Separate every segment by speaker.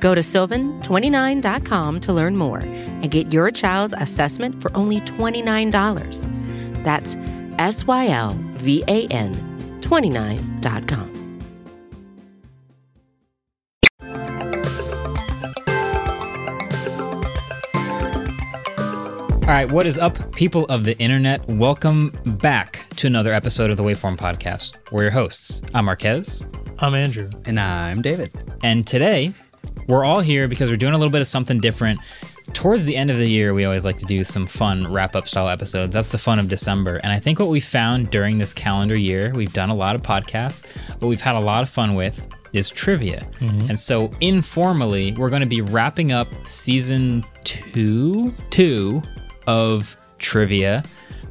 Speaker 1: Go to sylvan29.com to learn more and get your child's assessment for only $29. That's S Y L V A N 29.com.
Speaker 2: All right, what is up, people of the internet? Welcome back to another episode of the Waveform Podcast. We're your hosts. I'm Marquez,
Speaker 3: I'm Andrew.
Speaker 4: And I'm David.
Speaker 2: and today we're all here because we're doing a little bit of something different. Towards the end of the year, we always like to do some fun wrap up style episodes. That's the fun of December. And I think what we found during this calendar year, we've done a lot of podcasts, but we've had a lot of fun with is trivia. And so informally, we're going to be wrapping up season two, two of trivia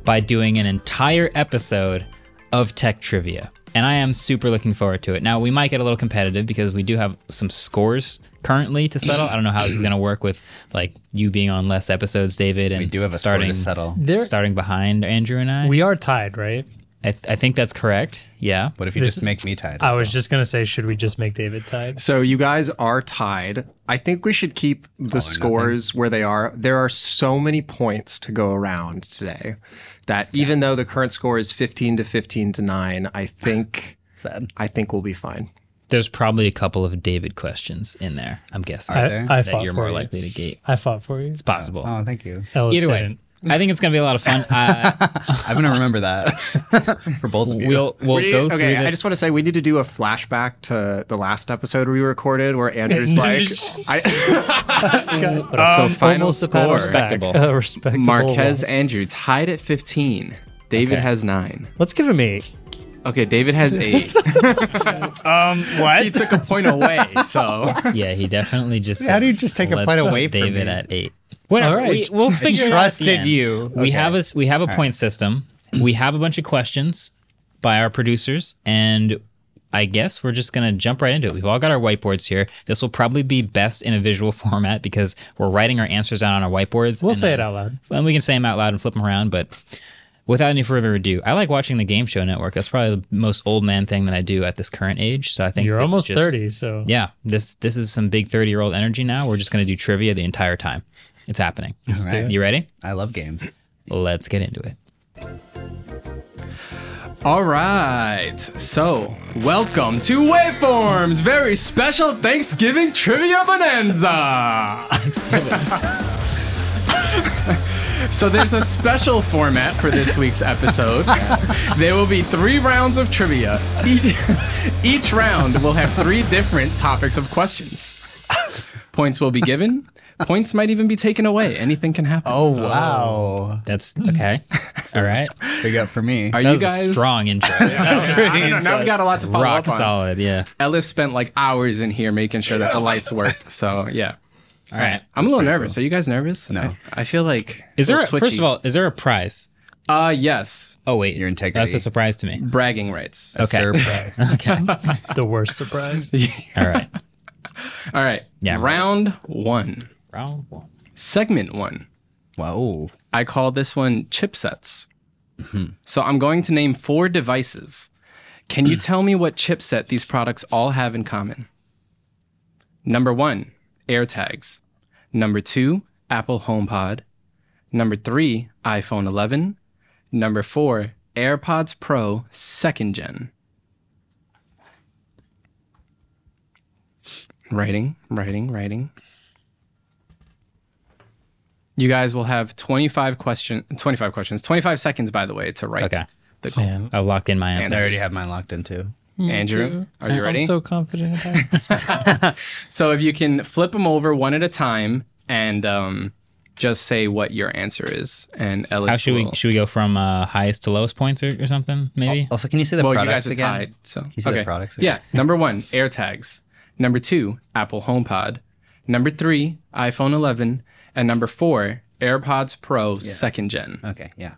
Speaker 2: by doing an entire episode of tech trivia. And I am super looking forward to it. Now, we might get a little competitive because we do have some scores currently to settle. I don't know how this is going to work with like you being on less episodes, David, and
Speaker 4: We do have a score
Speaker 2: starting
Speaker 4: to settle.
Speaker 3: There-
Speaker 2: starting behind Andrew and I.
Speaker 3: We are tied, right?
Speaker 2: I, th- I think that's correct. Yeah.
Speaker 4: What if you just make me tired?
Speaker 3: I was just gonna say, should we just make David tied?
Speaker 5: So you guys are tied. I think we should keep the scores where they are. There are so many points to go around today that even though the current score is 15 to 15 to 9, I think
Speaker 4: sad.
Speaker 5: I think we'll be fine.
Speaker 2: There's probably a couple of David questions in there, I'm guessing.
Speaker 3: I,
Speaker 4: there?
Speaker 3: I
Speaker 2: that
Speaker 3: fought
Speaker 2: you're
Speaker 3: for
Speaker 2: more
Speaker 3: you.
Speaker 2: likely to gate.
Speaker 3: I fought for you.
Speaker 2: It's possible.
Speaker 4: Oh, thank you.
Speaker 3: Ellis
Speaker 2: Either way,
Speaker 3: didn't.
Speaker 2: I think it's going to be a lot of fun. Uh,
Speaker 4: I'm gonna remember that for both of you.
Speaker 2: we'll we'll
Speaker 5: We-
Speaker 2: go through
Speaker 5: okay,
Speaker 2: this.
Speaker 5: I just want to say we need to do a flashback to the last episode we recorded where Andrew's like, I, so final
Speaker 6: almost a paddle
Speaker 5: score.
Speaker 6: back.
Speaker 2: respectable.
Speaker 3: A respectable.
Speaker 6: Marquez
Speaker 3: loss.
Speaker 6: Andrew tied at 15. David
Speaker 2: Okay.
Speaker 6: has nine.
Speaker 3: Let's give him eight.
Speaker 6: Okay, David has eight.
Speaker 2: Um,
Speaker 4: what?
Speaker 6: he took a point away, so
Speaker 2: Yeah, he definitely just.
Speaker 4: How
Speaker 2: said,
Speaker 4: do you just take a
Speaker 2: "Let's
Speaker 4: point
Speaker 2: put
Speaker 4: away from
Speaker 2: David
Speaker 4: me?"
Speaker 2: at eight? Whatever.
Speaker 4: All right.
Speaker 2: We, will figure it out. at the
Speaker 4: Trusted
Speaker 2: end.
Speaker 4: you.
Speaker 2: We
Speaker 4: Okay.
Speaker 2: have a s- we have a point system. We have a bunch of questions by our producers, and I guess we're just gonna jump right into it. We've all got our whiteboards here. This will probably be best in a visual format because we're writing our answers down on our whiteboards.
Speaker 3: We'll
Speaker 2: and
Speaker 3: say
Speaker 2: then-
Speaker 3: it out loud.
Speaker 2: and we can say them out loud and flip them around, but without any further ado, I like watching the Game Show Network. That's probably the most old man thing that I do at this current age. So I think
Speaker 3: You're
Speaker 2: this is
Speaker 3: almost
Speaker 2: just-
Speaker 3: thirty, so
Speaker 2: yeah, this this is some big 30 year old energy now. We're just going to do trivia the entire time. It's happening.
Speaker 4: do it.
Speaker 2: You ready?
Speaker 4: I love games.
Speaker 2: Let's get into it.
Speaker 6: All right. So, welcome to Waveform's very special Thanksgiving Trivia Bonanza. so, there's a special format for this week's episode. There will be three rounds of trivia. Each, each round will have three different topics of questions. Points will be given. Points might even be taken away. Anything can happen.
Speaker 4: Oh wow!
Speaker 2: That's okay. All right.
Speaker 4: Big up for me.
Speaker 2: That
Speaker 6: Are you
Speaker 2: was
Speaker 6: guys
Speaker 2: a strong intro. That was
Speaker 6: I don't know, now we've got a lot to follow
Speaker 2: rock
Speaker 6: up on.
Speaker 2: solid. Yeah.
Speaker 6: Ellis spent like hours in here making sure that the lights worked. So yeah,
Speaker 2: All right.
Speaker 6: I'm a little nervous. Are you guys nervous?
Speaker 4: No.
Speaker 6: I, I feel like
Speaker 2: Is
Speaker 6: a
Speaker 2: there a,
Speaker 6: little
Speaker 2: first
Speaker 6: twitchy.
Speaker 2: of all, is there a prize?
Speaker 6: Uh yes,
Speaker 2: Oh wait,
Speaker 4: Your integrity.
Speaker 2: That's a surprise to me.
Speaker 6: bragging rights.
Speaker 2: Okay.
Speaker 4: Surprise.
Speaker 2: Okay.
Speaker 3: the worst surprise.
Speaker 2: All right.
Speaker 6: All right.
Speaker 2: Yeah.
Speaker 6: Round one,
Speaker 2: Round one.
Speaker 6: segment one.
Speaker 4: Whoa.
Speaker 6: I call this one chipsets. So I'm going to name four devices. Can you tell me what chipset these products all have in common? Number one, AirTags. Number two, Apple HomePod. Number three, iPhone 11. Number four, AirPods Pro second gen. Writing, writing, writing. You guys will have 25 question 25 questions. 25 seconds by the way to write.
Speaker 2: Okay.
Speaker 6: The
Speaker 2: I locked in my
Speaker 4: I
Speaker 2: answer.
Speaker 4: already have mine locked in too.
Speaker 6: Andrew, are you ready?
Speaker 3: I'm so confident about it.
Speaker 6: So if you can flip them over one at a time and um, just say what your answer is, and Ellis
Speaker 2: How should we
Speaker 6: will-
Speaker 2: should we go from uh, highest to lowest points or, or something? Maybe.
Speaker 4: Also, can you see the
Speaker 6: well, you
Speaker 4: products
Speaker 6: guys are
Speaker 4: again?
Speaker 6: tied. So
Speaker 4: you see the products
Speaker 6: yeah.
Speaker 4: again?
Speaker 6: Number one, AirTags. Number two, Apple HomePod. Number three, iPhone 11, and number four, AirPods Pro second gen.
Speaker 4: Okay, yeah.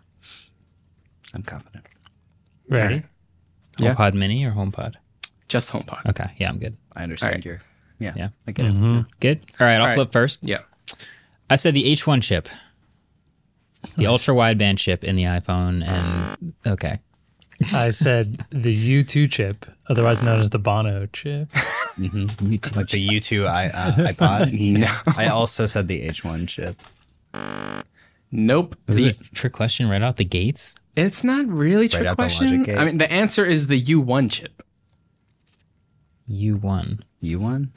Speaker 4: I'm confident.
Speaker 3: Ready?
Speaker 6: Yeah.
Speaker 2: HomePod Mini or HomePod?
Speaker 6: Just HomePod.
Speaker 2: Okay, yeah, I'm good.
Speaker 4: I understand
Speaker 6: Alright. Mm-hmm.
Speaker 4: your. Yeah.
Speaker 2: Yeah.
Speaker 4: I get it.
Speaker 2: Good. All right, I'll
Speaker 6: right.
Speaker 2: flip first.
Speaker 6: Yeah.
Speaker 2: I said the H1 chip, the ultra wideband chip in the iPhone, and okay,
Speaker 3: I said the U2 chip, otherwise known as the Bono chip.
Speaker 4: Like the U2 I, uh, iPod. I also said the H1 chip.
Speaker 6: Nope.
Speaker 2: was
Speaker 6: The-
Speaker 2: it a trick question right out the gates?
Speaker 6: It's not really trick
Speaker 4: out the logic
Speaker 6: question.
Speaker 4: gate.
Speaker 6: I mean, the answer is the U1 chip.
Speaker 2: You won.
Speaker 4: U1?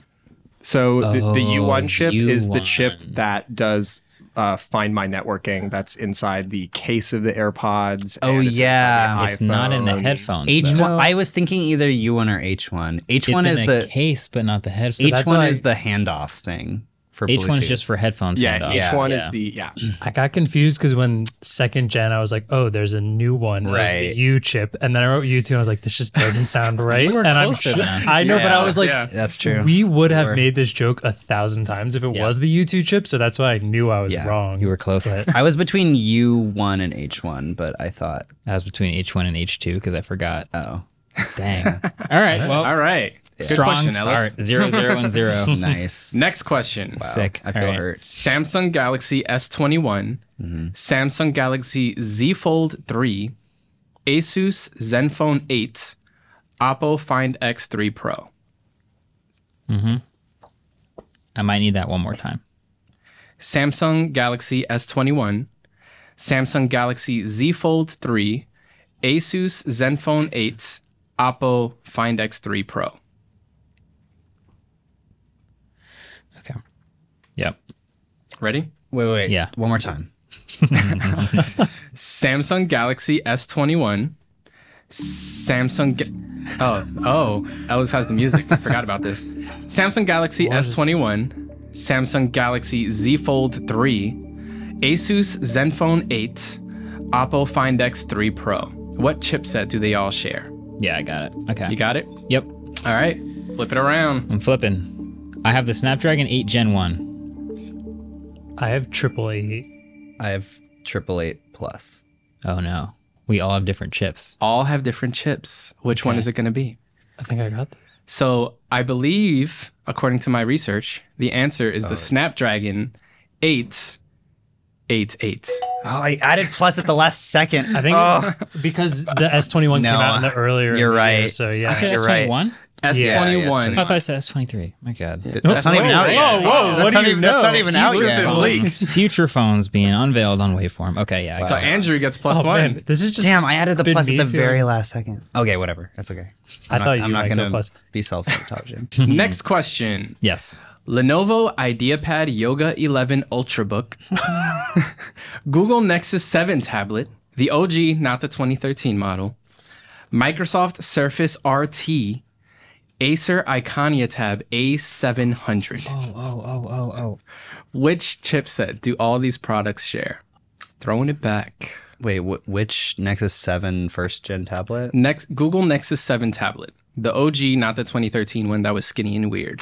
Speaker 5: So the, the
Speaker 2: Oh,
Speaker 5: U1 chip is the chip
Speaker 2: U1.
Speaker 5: that does uh, Find My Networking. That's inside the case of the AirPods. and
Speaker 4: Oh,
Speaker 5: it's inside the
Speaker 4: yeah.
Speaker 2: It's not in the
Speaker 5: iPhone.
Speaker 2: headphones.
Speaker 4: H1.
Speaker 2: though.
Speaker 4: I was thinking either U1 or H1.
Speaker 2: It's
Speaker 4: H1
Speaker 2: in
Speaker 4: is
Speaker 2: a
Speaker 4: the
Speaker 2: case, but not the head. So
Speaker 4: H1
Speaker 2: that's why
Speaker 4: is the handoff thing for
Speaker 2: H1
Speaker 4: Bluetooth.
Speaker 2: is just for headphones.
Speaker 5: Yeah,
Speaker 2: handoff.
Speaker 5: each one is
Speaker 4: yeah.
Speaker 5: the yeah.
Speaker 3: I got confused because when second gen, I was like, oh, there's a new one, like,
Speaker 4: Right.
Speaker 3: the U chip. And then I wrote U2, and I was like, this just doesn't sound right.
Speaker 2: were
Speaker 3: and I'm
Speaker 2: closer
Speaker 3: sure-
Speaker 2: than us.
Speaker 3: I know, but I was like,
Speaker 6: Yeah.
Speaker 4: That's true.
Speaker 3: we would have
Speaker 4: were.
Speaker 3: made this joke a thousand times if it
Speaker 2: Yeah.
Speaker 3: was the U2 chip. So that's why I knew I was
Speaker 4: Yeah,
Speaker 3: wrong.
Speaker 2: you were close.
Speaker 3: But
Speaker 4: I was between U1 and H1, but I thought,
Speaker 2: That was between H1 and H2 because I forgot.
Speaker 4: oh,
Speaker 2: Dang. All right. Well,
Speaker 6: All right. Good
Speaker 2: strong
Speaker 6: question, Ellis.
Speaker 2: start. Zero, zero, and zero.
Speaker 4: nice.
Speaker 6: Next question.
Speaker 2: Sick.
Speaker 4: I feel
Speaker 2: All right.
Speaker 4: hurt.
Speaker 6: Samsung Galaxy S21, Samsung Galaxy Z Fold 3, Asus Zenfone 8, Oppo Find X3 Pro.
Speaker 2: I might need that one more time.
Speaker 6: Samsung Galaxy S21, Samsung Galaxy Z Fold 3, Asus Zenfone 8, Oppo Find X3 Pro.
Speaker 2: Okay. Yep.
Speaker 6: Ready?
Speaker 4: Wait, wait.
Speaker 2: Yeah.
Speaker 4: One more time.
Speaker 6: Samsung Galaxy S21, Samsung. Ga- oh, oh, Alex has the music. Forgot about this. Samsung Galaxy S21, Samsung Galaxy Z Fold 3, Asus Zenfone 8, Oppo Find X3 Pro. What chipset do they all share?
Speaker 2: Yeah, I got it. Okay.
Speaker 6: You got it?
Speaker 2: Yep.
Speaker 6: All right, flip it around.
Speaker 2: I'm flipping. I have the Snapdragon 8 Gen 1.
Speaker 3: I have triple eight.
Speaker 4: I have triple eight plus.
Speaker 2: Oh, no. We all have different chips.
Speaker 6: All have different chips. Which one is it going to be?
Speaker 3: I think I got this.
Speaker 6: So I believe, according to my research, the answer is the Snapdragon 888.
Speaker 4: Oh, I added plus at the last second. Oh.
Speaker 3: I think because the S21
Speaker 4: No,
Speaker 3: came out in the earlier.
Speaker 4: you're
Speaker 3: in the year,
Speaker 4: right.
Speaker 3: so
Speaker 2: I
Speaker 3: yeah.
Speaker 2: said
Speaker 4: you're right.
Speaker 2: S21?
Speaker 6: S21.
Speaker 2: I thought I said S23. My God.
Speaker 4: That's not even out yet.
Speaker 3: Whoa, whoa,
Speaker 4: That's
Speaker 3: what
Speaker 4: not
Speaker 3: do you
Speaker 4: even, That's not
Speaker 3: know?
Speaker 4: even out
Speaker 6: Jesus.
Speaker 4: yet.
Speaker 6: leak.
Speaker 2: Future phones being unveiled on waveform. Okay, yeah. I
Speaker 6: So
Speaker 2: got it.
Speaker 6: Andrew gets plus
Speaker 3: Oh,
Speaker 6: one.
Speaker 3: man, this is just.
Speaker 4: Damn, I added the
Speaker 3: Been
Speaker 4: plus at
Speaker 3: me
Speaker 4: the
Speaker 3: feeling-
Speaker 4: very last second. Okay, whatever. That's okay.
Speaker 3: I
Speaker 4: I'm not-
Speaker 3: thought you
Speaker 4: I'm not
Speaker 3: might go
Speaker 4: gonna
Speaker 3: plus.
Speaker 4: be self-sabotaging.
Speaker 6: Next question.
Speaker 2: Yes.
Speaker 6: Lenovo IdeaPad Yoga 11 Ultrabook, Google Nexus 7 tablet, the OG, not the 2013 model, Microsoft Surface RT, Acer Iconia Tab A700. Oh, oh, oh, oh, oh. Which chipset do all these products share? Throwing it back.
Speaker 4: Wait, wh- which Nexus 7 first gen tablet?
Speaker 6: Next, Google Nexus 7 tablet, the OG, not the 2013 one that was skinny and weird.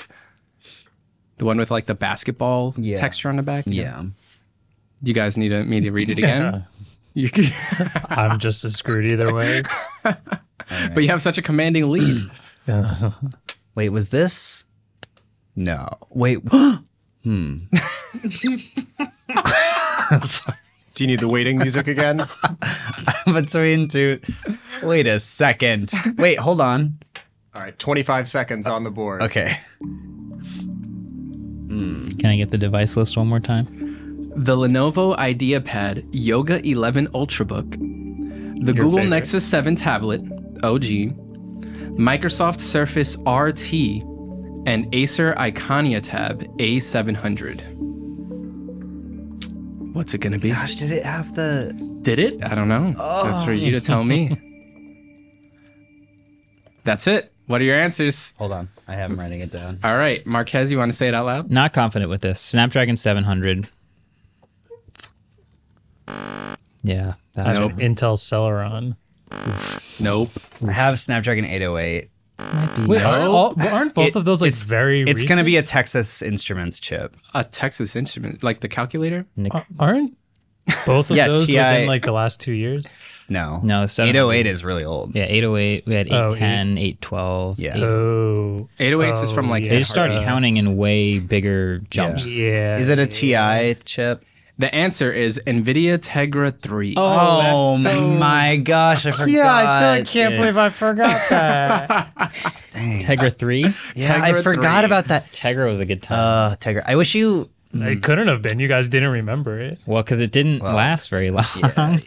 Speaker 6: The one with like the basketball
Speaker 4: Yeah.
Speaker 6: texture on the back.
Speaker 4: Yeah.
Speaker 6: You guys need me to read it again? You could,
Speaker 3: I'm just as screwed either way.
Speaker 6: but you have such a commanding lead.
Speaker 3: Yeah.
Speaker 4: Wait, was this? No. Wait.
Speaker 5: Do you need the waiting music again?
Speaker 4: between two. Wait a second. Wait, hold on.
Speaker 5: All right, 25 seconds on the board.
Speaker 4: Okay.
Speaker 2: Can I get the device list one more time?
Speaker 6: The Lenovo IdeaPad Yoga 11 Ultrabook, the Google
Speaker 5: favorite.
Speaker 6: Nexus 7 tablet, OG, Microsoft Surface RT, and Acer Iconia Tab A700. What's it gonna be?
Speaker 4: Gosh, did it have the? Oh.
Speaker 6: Did it? I don't know. That's for you to tell me. That's it. What are your answers?
Speaker 4: Hold on. I haven't writing it down.
Speaker 6: All right, Marquez, you want to say it out loud?
Speaker 2: Not confident with this. Snapdragon 700. Yeah. That's
Speaker 6: Nope.
Speaker 3: Intel Celeron.
Speaker 6: Nope.
Speaker 4: I have Snapdragon 808.
Speaker 2: Might be.
Speaker 3: Wait, aren't, all, aren't both
Speaker 4: It-
Speaker 3: of those like
Speaker 4: it's-
Speaker 3: very?
Speaker 4: It's
Speaker 3: recent?
Speaker 4: gonna be a Texas Instruments chip.
Speaker 6: A Texas Instrument, like the calculator?
Speaker 3: Uh, Aren't Both of
Speaker 4: Yeah,
Speaker 3: those
Speaker 4: TI
Speaker 3: within like the last two years.
Speaker 4: No.
Speaker 2: No, seven-
Speaker 4: 808 is really old.
Speaker 2: Yeah, 808. We had
Speaker 3: Oh,
Speaker 2: 810, 812.
Speaker 4: Yeah.
Speaker 2: 8.
Speaker 3: Oh,
Speaker 6: 808s is from, like,
Speaker 2: They just started
Speaker 6: Yeah.
Speaker 2: counting in way bigger jumps.
Speaker 3: Yeah.
Speaker 4: Is it a TI chip?
Speaker 6: The answer is NVIDIA Tegra 3.
Speaker 4: Oh, my gosh, I forgot. dude.
Speaker 5: I forgot that.
Speaker 2: Tegra 3?
Speaker 4: Yeah,
Speaker 6: Tegra
Speaker 4: I forgot
Speaker 6: 3.
Speaker 4: about that.
Speaker 2: Tegra was a good time.
Speaker 4: Uh, Tegra. I wish you.
Speaker 3: It couldn't have been. You guys didn't remember it.
Speaker 2: well, because it didn't last very long.
Speaker 4: Uh-huh.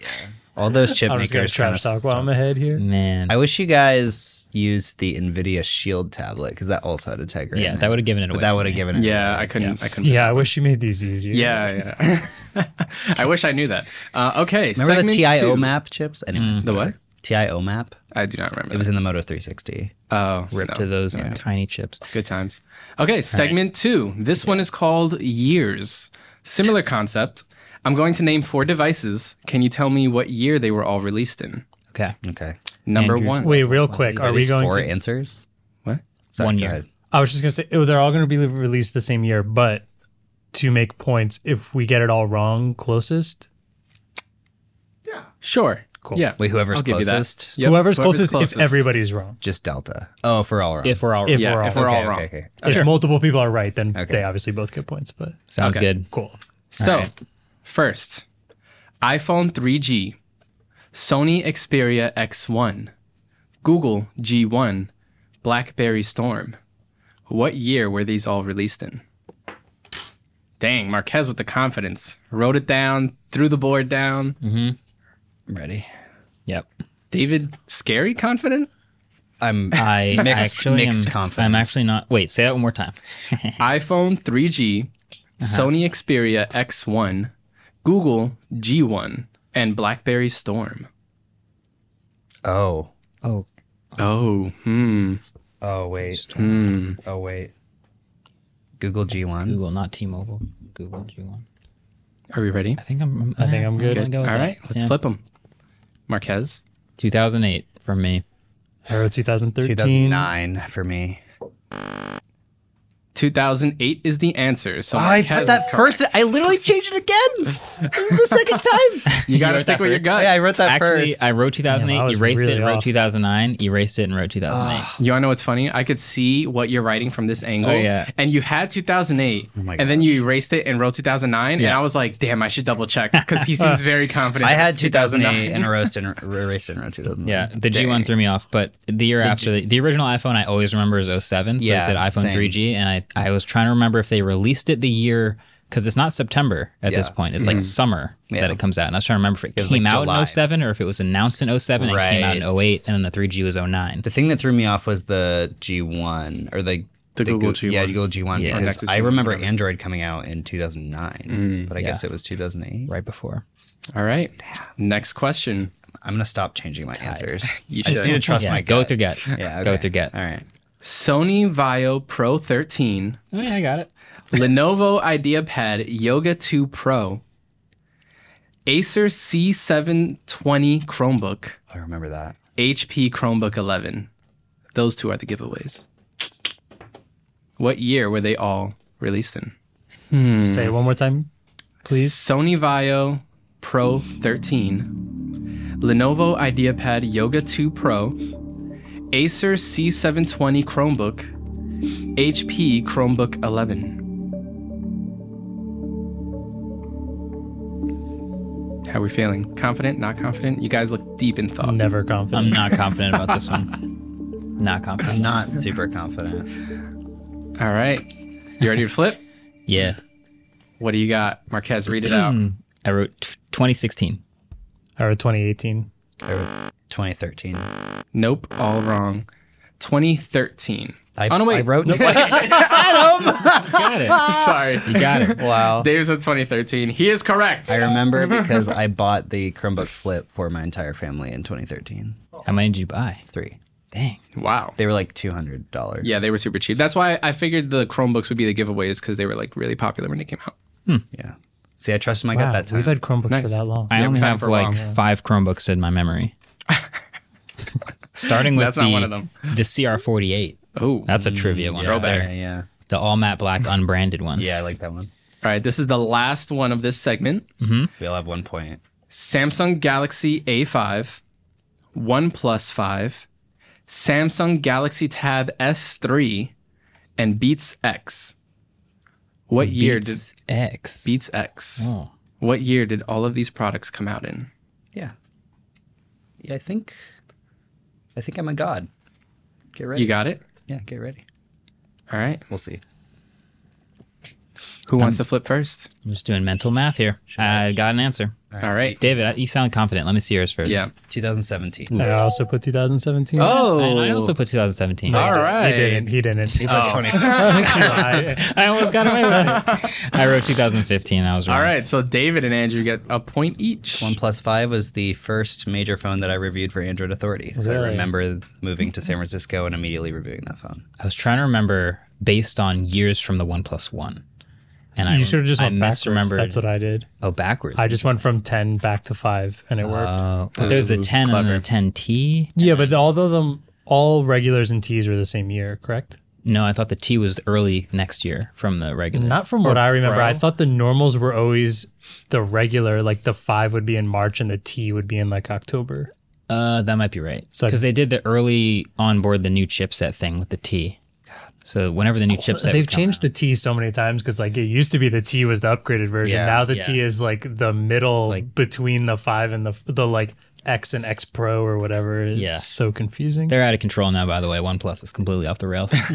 Speaker 4: All those chip
Speaker 3: I'm just gonna
Speaker 4: makers.
Speaker 3: trash
Speaker 4: kinda
Speaker 3: talk while I'm ahead here.
Speaker 2: Man.
Speaker 4: I wish you guys used the NVIDIA Shield tablet because that also had a Tegra. in
Speaker 2: yeah,
Speaker 4: it.
Speaker 2: that would have given it away.
Speaker 4: But that
Speaker 2: for
Speaker 4: would have
Speaker 2: me.
Speaker 4: given it.
Speaker 6: Yeah,
Speaker 4: away.
Speaker 6: I couldn't. I couldn't.
Speaker 3: Yeah, I wish you made these easier.
Speaker 6: Yeah, yeah. I wish I knew that. Uh, okay.
Speaker 4: Remember the
Speaker 6: segment
Speaker 4: TIO
Speaker 6: two.
Speaker 4: map chips? Anyway,
Speaker 2: Mm.
Speaker 6: The what?
Speaker 4: TIO map.
Speaker 6: I do not remember.
Speaker 4: It was in the Moto 360.
Speaker 6: oh,
Speaker 2: Rip
Speaker 6: no.
Speaker 2: to those tiny chips.
Speaker 6: Good times. Okay, segment two. This one is called Years. Similar concept. I'm going to name four devices. Can you tell me what year they were all released in?
Speaker 2: Okay.
Speaker 4: Okay.
Speaker 6: Number
Speaker 2: Andrew's
Speaker 6: one.
Speaker 3: Wait, real quick. Are we
Speaker 4: These
Speaker 3: going
Speaker 4: four
Speaker 3: to?
Speaker 4: answers?
Speaker 6: What?
Speaker 4: Sorry,
Speaker 2: One
Speaker 4: go
Speaker 2: year.
Speaker 4: ahead.
Speaker 3: I was just gonna say oh, they're all gonna be released the same year, but to make points, if we get it all wrong, closest,
Speaker 6: Sure.
Speaker 3: Cool.
Speaker 6: Yeah.
Speaker 4: Wait, whoever's
Speaker 6: I'll give you that.
Speaker 4: closest?
Speaker 6: Yep,
Speaker 3: whoever's, closest, if everybody's wrong.
Speaker 4: Just Delta. Oh, for all around.
Speaker 2: If we're all right.
Speaker 3: If
Speaker 6: Yeah,
Speaker 3: we're all,
Speaker 6: if we're all
Speaker 4: Okay,
Speaker 6: wrong.
Speaker 4: okay, okay.
Speaker 3: if multiple people are right, then
Speaker 4: Okay.
Speaker 3: they obviously both get points. But
Speaker 2: Sounds
Speaker 6: Okay.
Speaker 2: good.
Speaker 3: cool.
Speaker 6: So, first, iPhone 3G, Sony Xperia X1, Google G1, BlackBerry Storm. What year were these all released in? Dang, Marquez with the confidence. Wrote it down, threw the board down.
Speaker 4: I'm ready.
Speaker 2: Yep.
Speaker 6: David, scary confident?
Speaker 4: I'm
Speaker 6: Uh,
Speaker 2: I I
Speaker 4: Mixed-
Speaker 2: actually
Speaker 4: mixed
Speaker 2: am,
Speaker 4: confidence.
Speaker 2: I'm actually not. Wait, say that one more time.
Speaker 6: iPhone 3G,
Speaker 3: Uh-huh.
Speaker 6: Sony Xperia X1, Google G1, and BlackBerry Storm.
Speaker 4: Oh.
Speaker 2: Oh,
Speaker 6: Oh, hmm.
Speaker 4: Oh wait. Oh wait. Google G1.
Speaker 2: Google, not T-Mobile. Google G1.
Speaker 6: Are we ready?
Speaker 2: I think I'm.
Speaker 3: I think I'm good.
Speaker 2: gonna go
Speaker 6: All
Speaker 2: with that.
Speaker 6: right, let's
Speaker 2: Yeah.
Speaker 6: flip them. Marquez.
Speaker 2: 2008 for me.
Speaker 3: I wrote 2013.
Speaker 4: 2009 for me.
Speaker 6: 2008 is the answer. So
Speaker 4: Oh, I
Speaker 6: Marquez
Speaker 4: put that
Speaker 6: is correct.
Speaker 4: first. I literally changed it again. This is the second time.
Speaker 6: You gotta
Speaker 2: wrote
Speaker 6: stick
Speaker 2: that
Speaker 6: with your
Speaker 2: first?
Speaker 6: gut.
Speaker 4: Yeah, I wrote that
Speaker 2: Actually,
Speaker 4: first.
Speaker 2: I wrote
Speaker 3: Damn, I
Speaker 2: 2008,
Speaker 3: was
Speaker 2: erased it,
Speaker 3: really
Speaker 2: and wrote
Speaker 3: off.
Speaker 2: 2009, erased it, and wrote 2008.
Speaker 6: You wanna know what's funny? I could see what you're writing from this angle.
Speaker 2: Oh, yeah.
Speaker 6: And you had 2008,
Speaker 4: my
Speaker 6: and then you erased it and wrote 2009. And
Speaker 2: Yeah.
Speaker 6: I was like, damn, I should double check because he seems very confident.
Speaker 4: I
Speaker 6: that
Speaker 4: had
Speaker 6: it's
Speaker 4: 2008 and erased and erased and wrote 2000.
Speaker 2: yeah, the G1 threw me off, but the year after the, the original iPhone, I always remember is 07, so I
Speaker 4: Yeah,
Speaker 2: said iPhone
Speaker 4: same.
Speaker 2: 3G, and I, I was trying to remember if they released it the year because it's not September at this
Speaker 4: Yeah. Mm-hmm.
Speaker 2: point; it's like summer that it comes out, and I was trying to remember if it
Speaker 4: was,
Speaker 2: came
Speaker 4: like,
Speaker 2: out
Speaker 4: July.
Speaker 2: in 07 or if it was announced in 07 and came out in
Speaker 4: Right.
Speaker 2: 08, and then the 3G was 09.
Speaker 4: The thing that threw me off was the G1 or the
Speaker 6: The Google
Speaker 4: Goo- Yeah,
Speaker 6: G1.
Speaker 4: Google G1
Speaker 2: Yeah.
Speaker 4: because
Speaker 6: Nexus
Speaker 4: I
Speaker 6: G1,
Speaker 4: remember Android coming out in 2009, but I guess it was 2008.
Speaker 2: Right before.
Speaker 6: All right. Next question.
Speaker 4: I'm gonna stop changing my answers.
Speaker 6: You
Speaker 4: I just
Speaker 6: should.
Speaker 4: need to trust
Speaker 2: yeah,
Speaker 4: my
Speaker 2: go
Speaker 4: gut.
Speaker 2: with your gut.
Speaker 4: Yeah,
Speaker 2: Go
Speaker 4: okay.
Speaker 2: with your gut.
Speaker 4: All right.
Speaker 6: Sony Vio Pro 13,
Speaker 2: Oh, yeah, I got it.
Speaker 6: Lenovo IdeaPad Yoga 2 Pro, Acer C720 Chromebook,
Speaker 4: I remember that.
Speaker 6: HP Chromebook 11. Those two are the giveaways. What year were they all released in?
Speaker 3: Say it one more time, please.
Speaker 6: Sony Vaio Pro 13, Lenovo IdeaPad Yoga 2 Pro, Acer C720 Chromebook, HP Chromebook 11. How are we feeling? Confident? Not confident? You guys look deep in thought.
Speaker 3: Never
Speaker 2: I'm
Speaker 3: confident.
Speaker 2: not confident about this one. Not confident.
Speaker 4: Not super confident.
Speaker 6: All right. You ready to flip?
Speaker 2: Yeah. Hmm.
Speaker 6: What do you got? Marquez, read it out.
Speaker 2: I wrote t- 2016.
Speaker 3: I wrote 2018.
Speaker 4: I wrote 2013.
Speaker 6: Nope, all wrong. 2013.
Speaker 4: I,
Speaker 6: oh, no, wait.
Speaker 4: I wrote.
Speaker 2: Got it.
Speaker 6: Sorry.
Speaker 2: You got it.
Speaker 4: wow.
Speaker 6: Dave said 2013. He is correct.
Speaker 4: I remember because I bought the Chromebook Flip for my entire family in 2013.
Speaker 2: How many did you buy?
Speaker 4: Three.
Speaker 2: Dang.
Speaker 6: Wow.
Speaker 4: They were like $200.
Speaker 6: Yeah, they were super cheap. That's why I figured the Chromebooks would be the giveaways because they were like really popular when they came out.
Speaker 4: Yeah. See, I trusted my
Speaker 3: Wow,
Speaker 4: gut that time.
Speaker 3: we've had Chromebooks for
Speaker 6: Nice.
Speaker 3: that long.
Speaker 2: I only
Speaker 6: been
Speaker 2: have
Speaker 6: for a while.
Speaker 2: like five Chromebooks in my memory. Starting with
Speaker 6: That's
Speaker 2: the,
Speaker 6: not one of them.
Speaker 2: the CR48.
Speaker 6: Oh,
Speaker 2: That's a trivia one.
Speaker 4: yeah,
Speaker 2: right there.
Speaker 4: yeah.
Speaker 2: The all matte black unbranded one.
Speaker 4: Yeah, I like that one.
Speaker 6: All right, this is the last one of this segment.
Speaker 4: We all have one point.
Speaker 6: Samsung Galaxy A5, OnePlus 5, Samsung Galaxy Tab S3, and Beats X. What year did
Speaker 2: Beats X.
Speaker 6: Beats X?
Speaker 2: Oh.
Speaker 6: What year did all of these products come out in?
Speaker 4: Yeah. Yeah, I think. I think I'm a god. Get ready.
Speaker 6: You got it?
Speaker 4: Yeah, get ready.
Speaker 6: All right.
Speaker 4: We'll see.
Speaker 6: Who wants to flip first?
Speaker 2: I'm just doing mental math here. I got an answer.
Speaker 6: All right.
Speaker 2: David, you sound confident. Let me see yours first.
Speaker 6: Yeah.
Speaker 4: 2017.
Speaker 3: I also put 2017.
Speaker 6: Oh.
Speaker 2: And I also put 2017.
Speaker 6: All right.
Speaker 3: He didn't. He didn't. I-
Speaker 2: I almost got away with it. I wrote 2015. I was wrong.
Speaker 6: All right. So David and Andrew get a point each.
Speaker 4: OnePlus 5 was the first major phone that I reviewed for Android Authority. So I
Speaker 3: Really? Mm-hmm.
Speaker 4: remember moving to San Francisco and immediately reviewing that phone.
Speaker 2: I was trying to remember based on years from the One Plus One, and I
Speaker 3: you should have just
Speaker 2: I
Speaker 3: went backwards.
Speaker 2: misremembered.
Speaker 3: That's what I did.
Speaker 2: oh, backwards.
Speaker 3: I just went from 10 back to 5 and it worked.
Speaker 2: Oh, but there's a
Speaker 6: Ooh,
Speaker 2: 10 and
Speaker 6: clever.
Speaker 2: a 10T.
Speaker 3: yeah, but although them all regulars and T's were the same year, correct?
Speaker 2: No, I thought the T was early next year from the regular.
Speaker 3: Not from what I remember.
Speaker 2: Pro?
Speaker 3: I thought the normals were always the regular, like the 5 would be in March and the T would be in like October.
Speaker 2: Uh, that might be right.
Speaker 3: So-
Speaker 2: Because they did the early onboard the new chipset thing with the T. So whenever the new chipset,
Speaker 3: They've
Speaker 2: would come
Speaker 3: changed the T so many times because like it used to be the T was the upgraded version.
Speaker 4: Yeah,
Speaker 3: now the
Speaker 2: yeah.
Speaker 3: T is like the middle between the 5 and the the like X and X Pro or whatever. It's
Speaker 2: Yeah.
Speaker 3: so confusing.
Speaker 2: They're out of control now, by the way. OnePlus is completely off the rails.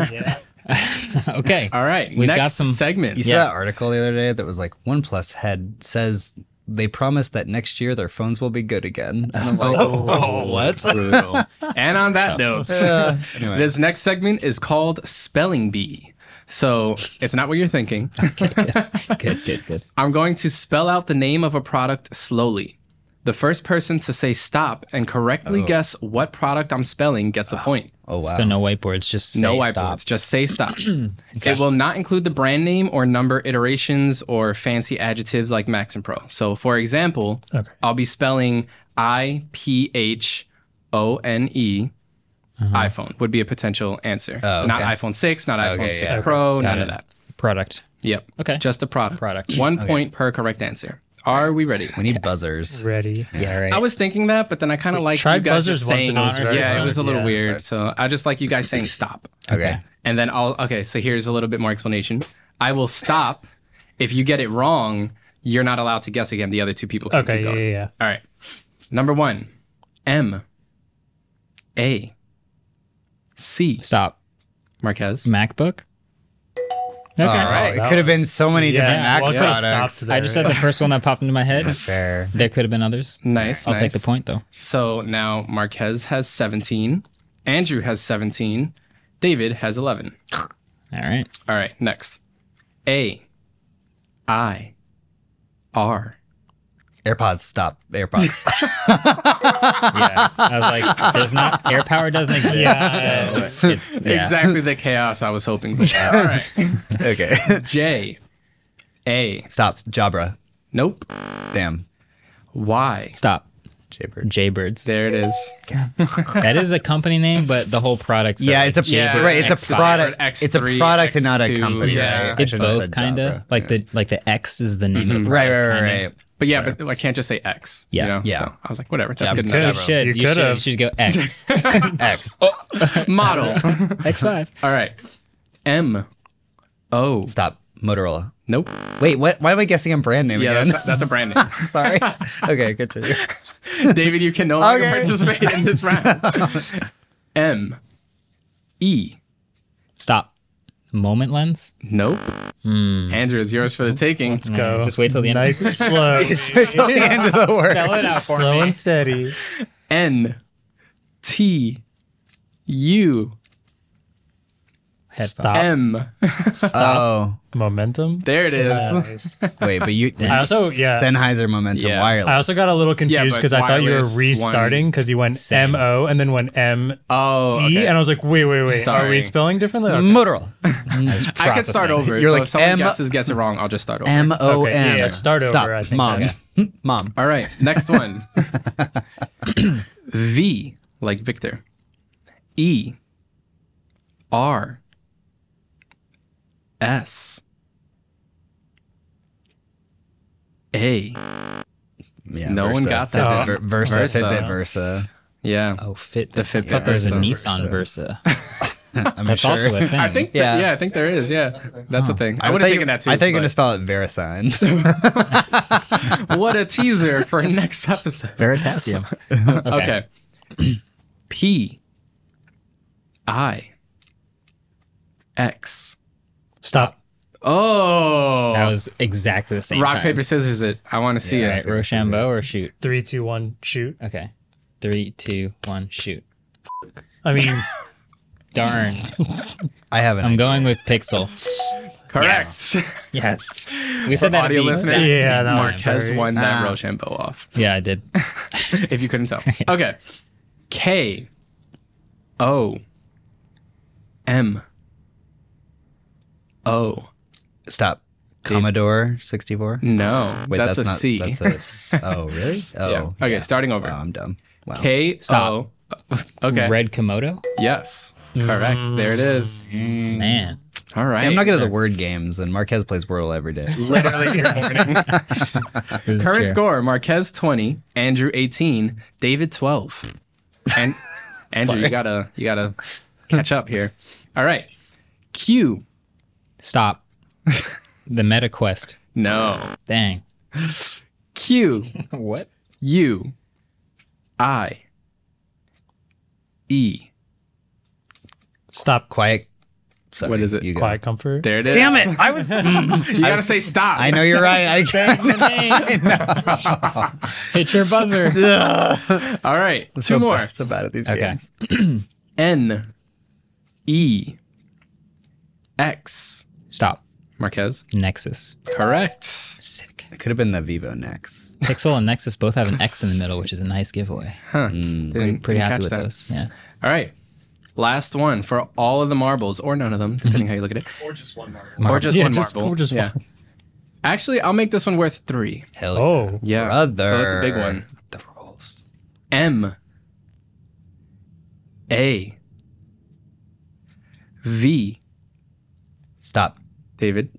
Speaker 2: okay.
Speaker 6: All right.
Speaker 2: We've
Speaker 6: next
Speaker 2: got some-
Speaker 6: segment.
Speaker 4: You saw that article the other day that was like OnePlus had says they promise that next year their phones will be good again. And I'm like,
Speaker 6: Oh, what? and on that note,
Speaker 4: Anyway.
Speaker 6: this next segment is called Spelling Bee. So it's not what you're thinking.
Speaker 2: Good, good, good.
Speaker 6: I'm going to spell out the name of a product slowly. The first person to say stop and correctly guess what product I'm spelling gets a point.
Speaker 4: oh wow.
Speaker 2: So no whiteboards, just say
Speaker 6: no
Speaker 2: stop.
Speaker 6: whiteboards. Just say stop. It will not include the brand name or number iterations or fancy adjectives like Max and Pro. So, for example,
Speaker 3: Okay.
Speaker 6: I'll be spelling I P H O N E. iPhone would be a potential answer.
Speaker 4: okay.
Speaker 6: Not iPhone 6, not iPhone
Speaker 4: Okay,
Speaker 6: 6
Speaker 4: yeah.
Speaker 6: Pro, none
Speaker 2: it.
Speaker 6: of that.
Speaker 2: Product.
Speaker 6: Yep.
Speaker 2: Okay.
Speaker 6: Just a product.
Speaker 2: Product.
Speaker 6: One point per correct answer. Are we ready?
Speaker 4: we need buzzers.
Speaker 3: Ready.
Speaker 2: Yeah, right.
Speaker 6: I was thinking that, but then I kind of like
Speaker 3: tried
Speaker 6: you guys
Speaker 3: buzzers
Speaker 6: just
Speaker 3: once
Speaker 6: saying
Speaker 3: and it was very
Speaker 6: yeah, it
Speaker 3: slow.
Speaker 6: was a little
Speaker 3: Yeah,
Speaker 6: weird. So I just like you guys saying stop.
Speaker 4: Okay.
Speaker 6: And then I'll okay, so here's a little bit more explanation. I will stop. if you get it wrong, you're not allowed to guess again. The other two people can
Speaker 3: Okay,
Speaker 6: keep
Speaker 3: yeah,
Speaker 6: going.
Speaker 3: yeah, yeah.
Speaker 6: All right. Number one, M A C
Speaker 2: Stop.
Speaker 6: Marquez.
Speaker 2: MacBook. Okay.
Speaker 4: All right. Oh, It could have been so many
Speaker 3: Yeah, well, I
Speaker 4: different
Speaker 3: could
Speaker 4: Mac
Speaker 3: have
Speaker 4: products.
Speaker 3: stopped there.
Speaker 2: I just said the first one that popped into my head.
Speaker 4: Fair.
Speaker 2: There could have been others.
Speaker 6: Nice.
Speaker 2: I'll
Speaker 6: nice.
Speaker 2: take the point though.
Speaker 6: So now Marquez has 17. Andrew has 17. David has 11.
Speaker 2: All right.
Speaker 6: All right, next. A I R.
Speaker 4: AirPods. Stop. AirPods.
Speaker 2: Yeah. I was like, there's not air power doesn't exist.
Speaker 3: Yeah.
Speaker 2: So it's yeah.
Speaker 6: Exactly the chaos I was hoping for. All right.
Speaker 4: okay.
Speaker 6: J A.
Speaker 4: Stop. Jabra.
Speaker 6: Nope.
Speaker 4: Damn.
Speaker 6: Y.
Speaker 2: Stop.
Speaker 4: Jaybird.
Speaker 2: Jaybirds.
Speaker 6: There it is.
Speaker 2: That is a company name, but the whole product.
Speaker 4: yeah, it's a
Speaker 6: Jaybird
Speaker 4: right. It's a
Speaker 6: X5,
Speaker 4: product.
Speaker 6: Jaybird
Speaker 4: It's a
Speaker 6: X3,
Speaker 4: product and not a
Speaker 6: X2,
Speaker 4: company.
Speaker 6: yeah.
Speaker 4: Right? I
Speaker 2: It's
Speaker 4: should've
Speaker 2: both
Speaker 4: said
Speaker 2: kind
Speaker 4: Jabra.
Speaker 2: of like the like the X is the name. Of the
Speaker 4: Mm-hmm. Right.
Speaker 2: product,
Speaker 4: Right.
Speaker 2: kinda.
Speaker 4: Right. right.
Speaker 6: But yeah, but like can't just say X.
Speaker 2: Yeah,
Speaker 6: You know?
Speaker 4: yeah.
Speaker 6: So I was like, whatever. That's
Speaker 2: Yeah,
Speaker 6: good
Speaker 2: you
Speaker 6: enough.
Speaker 2: should.
Speaker 3: You
Speaker 2: You, should. You
Speaker 3: could've.
Speaker 2: should go X.
Speaker 4: X.
Speaker 6: Model.
Speaker 2: X five.
Speaker 6: All right. M O.
Speaker 4: Oh. Stop. Motorola.
Speaker 6: Nope.
Speaker 4: Wait, what? Why am I guessing on brand name
Speaker 6: Yeah,
Speaker 4: again?
Speaker 6: that's, that's a brand name.
Speaker 4: Sorry. Okay, good to you.
Speaker 6: David, you can no longer
Speaker 4: Okay.
Speaker 6: participate in this round. M E.
Speaker 2: Stop. Moment lens.
Speaker 6: Nope. Andrew, it's yours for the taking.
Speaker 3: Go.
Speaker 2: Just wait till the end.
Speaker 3: Nice and slow.
Speaker 4: Till the end of the word.
Speaker 2: Spell it out for
Speaker 3: slow
Speaker 2: me.
Speaker 3: and steady.
Speaker 6: N T U
Speaker 2: Headphone.
Speaker 3: Stop.
Speaker 6: M.
Speaker 4: Oh,
Speaker 3: Momentum.
Speaker 6: There it is.
Speaker 4: wait, but you
Speaker 3: I also yeah.
Speaker 4: Sennheiser Momentum
Speaker 6: Yeah.
Speaker 3: I
Speaker 4: Wireless.
Speaker 3: also got a little confused
Speaker 6: but
Speaker 3: because I thought you were
Speaker 6: wireless,
Speaker 3: restarting because you went
Speaker 2: Same.
Speaker 3: M O and then went M
Speaker 6: Oh,
Speaker 3: E
Speaker 6: okay.
Speaker 3: and I was like, wait, wait, wait. Are
Speaker 6: Sorry. Mm.
Speaker 3: we spelling differently? Okay.
Speaker 4: Motorola.
Speaker 6: I could start
Speaker 2: processing.
Speaker 6: over.
Speaker 4: You're
Speaker 6: so
Speaker 4: like,
Speaker 6: if someone
Speaker 4: M-
Speaker 6: guesses gets it wrong, I'll just start over.
Speaker 4: M O
Speaker 3: Okay, yeah,
Speaker 4: M.
Speaker 3: yeah, start over,
Speaker 4: Stop.
Speaker 3: I think,
Speaker 4: Mom.
Speaker 3: okay.
Speaker 4: Mom.
Speaker 6: All right, next one. v like Victor. E R S A.
Speaker 4: Yeah,
Speaker 6: No one got
Speaker 4: Fitbit,
Speaker 6: that.
Speaker 4: Ver- Versa,
Speaker 6: Versa.
Speaker 4: Fitbit Versa.
Speaker 6: Yeah.
Speaker 2: Oh, fit
Speaker 6: The
Speaker 2: I thought there was a
Speaker 4: Fitbit
Speaker 2: Nissan Versa.
Speaker 4: I'm
Speaker 2: That's
Speaker 4: sure.
Speaker 2: also a thing.
Speaker 6: I think. Yeah.
Speaker 4: Yeah.
Speaker 6: yeah, I think there is. Yeah, that's a thing. I, would
Speaker 4: thought
Speaker 6: have
Speaker 4: you-
Speaker 6: taken that too.
Speaker 4: I thought you were
Speaker 6: but-
Speaker 4: gonna spell it Verisign.
Speaker 6: what a teaser for next episode.
Speaker 2: Veritasium.
Speaker 6: Okay. P I X.
Speaker 3: Stop.
Speaker 6: Oh.
Speaker 2: That was exactly the same.
Speaker 6: Rock,
Speaker 2: time.
Speaker 6: paper, scissors it. I want to see
Speaker 2: All
Speaker 6: it.
Speaker 2: right, Rochambeau or shoot.
Speaker 3: Three, two, one, shoot.
Speaker 2: Okay. Three, two, one, shoot.
Speaker 3: I mean,
Speaker 2: Darn.
Speaker 4: I haven't.
Speaker 3: Um,
Speaker 2: I'm going with Pixel.
Speaker 6: Correct.
Speaker 2: Yes. We said that at
Speaker 6: audio
Speaker 2: the
Speaker 6: listeners,
Speaker 2: exact same
Speaker 3: yeah, that was
Speaker 2: time.
Speaker 6: Has
Speaker 3: Very-
Speaker 6: won that Rochambeau off,
Speaker 2: Yeah, I did.
Speaker 6: if you couldn't tell. Okay. K O M O.
Speaker 4: Stop. Commodore 64.
Speaker 6: No,
Speaker 4: Wait,
Speaker 6: Mm, that's, a
Speaker 4: not,
Speaker 6: C.
Speaker 4: That's a. Oh, s- Oh, really? Oh,
Speaker 6: yeah. Okay, starting over.
Speaker 4: Wow, I'm dumb. Wow.
Speaker 6: K O.
Speaker 2: Stop.
Speaker 6: Okay.
Speaker 2: Red Komodo?
Speaker 6: Yes. Correct. There it is.
Speaker 2: Man.
Speaker 6: All right.
Speaker 4: See, I'm not good at the word games, and Marquez plays Wordle every day.
Speaker 6: Literally your morning. Current score: Marquez twenty, Andrew eighteen, David twelve. And Andrew, you gotta you gotta catch up here. All right. Q.
Speaker 2: Stop. the Meta Quest.
Speaker 6: No.
Speaker 2: Dang.
Speaker 6: Q
Speaker 2: What?
Speaker 6: U I E.
Speaker 3: stop.
Speaker 4: Quiet. Sorry,
Speaker 6: What is it?
Speaker 4: You go.
Speaker 3: Quiet comfort.
Speaker 6: There it is.
Speaker 4: Damn it! I was.
Speaker 6: You gotta say stop.
Speaker 4: I know you're right. I can't.
Speaker 2: Hit your buzzer.
Speaker 6: All right. Two
Speaker 4: so
Speaker 6: more.
Speaker 4: Bad, so bad at these
Speaker 2: Okay.
Speaker 4: games.
Speaker 6: N E X.
Speaker 2: Stop.
Speaker 6: Marquez.
Speaker 2: Nexus.
Speaker 6: Correct.
Speaker 2: Sick.
Speaker 4: It could have been the Vivo next.
Speaker 2: Pixel and Nexus both have an X in the middle, which is a nice giveaway.
Speaker 6: Huh. Didn't-
Speaker 2: Pretty
Speaker 6: didn't
Speaker 2: happy
Speaker 6: catch
Speaker 2: with
Speaker 6: that.
Speaker 2: those. Yeah.
Speaker 6: All right. Last one for all of the marbles, or none of them, depending how you look at it. Or just
Speaker 3: Yeah,
Speaker 6: one
Speaker 3: just-
Speaker 6: marble.
Speaker 3: or just
Speaker 6: yeah.
Speaker 3: one.
Speaker 6: Actually, I'll make this one worth three.
Speaker 4: Hell
Speaker 3: Oh,
Speaker 6: Yeah. So that's a big
Speaker 4: Brother.
Speaker 6: one.
Speaker 2: The rules.
Speaker 6: M A V
Speaker 4: Stop.
Speaker 6: David.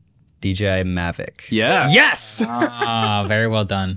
Speaker 4: DJI Mavic.
Speaker 6: Yeah. Yes.
Speaker 2: Ah, very well done.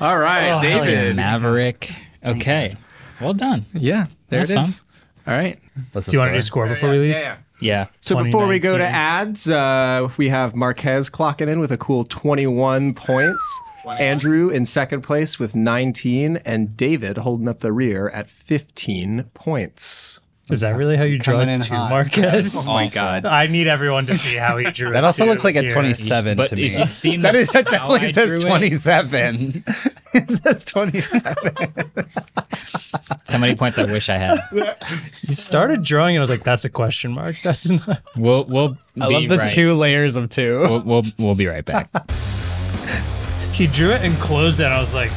Speaker 6: All right,
Speaker 4: Oh,
Speaker 6: David.
Speaker 2: Maverick. Okay. Well done.
Speaker 6: Yeah. There
Speaker 2: That's
Speaker 6: it is. All right.
Speaker 4: What's the
Speaker 3: do you want to do
Speaker 4: score?
Speaker 3: score before we leave?
Speaker 2: Yeah.
Speaker 5: So before we go to
Speaker 3: 2019.
Speaker 5: ads, uh, we have Marquez clocking in with a cool 21 points. Andrew in second place with 19, and David holding up the rear at 15 points.
Speaker 3: Is that really how you draw
Speaker 4: Coming
Speaker 3: it
Speaker 4: in
Speaker 3: to
Speaker 4: hot.
Speaker 3: Marquez?
Speaker 6: Oh my God.
Speaker 3: I need everyone to see how he drew.
Speaker 4: That
Speaker 3: a
Speaker 4: also
Speaker 3: two
Speaker 4: looks like a
Speaker 3: here.
Speaker 4: 27
Speaker 2: But
Speaker 4: to
Speaker 2: if
Speaker 4: me.
Speaker 2: you'd seen
Speaker 4: that
Speaker 2: the-
Speaker 4: is that
Speaker 2: how I
Speaker 4: definitely
Speaker 2: drew
Speaker 4: says
Speaker 2: it.
Speaker 4: 27. it says 27.
Speaker 2: So many points I wish I had.
Speaker 3: You started drawing, and I was like, "That's a question mark. That's not."
Speaker 2: We'll we'll
Speaker 4: I
Speaker 2: be
Speaker 4: love the
Speaker 2: right.
Speaker 4: two layers of two.
Speaker 2: We'll, we'll we'll be right back.
Speaker 3: He drew it and closed it. And I was like,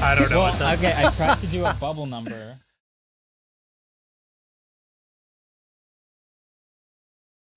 Speaker 3: "I don't know what's up."
Speaker 2: okay, I tried to do a bubble number.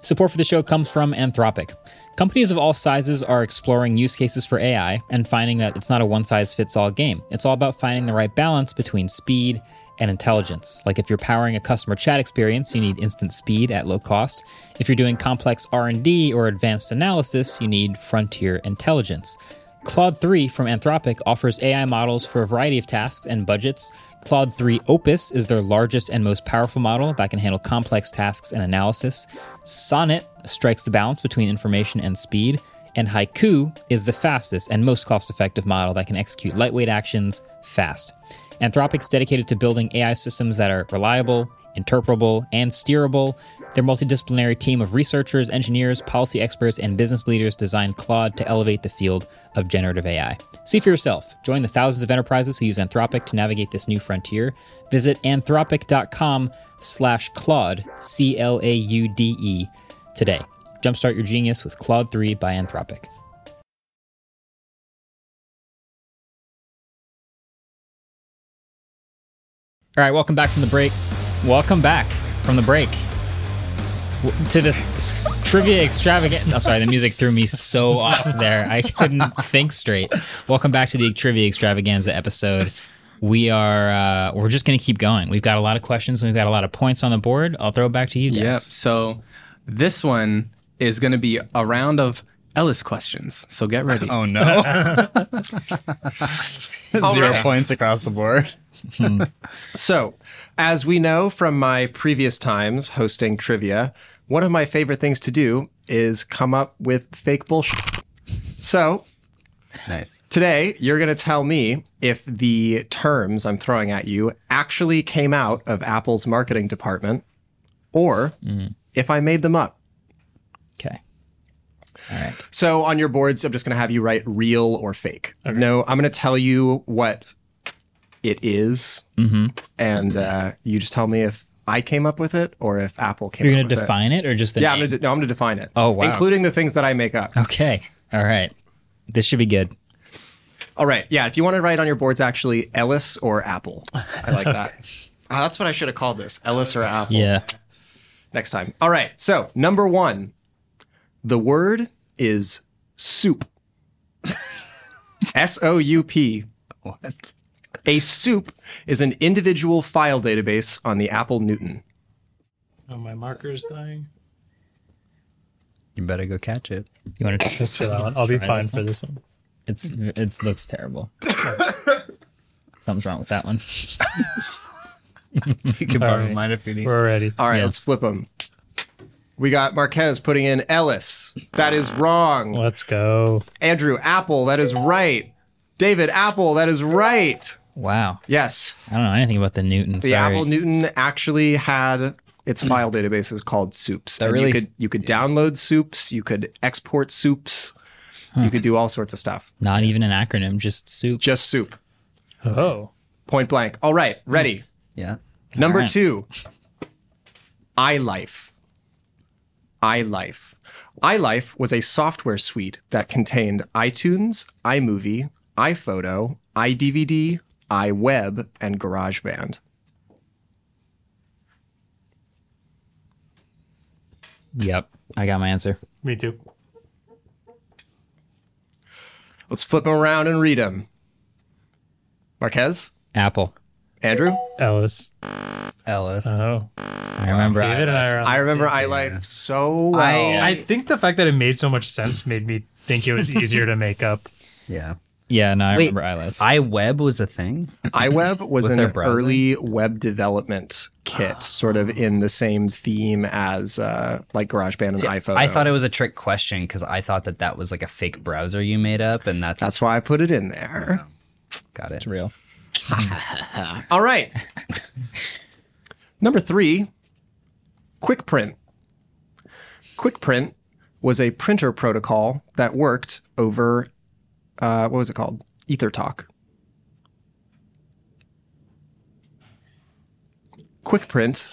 Speaker 2: Support for the show comes from Anthropic. Companies of all sizes are exploring use cases for AI and finding that it's not a one size fits all game. It's all about finding the right balance between speed and intelligence. Like if you're powering a customer chat experience, you need instant speed at low cost. If you're doing complex R&D or advanced analysis, you need frontier intelligence. Claude 3 from Anthropic offers AI models for a variety of tasks and budgets. Claude 3 Opus is their largest and most powerful model that can handle complex tasks and analysis. Sonnet strikes the balance between information and speed. And Haiku is the fastest and most cost effective model that can execute lightweight actions fast. Anthropic's dedicated to building AI systems that are reliable, interpretable, and steerable. Their multidisciplinary team of researchers, engineers, policy experts, and business leaders designed Claude to elevate the field of generative AI. See for yourself. Join the thousands of enterprises who use Anthropic to navigate this new frontier. Visit anthropic.com slash Claude, C-L-A-U-D-E, today. Jumpstart your genius with Claude 3 by Anthropic. All right, welcome back from the break. Welcome back from the break W- to this s- trivia extravaganza. I'm sorry, the music threw me so off there. I couldn't think straight. Welcome back to the trivia extravaganza episode. We are uh, we're just gonna keep going. We've got a lot of questions. and We've got a lot of points on the board. I'll throw it back to you,
Speaker 6: Yep.
Speaker 2: Dennis.
Speaker 6: So this one is going to be a round of Ellis questions. So get ready.
Speaker 4: Oh no. Zero points across the board.
Speaker 5: So, as we know from my previous times hosting trivia, one of my favorite things to do is come up with fake bullshit. So,
Speaker 4: Nice.
Speaker 5: today you're going to tell me if the terms I'm throwing at you actually came out of Apple's marketing department or
Speaker 2: Mm-hmm.
Speaker 5: if I made them up.
Speaker 2: Okay.
Speaker 5: So, on your boards, I'm just going to have you write real or fake. No, I'm going to tell you what it is,
Speaker 2: Mm-hmm.
Speaker 5: and uh, you just tell me if I came up with it or if Apple came
Speaker 2: You're
Speaker 5: up
Speaker 2: gonna
Speaker 5: with it.
Speaker 2: define it or just the
Speaker 5: Yeah, I'm
Speaker 2: name?
Speaker 5: gonna de- no, I'm gonna define it.
Speaker 2: Oh, wow.
Speaker 5: including the things that I make up.
Speaker 2: okay. All right. This should be good.
Speaker 5: All right, yeah. Do you want to write on your boards actually Ellis or Apple? I like that. Ah, that's what I should have called this: Ellis or Apple.
Speaker 2: Yeah.
Speaker 5: Next time. All right. So number one, the word is soup. S O U P.
Speaker 4: What?
Speaker 5: A soup is an individual file database on the Apple Newton.
Speaker 3: Oh, my marker's dying.
Speaker 4: You better go catch it.
Speaker 2: You want to
Speaker 3: Just chill out. I'll be
Speaker 2: Try
Speaker 3: fine
Speaker 2: this
Speaker 3: for this one.
Speaker 2: It's it looks terrible. Something's wrong with that one.
Speaker 4: You can
Speaker 3: borrow
Speaker 4: mine if you need.
Speaker 3: We're ready.
Speaker 5: All right,
Speaker 2: Yeah.
Speaker 5: let's flip them. We got Marquez putting in Ellis. That is wrong.
Speaker 3: Let's go.
Speaker 5: Andrew Apple, that is right. David Apple, that is right.
Speaker 2: Wow.
Speaker 5: Yes,
Speaker 2: I don't know anything about the Newton.
Speaker 5: the
Speaker 2: Sorry.
Speaker 5: Apple Newton actually had its file databases called soups. That
Speaker 4: really-
Speaker 5: you could you could download soups, you could export soups, you could do all sorts of stuff.
Speaker 2: Not even an acronym, just soup.
Speaker 5: Just soup.
Speaker 3: Oh,
Speaker 5: Point blank. All right, ready.
Speaker 4: Yeah.
Speaker 5: Number
Speaker 2: right.
Speaker 5: two, iLife. iLife. iLife was a software suite that contained iTunes, iMovie, iPhoto, iDVD, iWeb, and GarageBand.
Speaker 2: Yep. I got my answer.
Speaker 3: me too.
Speaker 5: Let's flip them around and read them. Marquez,
Speaker 2: Apple.
Speaker 5: Andrew,
Speaker 3: Ellis.
Speaker 4: Ellis.
Speaker 3: Oh,
Speaker 2: I remember. I-
Speaker 3: David and I are on
Speaker 5: I
Speaker 3: the
Speaker 5: remember iLife so well.
Speaker 3: I think the fact that it made so much sense made me think it was easier to make up.
Speaker 4: yeah.
Speaker 2: yeah. No, I
Speaker 4: Wait.
Speaker 2: remember. I left.
Speaker 4: iWeb was a thing.
Speaker 5: iWeb
Speaker 4: Was
Speaker 5: was, an
Speaker 4: there browsing?
Speaker 5: early web development kit, sort of in the same theme as uh, like GarageBand and iPhoto.
Speaker 4: I thought it was a trick question because I thought that that was like a fake browser you made up, and that's
Speaker 5: That's why I put it in there.
Speaker 4: got it.
Speaker 2: It's real.
Speaker 5: All right. Number three, Quick Print. Quick Print was a printer protocol that worked over, uh, what was it called? EtherTalk. Quick Print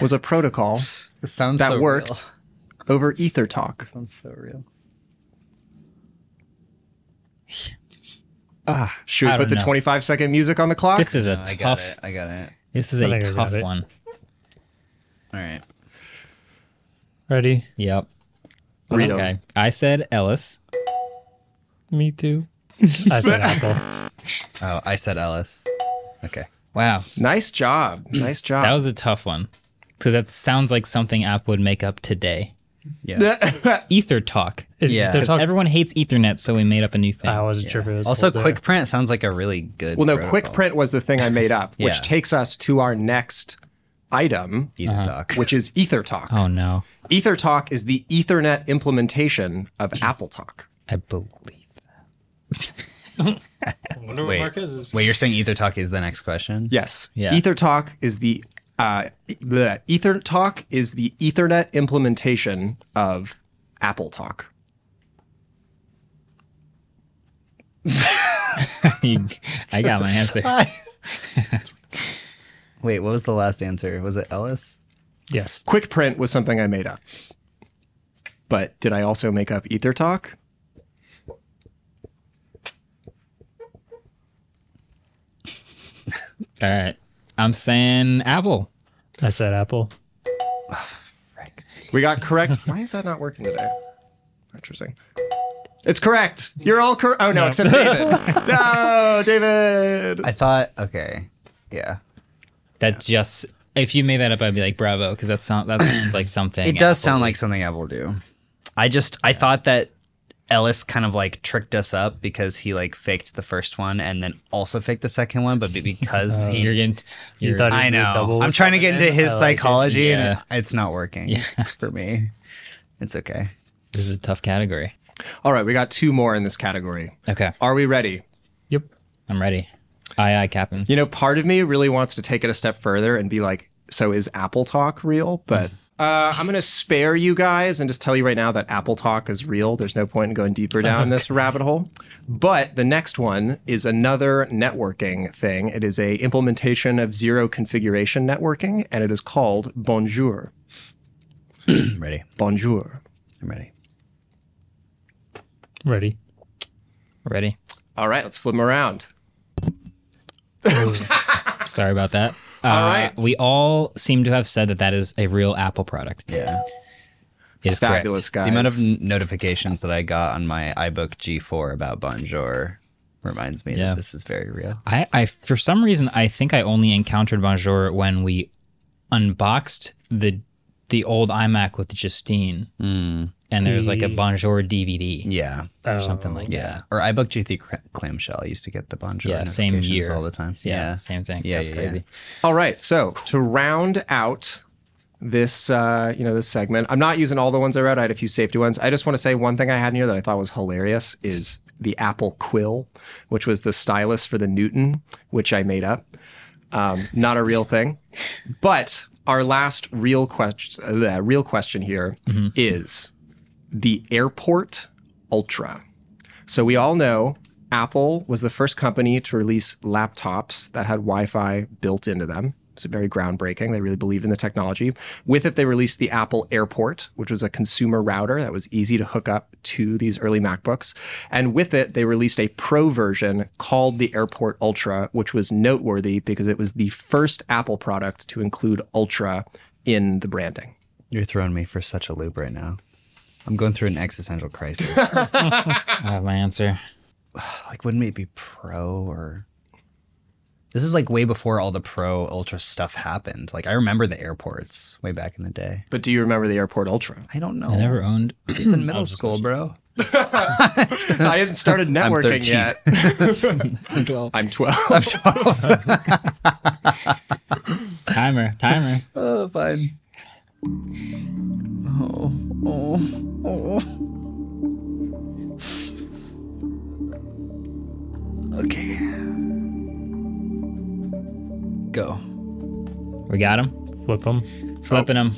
Speaker 5: was a protocol
Speaker 4: This sounds
Speaker 5: that
Speaker 4: so
Speaker 5: worked
Speaker 4: Real.
Speaker 5: over EtherTalk.
Speaker 4: Sounds so real.
Speaker 5: Should we
Speaker 2: I
Speaker 5: put the
Speaker 2: don't know.
Speaker 5: 25 second music on the clock?
Speaker 2: This is a
Speaker 4: I got
Speaker 2: tough.
Speaker 4: it. I got it.
Speaker 2: This is
Speaker 3: I
Speaker 2: a
Speaker 3: think I got
Speaker 2: tough
Speaker 3: it.
Speaker 2: one.
Speaker 4: All right.
Speaker 3: Ready?
Speaker 2: Yep.
Speaker 5: Read 'em.
Speaker 2: okay. I said Ellis.
Speaker 3: Me too. I said Apple.
Speaker 4: Oh, I said Ellis. Okay.
Speaker 2: Wow.
Speaker 5: Nice job. Nice job.
Speaker 2: Mm. That was a tough one. Because that sounds like something App would make up today.
Speaker 4: Yeah.
Speaker 2: Ether talk.
Speaker 3: Is
Speaker 4: Yeah.
Speaker 3: they're talking-
Speaker 2: Everyone hates Ethernet, so we made up a new thing.
Speaker 3: I wasn't sure if it was
Speaker 4: also,
Speaker 3: Volta.
Speaker 4: quick print sounds like a really good.
Speaker 5: Well, no,
Speaker 4: protocol.
Speaker 5: quick print was the thing I made up,
Speaker 4: Yeah.
Speaker 5: which takes us to our next item,
Speaker 4: Eat it, Doc.
Speaker 5: which is EtherTalk.
Speaker 2: Oh no.
Speaker 5: EtherTalk is the Ethernet implementation of AppleTalk.
Speaker 2: I believe.
Speaker 3: Wonder what
Speaker 4: Wait.
Speaker 3: Marquez is.
Speaker 4: Wait, you're saying Ether Talk is the next question?
Speaker 5: Yes.
Speaker 2: Yeah.
Speaker 5: EtherTalk is the uh, the EtherTalk is the Ethernet implementation of AppleTalk.
Speaker 2: I got my answer.
Speaker 4: Wait, what was the last answer? Was it Ellis?
Speaker 3: Yes.
Speaker 5: Quick print was something I made up. But did I also make up EtherTalk?
Speaker 2: All right. I'm saying Apple.
Speaker 3: I said Apple.
Speaker 5: We got correct. Why is that not working today? Interesting. It's correct. You're all correct. Oh no, except David. no, David.
Speaker 4: I thought, okay, yeah.
Speaker 2: That just if you made that up, I'd be like bravo because that sound that sounds like something.
Speaker 4: It does
Speaker 2: Apple
Speaker 4: sound like something Apple do. I just I thought that Ellis kind of like tricked us up because he like faked the first one and then also faked the second one, but be- because
Speaker 2: would-
Speaker 4: he,
Speaker 2: Oh, You're getting. You're,
Speaker 3: thought
Speaker 4: I
Speaker 3: it would
Speaker 4: know
Speaker 3: double
Speaker 4: I'm trying to get into
Speaker 3: something.
Speaker 4: his
Speaker 3: I like it.
Speaker 4: psychology
Speaker 2: Yeah.
Speaker 4: and it's not working for me. It's okay.
Speaker 2: this is a tough category.
Speaker 5: All right, we got two more in this category.
Speaker 2: Okay,
Speaker 5: Are we ready?
Speaker 3: Yep.
Speaker 2: I'm ready. Aye, aye, Captain.
Speaker 5: You know, part of me really wants to take it a step further and be like, so is Apple Talk real? But uh, I'm going to spare you guys and just tell you right now that Apple Talk is real. There's no point in going deeper down this rabbit hole. But the next one is another networking thing. It is a implementation of zero configuration networking, and it is called Bonjour.
Speaker 4: I'm ready.
Speaker 5: Bonjour.
Speaker 4: I'm ready.
Speaker 3: Ready.
Speaker 2: Ready?
Speaker 5: All right, let's flip them around.
Speaker 2: Sorry about that.
Speaker 5: All
Speaker 2: Uh,
Speaker 5: right.
Speaker 2: We all seem to have said that that is a real Apple product.
Speaker 4: Yeah.
Speaker 2: It is correct.
Speaker 5: Fabulous, guys.
Speaker 4: The amount of n- notifications that I got on my iBook G4 about Bonjour reminds me
Speaker 2: Yeah.
Speaker 4: that this is very real.
Speaker 2: I, I for some reason I think I only encountered Bonjour when we unboxed the the old iMac with Justine,
Speaker 4: Hmm.
Speaker 2: and there's like a Bonjour DVD.
Speaker 4: Yeah.
Speaker 3: Or
Speaker 2: something like
Speaker 4: Yeah. Or iBook G3 cra- clamshell. I used to get the Bonjour
Speaker 2: Yeah, same
Speaker 4: notifications
Speaker 2: year.
Speaker 4: all the time.
Speaker 2: Yeah, same thing.
Speaker 4: Yeah,
Speaker 2: That's
Speaker 4: yeah, yeah.
Speaker 2: crazy.
Speaker 5: All right, so to round out this, uh, you know, this segment, I'm not using all the ones I read. I had a few safety ones. I just want to say one thing I had in here that I thought was hilarious is the Apple Quill, which was the stylus for the Newton, which I made up. Um, not a real thing, but our last real question, uh, real question here is the Airport Ultra. So we all know Apple was the first company to release laptops that had Wi-Fi built into them. It's very groundbreaking. They really believed in the technology. With it, they released the Apple Airport, which was a consumer router that was easy to hook up to these early MacBooks. And with it, they released a pro version called the Airport Ultra, which was noteworthy because it was the first Apple product to include Ultra in the branding.
Speaker 4: You're throwing me for such a loop right now. I'm going through an existential crisis.
Speaker 2: I have my answer.
Speaker 4: like, wouldn't it be pro or. This is like way before all the pro ultra stuff happened. Like, I remember the airports way back in the day.
Speaker 5: But do you remember the Airport Ultra?
Speaker 4: I don't know.
Speaker 2: I never owned.
Speaker 4: It's in middle school, bro.
Speaker 5: I hadn't started networking
Speaker 4: 13.
Speaker 5: yet.
Speaker 4: I'm 12.
Speaker 5: I'm 12.
Speaker 2: timer, timer.
Speaker 4: Oh, fine. Oh, oh, oh. Okay. Go.
Speaker 2: We got him.
Speaker 3: Flip them.
Speaker 2: Flipping him.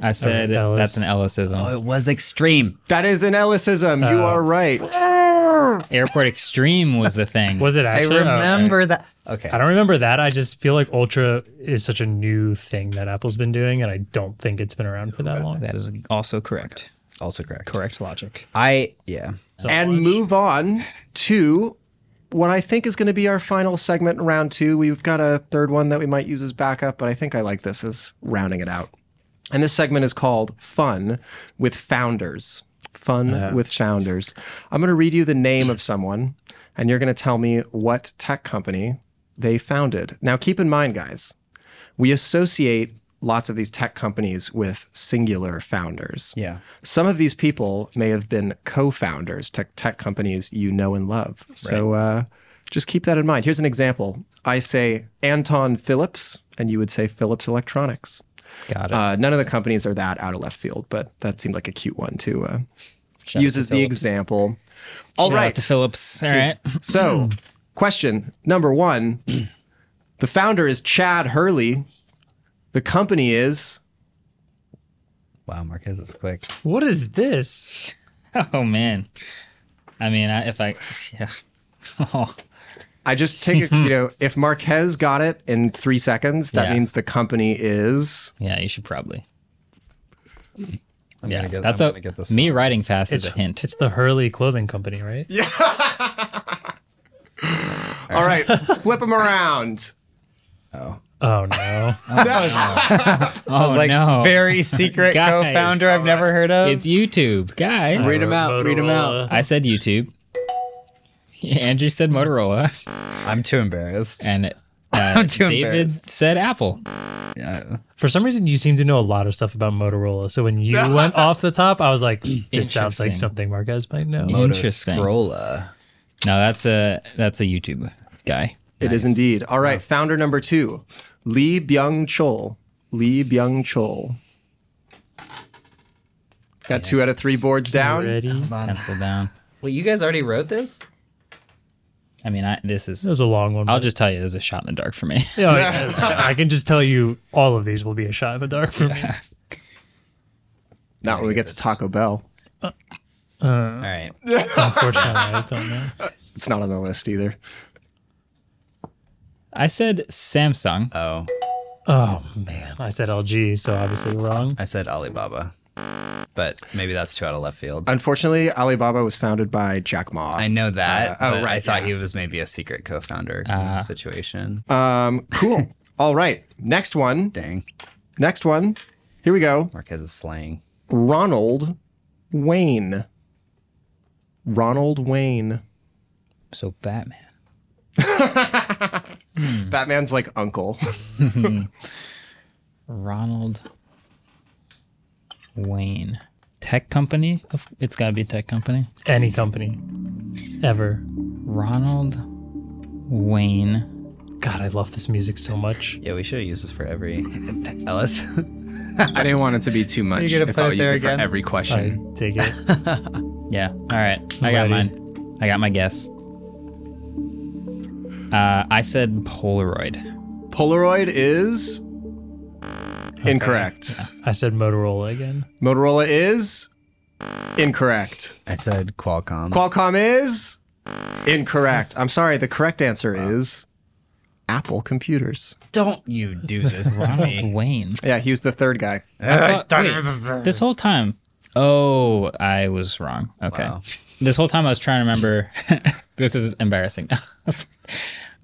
Speaker 2: I said
Speaker 3: Ellis.
Speaker 2: that's an Ellisism.
Speaker 4: Oh, it was extreme.
Speaker 5: That is an Ellisism. you are right.
Speaker 4: Oh.
Speaker 2: Airport Extreme was the thing.
Speaker 3: Was it
Speaker 4: I
Speaker 3: actually? Oh, okay.
Speaker 4: remember that. Okay.
Speaker 3: I don't remember that. I just feel like Ultra is such a new thing that Apple's been doing, and I don't think it's been around for that long.
Speaker 2: that is also correct.
Speaker 4: Also correct.
Speaker 2: Correct logic.
Speaker 4: I yeah.
Speaker 5: and move on to what I think is going to be our final segment in round two. We've got a third one that we might use as backup, but I think I like this as rounding it out. And this segment is called Fun with Founders. Fun with Founders. I'm going to read you the name of someone, and you're going to tell me what tech company they founded. Now, keep in mind, guys, we associate lots of these tech companies with singular founders.
Speaker 4: Yeah.
Speaker 5: Some of these people may have been co-founders to tech companies you know and love. So uh, just keep that in mind. Here's an example. I say Anton Phillips, and you would say Phillips Electronics.
Speaker 2: Got it.
Speaker 5: Uh, none of the companies are that out of left field, but that seemed like a cute one to uh,
Speaker 2: Shout out
Speaker 5: uses
Speaker 2: to
Speaker 5: the
Speaker 2: Phillips.
Speaker 5: example. All
Speaker 2: Shout out
Speaker 5: right.
Speaker 2: to Phillips. All right.
Speaker 5: So, question number one the founder is Chad Hurley. The company is
Speaker 4: Wow, Marquez is quick.
Speaker 3: What is this?
Speaker 2: Oh man. I mean, I, if I yeah. Oh,
Speaker 5: I just take a, you know, if Marquez got it in three seconds, that
Speaker 2: Yeah.
Speaker 5: means the company is.
Speaker 2: yeah, you should probably.
Speaker 4: I'm
Speaker 2: Yeah,
Speaker 4: gonna get,
Speaker 2: that's
Speaker 4: I'm
Speaker 2: a
Speaker 4: gonna get this.
Speaker 2: me writing fast is a hint.
Speaker 3: It's the Hurley clothing company, right? Yeah.
Speaker 5: All right, flip them around.
Speaker 4: Oh.
Speaker 3: Oh no.
Speaker 2: Oh
Speaker 4: like
Speaker 2: no!
Speaker 4: very secret
Speaker 2: Guys.
Speaker 4: co-founder I've never heard of.
Speaker 2: it's YouTube, guys.
Speaker 6: Read 'em out. Read 'em out.
Speaker 3: Motorola.
Speaker 2: I said YouTube. Andrew said Motorola,
Speaker 4: I'm too embarrassed.
Speaker 2: and uh,
Speaker 4: I'm too
Speaker 2: David
Speaker 4: embarrassed.
Speaker 2: said Apple.
Speaker 3: For some reason, you seem to know a lot of stuff about Motorola. So when you went off the top, I was like, this sounds
Speaker 2: Interesting.
Speaker 3: like something Marquez might know.
Speaker 2: Interesting.
Speaker 4: Motorola.
Speaker 2: No, that's a that's a YouTube guy.
Speaker 5: It is indeed. All right, founder number two, Lee Byung Chol. Lee Byung Chol. Got two out of three boards down.
Speaker 3: Ready? That
Speaker 2: Pencil down.
Speaker 4: Well, you guys already wrote this.
Speaker 2: I mean, I, this is.
Speaker 3: was a long one.
Speaker 2: I'll
Speaker 3: but-
Speaker 2: just tell you, this is a shot in the dark for me.
Speaker 3: Yeah, it's- I can just tell you all of these will be a shot in the dark for me.
Speaker 5: Not when we get to Taco Bell.
Speaker 4: All right.
Speaker 3: Unfortunately, I don't know.
Speaker 5: It's not on the list either.
Speaker 2: I said Samsung.
Speaker 4: Oh,
Speaker 3: Oh man, I said LG, so obviously wrong.
Speaker 4: I said Alibaba, but maybe that's too out of left field.
Speaker 5: Unfortunately, Alibaba was founded by Jack Ma.
Speaker 4: I know that.
Speaker 5: Uh, oh,
Speaker 4: but I
Speaker 5: right,
Speaker 4: thought
Speaker 5: yeah.
Speaker 4: he was maybe a secret co-founder
Speaker 2: Uh,
Speaker 4: kind of situation.
Speaker 5: Um, cool. All right, next one.
Speaker 4: Dang,
Speaker 5: Next one. Here we go.
Speaker 4: Marquez is slaying.
Speaker 5: Ronald Wayne. Ronald Wayne.
Speaker 2: So Batman.
Speaker 5: Batman's like uncle.
Speaker 2: Ronald Wayne. Tech company? Of- It's got to be a tech company.
Speaker 3: Any company, ever.
Speaker 2: Ronald Wayne.
Speaker 3: God, I love this music so much.
Speaker 4: Yeah, we should have used this for every Ellis.
Speaker 6: I didn't want it to be too much.
Speaker 4: you gonna
Speaker 6: if
Speaker 4: put
Speaker 6: I'll
Speaker 4: it
Speaker 6: use
Speaker 4: there
Speaker 6: it
Speaker 4: again?
Speaker 6: for every
Speaker 3: I
Speaker 6: question.
Speaker 3: dig it.
Speaker 2: Yeah. All right. I got
Speaker 3: Ready.
Speaker 2: mine. I got my guess. Uh, I said Polaroid.
Speaker 5: Polaroid is incorrect.
Speaker 3: I said Motorola again.
Speaker 5: Motorola is incorrect.
Speaker 4: I said Qualcomm.
Speaker 5: Qualcomm is incorrect. I'm sorry, the correct answer is Apple computers.
Speaker 4: Don't you do this to
Speaker 2: Ronald Wayne.
Speaker 5: Yeah, he was the third guy.
Speaker 2: This whole time. Oh, I was wrong. Okay.
Speaker 4: Wow.
Speaker 2: This whole time I was trying to remember. this is embarrassing.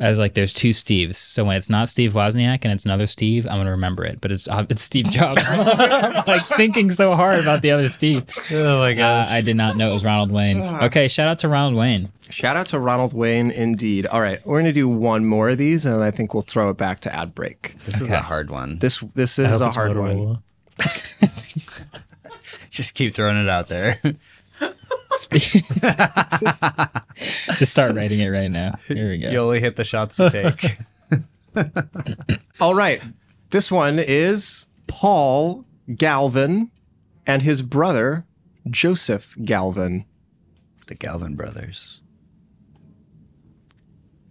Speaker 2: I was like, "There's two Steves." So when it's not Steve Wozniak and it's another Steve, I'm gonna remember it. But it's uh, it's Steve Jobs. I'm like thinking so hard about the other Steve.
Speaker 3: Oh my god.
Speaker 2: Uh, I did not know it was Ronald Wayne.
Speaker 5: Ah.
Speaker 2: Okay, shout out to Ronald Wayne.
Speaker 5: Shout out to Ronald Wayne indeed. All right, we're going to do one more of these and I think we'll throw it back to ad break.
Speaker 4: This is a hard one.
Speaker 5: This this is a hard one.
Speaker 4: Just keep throwing it out there.
Speaker 2: just, just start writing it right now. Here we go.
Speaker 4: You only hit the shots you take.
Speaker 5: All right. This one is Paul Galvin and his brother Joseph Galvin.
Speaker 4: the Galvin brothers.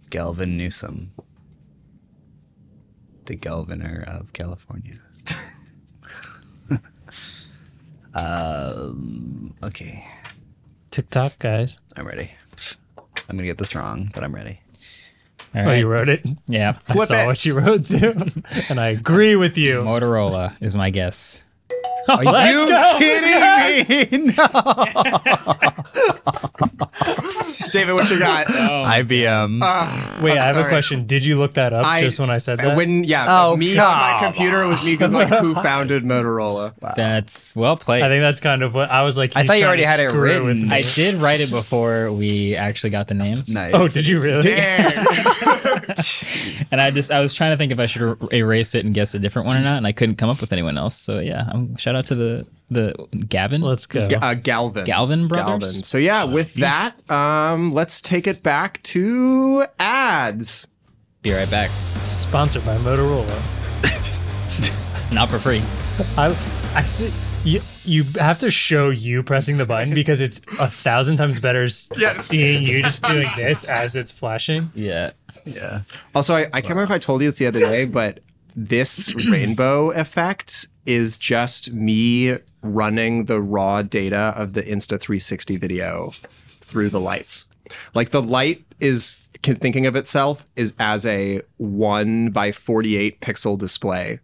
Speaker 4: Galvin Newsom. The Galviner of California. um, okay,
Speaker 3: TikTok guys.
Speaker 4: I'm ready. I'm gonna get this wrong, but I'm ready.
Speaker 2: All
Speaker 3: Oh,
Speaker 2: right.
Speaker 3: you wrote it.
Speaker 2: Yeah.
Speaker 3: I saw what you wrote too, and I agree with you.
Speaker 2: Motorola is my guess.
Speaker 4: Are you kidding me? No.
Speaker 5: David, what you got?
Speaker 3: Oh,
Speaker 2: Oh,
Speaker 4: IBM.
Speaker 3: Wait, I have a
Speaker 5: sorry.
Speaker 3: question. Did you look that up
Speaker 5: I-
Speaker 3: just when I said
Speaker 5: I
Speaker 3: that?
Speaker 5: wouldn't. Yeah.
Speaker 4: Oh,
Speaker 5: me on my computer was me Googling who founded Motorola.
Speaker 2: That's well played.
Speaker 3: I think that's kind of what I was like.
Speaker 4: I
Speaker 3: he's
Speaker 4: thought you
Speaker 3: trying
Speaker 4: already
Speaker 3: to
Speaker 4: had it
Speaker 3: screw
Speaker 4: written.
Speaker 3: with me.
Speaker 2: I did write it before we actually got the names.
Speaker 4: nice.
Speaker 3: Oh, did you really?
Speaker 2: And I just I was trying to think if I should er- erase it and guess a different one or not, and I couldn't come up with anyone else. So yeah, um, shout out to the the Gavin
Speaker 3: Let's go.
Speaker 5: Uh, Galvin.
Speaker 2: Galvin brothers.
Speaker 5: Galvin. So yeah, with that, um, let's take it back to ads.
Speaker 2: Be right back,
Speaker 3: Sponsored by Motorola.
Speaker 2: not for free.
Speaker 3: I, I feel you, you have to show you pressing the button because it's a thousand times better s- seeing you just doing this as it's flashing.
Speaker 2: Yeah.
Speaker 5: Also, I, I can't remember if I told you this the other day, but this rainbow effect is just me running the raw data of the Insta360 video through the lights. Like the light is can, thinking of itself is as a 1 by 48 pixel display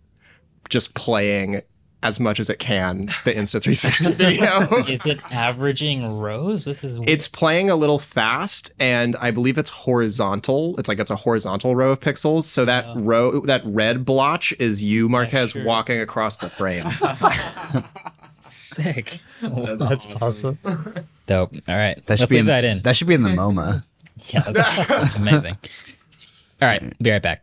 Speaker 5: just playing as much as it can the Insta360 video.
Speaker 2: Is it averaging rows? This is weird.
Speaker 5: it's playing a little fast, and I believe it's horizontal. It's like it's a horizontal row of pixels. So that
Speaker 7: Oh.
Speaker 5: row, that red blotch, is you, Marquez, walking across the frame.
Speaker 2: sick.
Speaker 3: That's awesome.
Speaker 2: Dope. All right.
Speaker 4: That should
Speaker 2: Let's
Speaker 4: be
Speaker 2: leave
Speaker 4: in,
Speaker 2: that in.
Speaker 4: That should be in the MoMA.
Speaker 2: yeah, that's, that's amazing. All right. Be right back.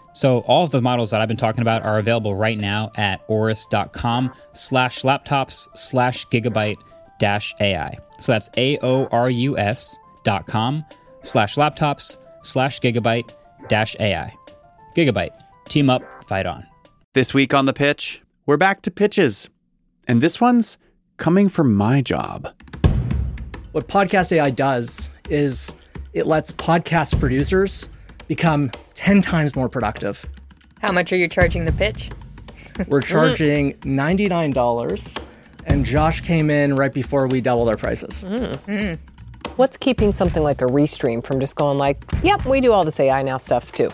Speaker 2: So all of the models that I've been talking about are available right now at oris.com slash laptops slash gigabyte dash AI. So that's A-O-R-U-S dot com slash laptops slash gigabyte dash AI. Gigabyte. Team up, fight on.
Speaker 8: This week on the pitch, we're back to pitches. And this one's coming from my job.
Speaker 7: What Podcast AI does is it lets podcast producers become 10 times more productive.
Speaker 9: How much are you charging the pitch?
Speaker 7: We're
Speaker 5: Mm-hmm.
Speaker 7: charging $99, and Josh came in right before we doubled our prices.
Speaker 10: What's keeping something like a Restream from just going like, yep, we do all this AI now stuff too?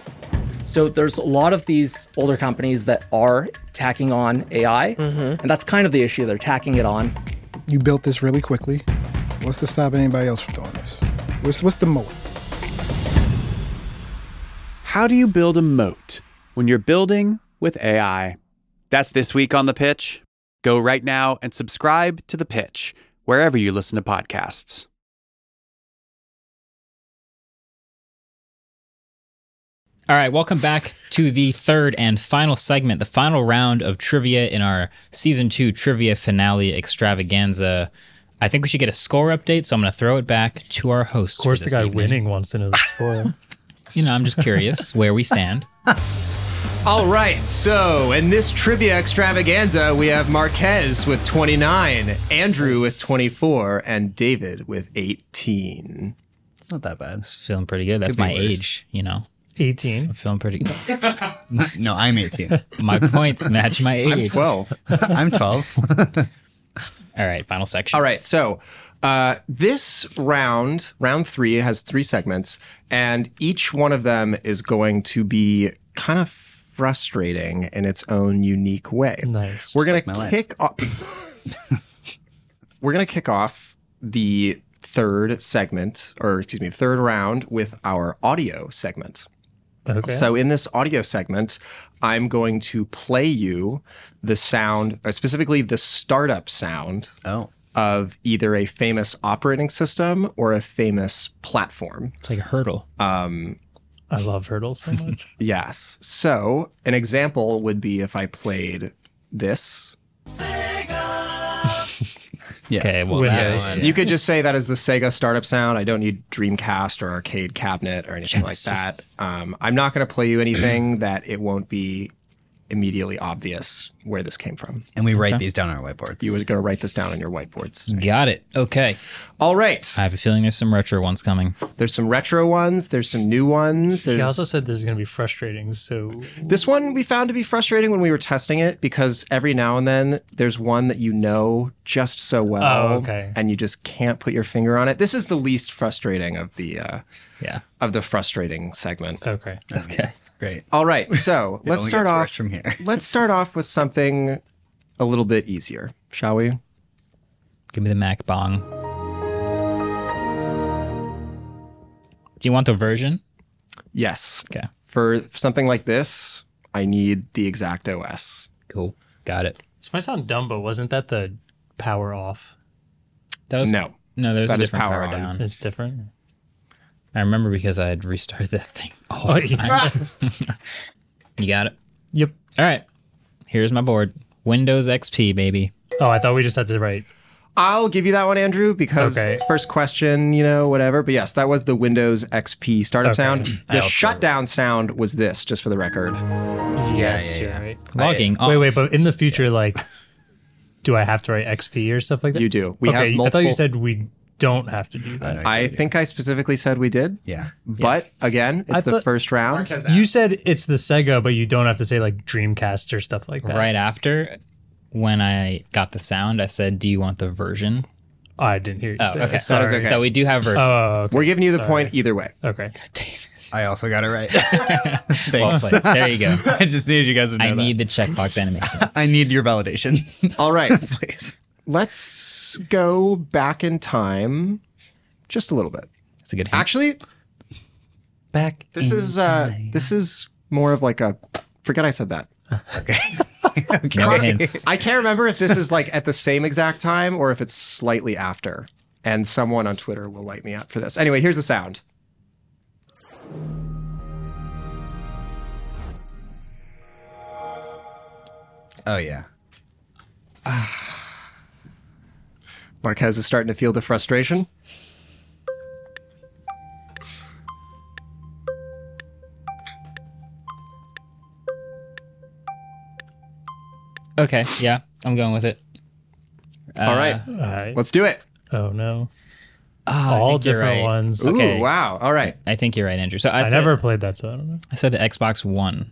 Speaker 7: So there's a lot of these older companies that are tacking on AI, and that's kind of the issue. They're tacking it on.
Speaker 11: You built this really quickly. What's to stop anybody else from doing this? What's, what's the moat?
Speaker 8: How do you build a moat when you're building with AI? That's this week on the pitch. Go right now and subscribe to the pitch wherever you listen to podcasts.
Speaker 2: All right, welcome back to the third and final segment, the final round of trivia in our season two trivia finale extravaganza. I think we should get a score update, so I'm going to throw it back to our host.
Speaker 3: Of course, the guy winning wants to know the score.
Speaker 2: You know, I'm just curious where we stand.
Speaker 5: All right, so in this trivia extravaganza, we have Marquez with 29, Andrew with 24, and David with 18.
Speaker 4: It's not that bad.
Speaker 2: It's feeling pretty good. That's
Speaker 5: Could
Speaker 2: my
Speaker 5: be worse.
Speaker 2: age, you know.
Speaker 3: 18.
Speaker 2: I'm feeling pretty good.
Speaker 4: No, I'm 18.
Speaker 2: My points match my age.
Speaker 5: 12.
Speaker 4: I'm 12.
Speaker 2: All right, final section.
Speaker 5: All right, so uh, this round, round three, has three segments, and each one of them is going to be kind of frustrating in its own unique way.
Speaker 3: Nice.
Speaker 5: We're gonna
Speaker 4: like my life.
Speaker 5: kick off. We're gonna kick off the third segment, or excuse me, third round with our audio segment.
Speaker 3: Okay.
Speaker 5: So in this audio segment, I'm going to play you the sound, uh, specifically the startup sound
Speaker 4: oh.
Speaker 5: of either a famous operating system or a famous platform.
Speaker 2: It's like a hurdle.
Speaker 3: I love hurdles so much.
Speaker 5: Yes. So an example would be if I played this.
Speaker 4: Yeah.
Speaker 2: Okay. Well,
Speaker 5: With
Speaker 2: that
Speaker 5: those.
Speaker 2: one-
Speaker 5: you could just say that is the Sega startup sound. I don't need Dreamcast or arcade cabinet or anything like that. Um, I'm not going to play you anything that it won't be immediately obvious where this came from.
Speaker 4: And we write
Speaker 2: Okay.
Speaker 4: these down on our whiteboards.
Speaker 5: You were going to write this down on your whiteboards.
Speaker 3: Mm.
Speaker 2: Got it. Okay.
Speaker 5: All right.
Speaker 2: I have a feeling there's some retro ones coming.
Speaker 5: There's some retro ones. There's some new ones.
Speaker 3: She
Speaker 5: There's...
Speaker 3: also said this is going to be frustrating. So
Speaker 5: This one we found to be frustrating when we were testing it because every now and then there's one that you know just so well,
Speaker 3: Oh, okay.
Speaker 5: and you just can't put your finger on it. This is the least frustrating of the uh,
Speaker 2: yeah
Speaker 5: of the frustrating segment.
Speaker 3: Okay,
Speaker 4: okay, great.
Speaker 5: All right, so
Speaker 4: It
Speaker 5: let's
Speaker 4: only
Speaker 5: start
Speaker 4: gets
Speaker 5: off
Speaker 4: worse from here.
Speaker 5: let's start off with something a little bit easier, shall we?
Speaker 2: Give me the Mac Bong. Do you want the version?
Speaker 5: Yes.
Speaker 2: Okay.
Speaker 5: For something like this, I need the exact OS.
Speaker 2: Cool. Got it.
Speaker 3: this might sound dumb, but wasn't that the power off?
Speaker 2: That was
Speaker 5: No.
Speaker 2: No, there was
Speaker 5: That
Speaker 2: a
Speaker 5: is
Speaker 2: different
Speaker 5: power
Speaker 2: power,
Speaker 5: on.
Speaker 2: down.
Speaker 3: It's different.
Speaker 2: I remember because I had restarted that thing all the
Speaker 3: Oh,
Speaker 2: time. you got it.
Speaker 3: Yep.
Speaker 2: All right. Here's my board. Windows XP, baby.
Speaker 3: Oh, I thought we just had to write.
Speaker 5: I'll give you that one, Andrew, because
Speaker 3: Okay.
Speaker 5: it's first question, you know, whatever. But yes, that was the Windows XP startup
Speaker 3: Okay.
Speaker 5: sound.
Speaker 4: I
Speaker 5: The
Speaker 4: also-
Speaker 5: shutdown sound was this, just for the record.
Speaker 3: Yes,
Speaker 4: yeah,
Speaker 3: you're
Speaker 4: yeah.
Speaker 3: right.
Speaker 2: Logging.
Speaker 3: Wait,
Speaker 2: off.
Speaker 3: wait, but in the future, like, do I have to write XP or stuff like that?
Speaker 5: You do. We
Speaker 3: okay,
Speaker 5: have multiple.
Speaker 3: I thought you said we don't have to do that.
Speaker 5: I think I specifically said we did.
Speaker 4: Yeah.
Speaker 5: But again, it's
Speaker 3: I
Speaker 5: the
Speaker 3: thought-
Speaker 5: first round.
Speaker 3: You said it's the Sega, but you don't have to say like Dreamcast or stuff like that.
Speaker 2: Right after, when I got the sound, I said, "Do you want the version?"
Speaker 3: Oh, I didn't hear you
Speaker 2: Oh,
Speaker 3: say
Speaker 2: okay.
Speaker 3: that.
Speaker 2: So,
Speaker 3: Sorry.
Speaker 5: okay.
Speaker 2: so we do have versions.
Speaker 3: Oh, okay.
Speaker 5: We're giving you the point either way.
Speaker 3: okay.
Speaker 4: I also got it right.
Speaker 2: Well played. There you go.
Speaker 4: I just needed you guys to know
Speaker 2: I
Speaker 4: that.
Speaker 2: need the checkbox animation.
Speaker 4: I need your validation.
Speaker 5: All right.
Speaker 4: Please.
Speaker 5: Let's go back in time just a little bit.
Speaker 2: It's a good hint.
Speaker 5: Actually,
Speaker 4: Back.
Speaker 5: this is uh this is more of like a forget I said that.
Speaker 2: no hints.
Speaker 5: I can't remember if this is like at the same exact time or if it's slightly after. And someone on Twitter will light me up for this. Anyway, here's the sound.
Speaker 4: Oh yeah.
Speaker 5: Marquez is starting to feel the frustration.
Speaker 2: Okay. Yeah, I'm going with it.
Speaker 4: Uh,
Speaker 5: All right,
Speaker 3: All right.
Speaker 5: let's do it.
Speaker 3: Oh no.
Speaker 2: Oh, I
Speaker 3: All
Speaker 2: think you're
Speaker 3: different
Speaker 2: right.
Speaker 3: ones.
Speaker 5: Ooh,
Speaker 2: Okay.
Speaker 5: wow. All right.
Speaker 2: I think you're right, Andrew. So I,
Speaker 3: I
Speaker 2: said,
Speaker 3: never played that, so I don't know.
Speaker 2: I said the Xbox One,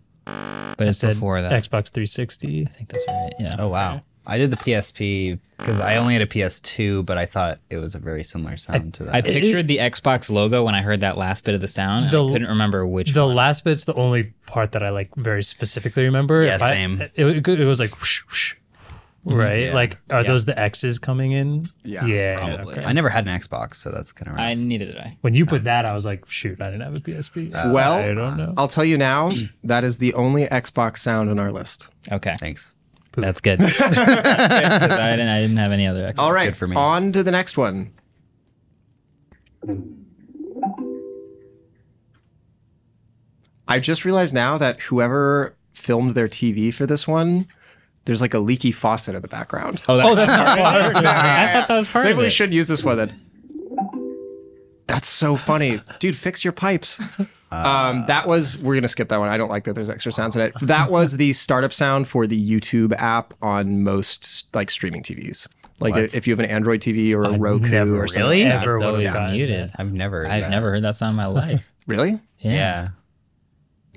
Speaker 2: but it's
Speaker 3: Said
Speaker 2: before that.
Speaker 3: Xbox 360.
Speaker 2: I think that's right. Yeah.
Speaker 4: Oh wow. I did the PSP because I only had a PS2, but I thought it was a very similar sound to that.
Speaker 2: I pictured the Xbox logo when I heard that last bit of the sound. and
Speaker 3: The-
Speaker 2: I couldn't remember which.
Speaker 3: The last bit's the only part that I like very specifically remember.
Speaker 4: Yeah,
Speaker 3: If I-
Speaker 4: same.
Speaker 3: it, it, it was like whoosh, whoosh, right?
Speaker 2: Mm-hmm.
Speaker 4: yeah.
Speaker 3: Like, are those the X's coming in?
Speaker 5: Yeah,
Speaker 3: yeah.
Speaker 2: probably.
Speaker 3: okay.
Speaker 4: I never had an Xbox, so that's kind of
Speaker 2: I
Speaker 4: right.
Speaker 2: neither did I.
Speaker 3: When you put that, I was like, shoot, I didn't have a PSP.
Speaker 5: Uh, well,
Speaker 3: I don't know.
Speaker 5: I'll tell you now, that is the only Xbox sound on our list.
Speaker 2: Okay, that's
Speaker 4: Thanks.
Speaker 2: good. That's good, 'cause I didn't. I didn't have any other Xbox.
Speaker 5: All right,
Speaker 4: good for me.
Speaker 5: on to the next one. I just realized now that whoever filmed their TV for this one, there's like a leaky faucet in the background.
Speaker 2: Oh, that's, not part. I thought that was part
Speaker 5: Maybe
Speaker 2: of
Speaker 5: we
Speaker 2: it.
Speaker 5: should use this one then. That's so funny. Dude, fix your pipes. um, that was, we're going to skip that one. I don't like that there's extra sounds in it. That was the startup sound for the YouTube app on most like streaming TVs. Like if you have an Android TV or a Roku
Speaker 3: never
Speaker 5: or something.
Speaker 4: really?
Speaker 5: like that.
Speaker 3: Ever
Speaker 2: It's
Speaker 3: would
Speaker 2: always
Speaker 3: have gotten
Speaker 2: muted.
Speaker 4: I've never.
Speaker 2: I've never heard that sound in my life.
Speaker 5: Really?
Speaker 2: Yeah.
Speaker 4: Yeah.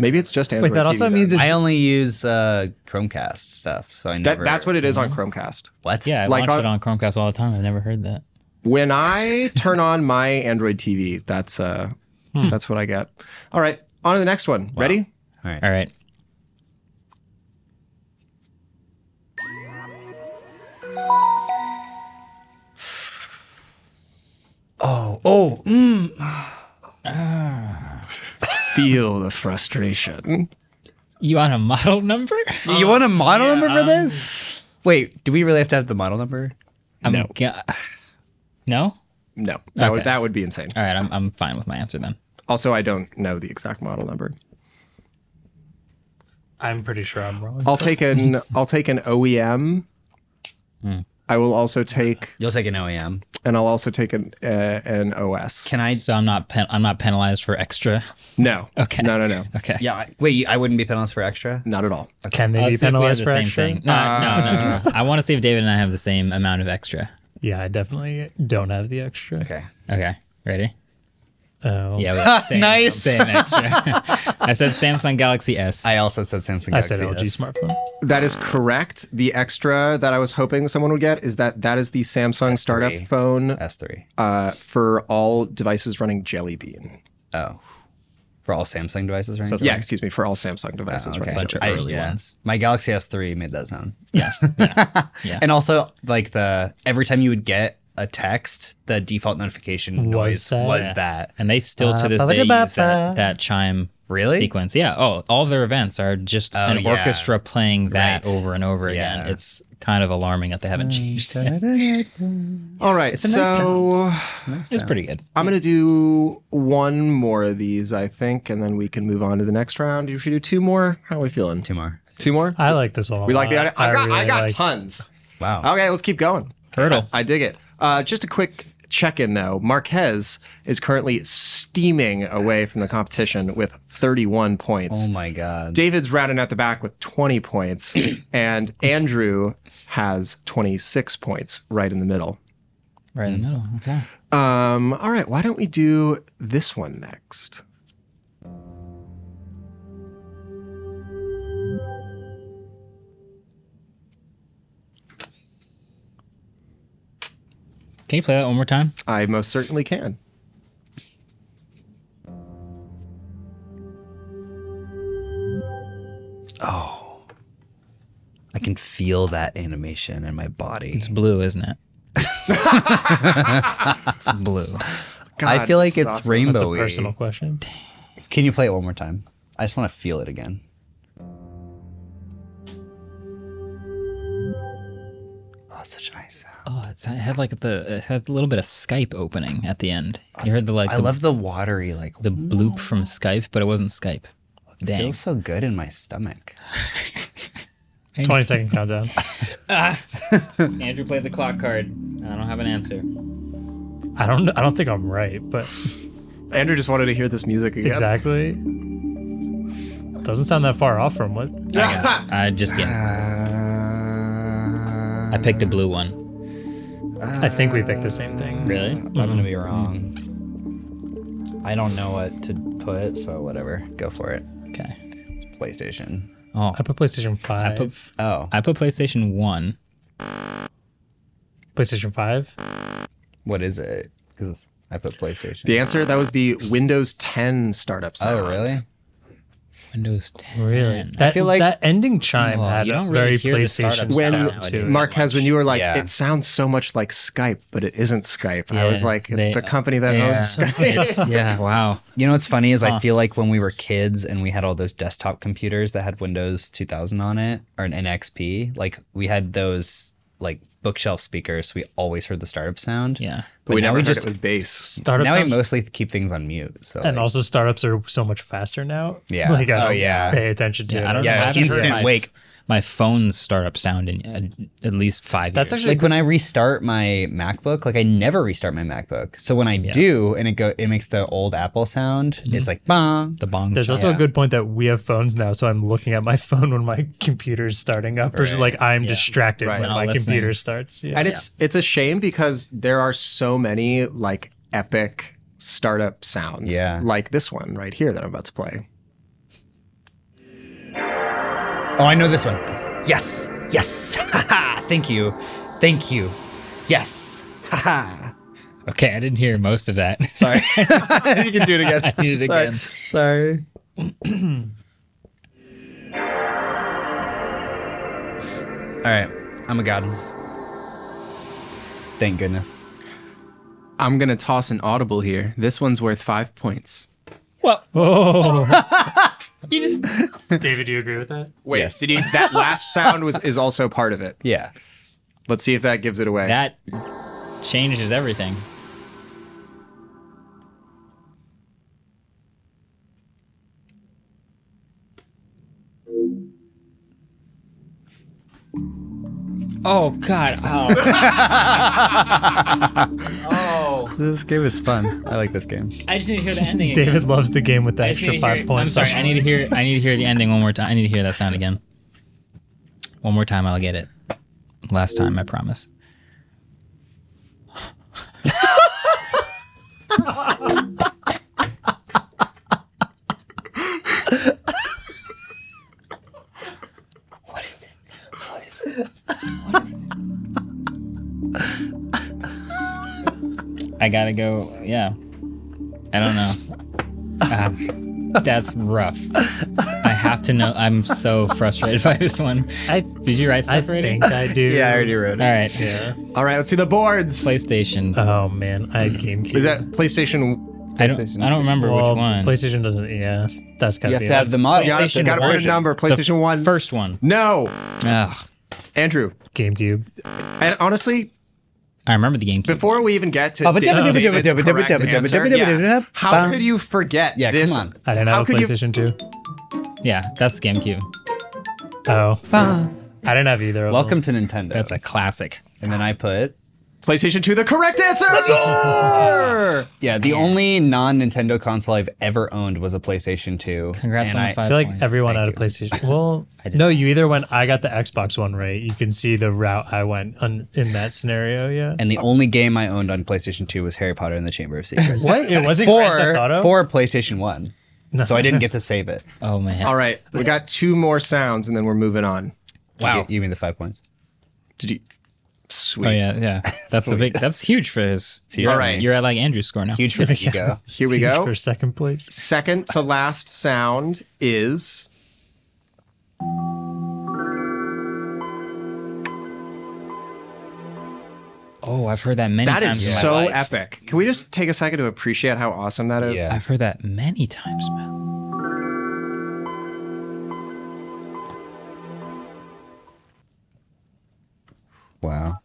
Speaker 5: Maybe it's just Android
Speaker 3: that also
Speaker 5: TV,
Speaker 3: means
Speaker 5: then.
Speaker 4: I only use uh, Chromecast stuff, so I
Speaker 5: that,
Speaker 4: never.
Speaker 5: that's what it is
Speaker 3: Hmm.
Speaker 5: on Chromecast.
Speaker 4: What?
Speaker 2: Yeah, I
Speaker 5: Like
Speaker 2: watch
Speaker 5: on-
Speaker 2: it on Chromecast all the time. I've never heard that.
Speaker 5: When I turn on my Android TV, that's uh
Speaker 3: Hmm.
Speaker 5: that's what I get. All right, on to the next one. Ready?
Speaker 4: All right.
Speaker 2: All right.
Speaker 4: Oh. Oh.
Speaker 5: Feel the frustration.
Speaker 2: You want a model number?
Speaker 4: You want a model number for this? Wait, do we really have to have the model number?
Speaker 2: I'm no. no.
Speaker 5: No, that, would,
Speaker 2: Okay. Uh,
Speaker 5: that would be insane.
Speaker 2: All right. I'm I'm fine with my answer then.
Speaker 5: Also, I don't know the exact model number.
Speaker 3: I'm pretty sure I'm wrong.
Speaker 5: I'll take an I'll take an OEM E I will also take.
Speaker 4: You'll take an E OEM,
Speaker 5: and I'll also take an uh, an OS.
Speaker 4: Can I?
Speaker 2: So I'm not pen- I'm not penalized for extra.
Speaker 5: No.
Speaker 2: Okay.
Speaker 5: No. No. No.
Speaker 2: Okay.
Speaker 4: Yeah. I- Wait, you- I wouldn't be penalized for extra.
Speaker 5: Not at all.
Speaker 3: Can they
Speaker 2: Let's
Speaker 3: be
Speaker 2: see if we have
Speaker 3: penalized
Speaker 2: the
Speaker 3: for
Speaker 2: same
Speaker 3: extra?
Speaker 2: thing. No, no, no, no. I want to see if David and I have the same amount of extra.
Speaker 3: Yeah, I definitely don't have the extra.
Speaker 4: Okay.
Speaker 2: Okay. Ready?
Speaker 3: Oh.
Speaker 2: Yeah. we have the Same,
Speaker 4: Nice.
Speaker 2: Same extra. I said Samsung Galaxy S.
Speaker 4: I also said Samsung.
Speaker 3: I said LG
Speaker 4: Galaxy S.
Speaker 3: smartphone.
Speaker 5: That is correct. The extra that I was hoping someone would get is that that is the Samsung startup phone
Speaker 4: S3
Speaker 5: uh, for all devices running Jelly Bean.
Speaker 4: for all Samsung devices, right?
Speaker 2: So it's
Speaker 5: Yeah,
Speaker 2: like-
Speaker 5: excuse me, for all Samsung devices
Speaker 4: Okay.
Speaker 5: running
Speaker 2: bunch of
Speaker 5: Jelly Bean.
Speaker 2: early
Speaker 4: yeah.
Speaker 2: ones.
Speaker 4: My Galaxy S3 made that sound.
Speaker 2: Yeah.
Speaker 4: And also, like the every time you would get a text, the default notification noise
Speaker 3: that?
Speaker 4: was
Speaker 2: Yeah.
Speaker 4: that.
Speaker 2: and they still to this day use that, that chime
Speaker 4: Really?
Speaker 2: sequence. Yeah. Oh, all their events are just
Speaker 4: Oh,
Speaker 2: an
Speaker 4: yeah.
Speaker 2: orchestra playing that
Speaker 4: Right.
Speaker 2: over and over again.
Speaker 4: Yeah.
Speaker 2: It's kind of alarming that they haven't changed it.
Speaker 5: All right,
Speaker 4: a nice
Speaker 5: so
Speaker 2: It's pretty good.
Speaker 5: I'm gonna do one more of these, I think, and then we can move on to the next round. If you do two more, how are we feeling?
Speaker 4: Two more.
Speaker 5: Two more?
Speaker 3: I like this one. a
Speaker 5: we like the
Speaker 3: lot.
Speaker 5: idea. I got, I
Speaker 3: really
Speaker 5: got
Speaker 3: like-
Speaker 5: tons.
Speaker 4: Wow.
Speaker 5: Okay, let's keep going.
Speaker 2: Hurdle.
Speaker 5: I dig it. Uh, just a quick check in though. Marquez is currently steaming away from the competition with 31 points.
Speaker 4: Oh my god.
Speaker 5: David's rounding out the back with 20 points, and Andrew has 26 points right in the middle.
Speaker 2: Right in the
Speaker 4: Mm.
Speaker 2: middle. Okay.
Speaker 5: Um, all right, why don't we do this one next?
Speaker 2: Can you play that one more time?
Speaker 5: I most certainly can.
Speaker 4: I can feel that animation in my body.
Speaker 2: It's blue, isn't it? it's blue.
Speaker 5: God,
Speaker 4: I feel like it's
Speaker 5: awesome.
Speaker 3: That's a
Speaker 4: rainbowy.
Speaker 3: personal question.
Speaker 4: Can you play it one more time? I just want to feel it again. Oh, it's such a nice sound.
Speaker 2: Oh, it's, it had like the it had a little bit of Skype opening at the end. You heard the like
Speaker 4: I
Speaker 2: the,
Speaker 4: love the watery, like
Speaker 2: the bloop from Skype, but it wasn't Skype.
Speaker 4: It
Speaker 2: Dang.
Speaker 4: feels so good in my stomach.
Speaker 3: Twenty second countdown.
Speaker 2: Andrew played the clock card. I don't have an answer.
Speaker 3: I don't. I don't think I'm right, but
Speaker 5: Andrew just wanted to hear this music again.
Speaker 3: exactly. Doesn't sound that far off from what.
Speaker 2: I just guessed. I picked a blue one.
Speaker 3: I think we picked the same thing.
Speaker 2: Uh, Really?
Speaker 4: I'm gonna be wrong. I don't know what to put, so whatever. Go for it.
Speaker 2: Okay.
Speaker 4: PlayStation.
Speaker 2: Oh,
Speaker 3: I put PlayStation Five.
Speaker 2: put-
Speaker 4: Oh,
Speaker 2: I put PlayStation One.
Speaker 3: PlayStation Five.
Speaker 4: what is it? Because I put PlayStation.
Speaker 5: The answer that was the Windows 10 startup sound.
Speaker 4: oh, really?
Speaker 2: Windows 10.
Speaker 3: Really? That,
Speaker 4: feel like-
Speaker 3: that ending chime
Speaker 2: Oh,
Speaker 3: had
Speaker 2: you don't
Speaker 3: a
Speaker 2: really hear
Speaker 3: very
Speaker 2: the startup
Speaker 3: PlayStation
Speaker 5: When
Speaker 2: sound
Speaker 3: sound
Speaker 2: nowadays.
Speaker 3: too.
Speaker 5: Marquez, when you were like,
Speaker 4: Yeah.
Speaker 5: it sounds so much like Skype, but it isn't Skype. I
Speaker 2: Yeah,
Speaker 5: was like, it's
Speaker 2: they-
Speaker 5: the company that
Speaker 2: Yeah.
Speaker 5: owns Skype.
Speaker 2: It's- yeah. Wow.
Speaker 4: You know what's funny is I feel like when we were kids and we had all those desktop computers that had Windows 2000 on it or an NXP, like we had those like bookshelf speakers. So we always heard the startup sound.
Speaker 2: Yeah.
Speaker 5: But we
Speaker 4: now
Speaker 5: never
Speaker 4: we
Speaker 5: heard
Speaker 4: just-
Speaker 5: it with bass.
Speaker 3: startup
Speaker 4: now
Speaker 3: sounds-
Speaker 4: we mostly keep things on mute. So
Speaker 3: and
Speaker 4: like,
Speaker 3: also startups are so much faster now.
Speaker 4: Yeah.
Speaker 3: Like I
Speaker 4: Oh,
Speaker 3: don't
Speaker 4: yeah.
Speaker 3: pay attention to.
Speaker 2: Yeah.
Speaker 3: it.
Speaker 2: I don't
Speaker 4: Yeah,
Speaker 2: know. I haven't
Speaker 4: instant
Speaker 2: heard my,
Speaker 4: wake.
Speaker 2: my phone's startup sound in uh, at least five
Speaker 3: That's
Speaker 2: years.
Speaker 3: actually-
Speaker 4: like when I restart my MacBook, like I never restart my MacBook. So when I do, and it go, it makes the old Apple sound. It's like bong.
Speaker 2: Mm-hmm. the bong.
Speaker 3: There's
Speaker 2: chime.
Speaker 3: also a good point that we have phones now, so I'm looking at my phone when my computer's starting up, or just, like I'm distracted when
Speaker 2: Not
Speaker 3: my
Speaker 2: listening.
Speaker 3: computer starts. Yeah.
Speaker 5: And it's it's a shame because there are so many like epic startup sounds.
Speaker 4: Yeah.
Speaker 5: Like this one right here that I'm about to play.
Speaker 4: Oh, I know this one. Yes, yes. Haha. Thank you, thank you. Yes. Haha.
Speaker 2: Okay, I didn't hear most of that.
Speaker 4: Sorry. you can do it again.
Speaker 2: I did it
Speaker 4: Sorry.
Speaker 2: again.
Speaker 4: Sorry. All right, I'm a god. Thank goodness.
Speaker 6: I'm going to toss an audible here. This one's worth five points.
Speaker 3: oh, you just David, do you agree with that?
Speaker 5: Wait,
Speaker 4: Yes.
Speaker 5: did you that last sound was is also part of it.
Speaker 4: Yeah.
Speaker 5: Let's see if that gives it away.
Speaker 2: That changes everything. Oh God! Oh.
Speaker 4: This game is fun. I like this game.
Speaker 2: I just need to hear the ending. again.
Speaker 3: David loves the game with the
Speaker 2: I just need to
Speaker 3: extra
Speaker 2: hear
Speaker 3: five
Speaker 2: it.
Speaker 3: points.
Speaker 2: I'm sorry. I need to hear. I need to hear the ending one more time. I need to hear that sound again. One more time, I'll get it. Last time, I promise. I gotta go. Yeah, I don't know. Ah, that's rough. I have to know. I'm so frustrated by this one.
Speaker 3: I,
Speaker 2: Did you write stuff?
Speaker 3: I think I do.
Speaker 2: Yeah, I
Speaker 4: already wrote
Speaker 2: All right.
Speaker 5: All right, let's see the boards.
Speaker 2: PlayStation.
Speaker 3: Oh man, I had GameCube.
Speaker 5: Is that PlayStation?
Speaker 2: I don't. I don't remember
Speaker 3: Well,
Speaker 2: which one.
Speaker 3: PlayStation doesn't. Yeah, that's gotta
Speaker 4: You have
Speaker 3: be
Speaker 4: to have
Speaker 3: it.
Speaker 4: the mod.
Speaker 5: Yeah, you gotta put a
Speaker 2: version.
Speaker 5: number. PlayStation One.
Speaker 2: First one.
Speaker 5: No,
Speaker 2: Ugh.
Speaker 5: Andrew.
Speaker 3: GameCube.
Speaker 5: And honestly,
Speaker 2: I remember the GameCube.
Speaker 5: before we even get to
Speaker 4: Oh, but
Speaker 5: David's
Speaker 4: dibba dibba
Speaker 5: correct
Speaker 4: dibba dibba dibba dibba
Speaker 5: answer,
Speaker 4: dibba
Speaker 5: yeah.
Speaker 4: dibba dibba.
Speaker 5: how
Speaker 4: Bum.
Speaker 5: could you forget
Speaker 4: Yeah, come
Speaker 5: this?
Speaker 4: on.
Speaker 3: I didn't have
Speaker 5: How
Speaker 3: a
Speaker 5: could you-
Speaker 3: PlayStation
Speaker 2: Yeah, that's GameCube.
Speaker 3: Two. Oh, I didn't have either. Of
Speaker 4: Welcome to Nintendo.
Speaker 2: That's a classic.
Speaker 4: and then I put.
Speaker 5: PlayStation 2, the correct answer!
Speaker 4: Yeah, the only non-Nintendo console I've ever owned was a PlayStation 2.
Speaker 2: Congrats
Speaker 4: and
Speaker 2: on
Speaker 4: I,
Speaker 2: the five
Speaker 3: I feel like
Speaker 2: points.
Speaker 3: everyone had a PlayStation. Well, no, you either went. I got the Xbox One right. You can see the route I went on, in that scenario. Yeah.
Speaker 4: And the only game I owned on PlayStation 2 was Harry Potter and the Chamber of Secrets.
Speaker 3: What? It wasn't Grand Theft
Speaker 4: for,
Speaker 3: Auto?
Speaker 4: for PlayStation 1. So I didn't get to save it.
Speaker 2: Oh man.
Speaker 5: All right, we got two more sounds and then we're moving on.
Speaker 4: You,
Speaker 2: Wow.
Speaker 4: you mean the five points?
Speaker 5: Did you? Sweet.
Speaker 2: Oh yeah, yeah. That's a big. That's huge for his.
Speaker 4: your
Speaker 2: All
Speaker 5: name.
Speaker 2: You're at like Andrew's score now.
Speaker 4: Huge for me, you go.
Speaker 5: Here we
Speaker 3: Huge
Speaker 5: go.
Speaker 3: for second place.
Speaker 5: Second to last sound is.
Speaker 2: Oh, I've heard that many
Speaker 5: That
Speaker 2: times. in
Speaker 5: is
Speaker 2: my
Speaker 5: so
Speaker 2: life.
Speaker 5: epic. Can we just take a second to appreciate how awesome that is?
Speaker 4: Yeah.
Speaker 2: I've heard that many times, man.
Speaker 4: Wow.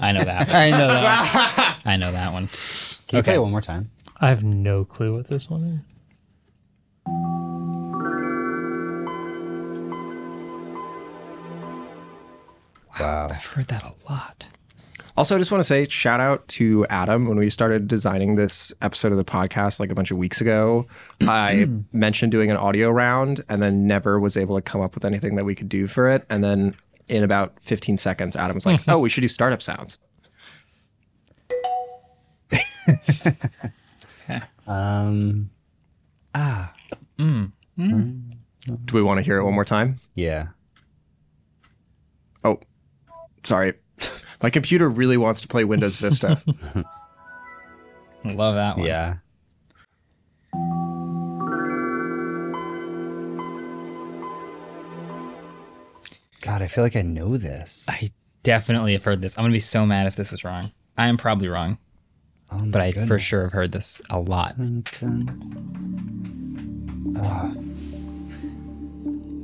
Speaker 2: I know that. one.
Speaker 4: I know that.
Speaker 2: I know that one.
Speaker 4: Can you
Speaker 2: Okay.
Speaker 4: play it one more time?
Speaker 3: I have no clue what this one is.
Speaker 4: Wow.
Speaker 2: I've heard that a lot.
Speaker 5: Also, I just want to say shout out to Adam. When we started designing this episode of the podcast like a bunch of weeks ago, I mentioned doing an audio round and then never was able to come up with anything that we could do for it. And then in about 15 seconds, Adam was like, oh, we should do startup sounds.
Speaker 4: Um,
Speaker 5: Do we want to hear it one more time?
Speaker 4: yeah.
Speaker 5: Oh, sorry. My computer really wants to play Windows Vista.
Speaker 2: Love that one.
Speaker 4: Yeah. God, I feel like I know this.
Speaker 2: I definitely have heard this. I'm gonna be so mad if this is wrong. I am probably wrong,
Speaker 4: Oh
Speaker 2: but I for sure have heard this a lot.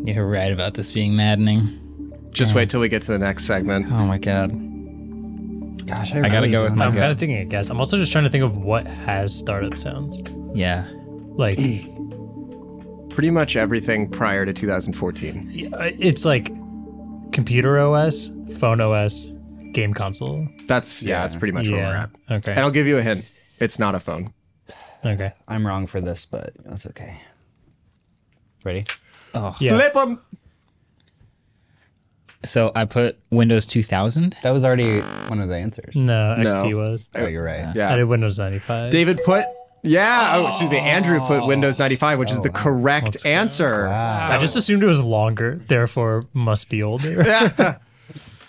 Speaker 2: You're right about this being maddening.
Speaker 5: Just wait till we get to the next segment.
Speaker 2: Oh my god.
Speaker 4: Gosh, I,
Speaker 2: I gotta
Speaker 4: really
Speaker 2: go with
Speaker 4: don't
Speaker 2: my
Speaker 3: I'm
Speaker 2: gut.
Speaker 3: kind of taking a guess. I'm also just trying to think of what has startup sounds.
Speaker 2: Yeah.
Speaker 3: Like
Speaker 5: Pretty much everything prior to 2014.
Speaker 3: it's like computer OS, phone OS, game console.
Speaker 5: That's, yeah, that's pretty much where we're at.
Speaker 3: Okay.
Speaker 5: And I'll give you a hint it's not a phone.
Speaker 3: okay.
Speaker 4: I'm wrong for this, but that's okay. Ready?
Speaker 3: Yeah.
Speaker 5: Flip 'em!
Speaker 2: So I put Windows 2000.
Speaker 4: That was already one of the answers.
Speaker 3: No,
Speaker 5: No.
Speaker 3: XP was.
Speaker 4: Oh, you're
Speaker 2: Uh,
Speaker 4: right.
Speaker 5: Yeah.
Speaker 3: I did Windows 95.
Speaker 5: David put. Yeah. Oh, excuse me. Andrew put Windows 95, which is the correct answer.
Speaker 3: I just assumed it was longer, therefore must be older.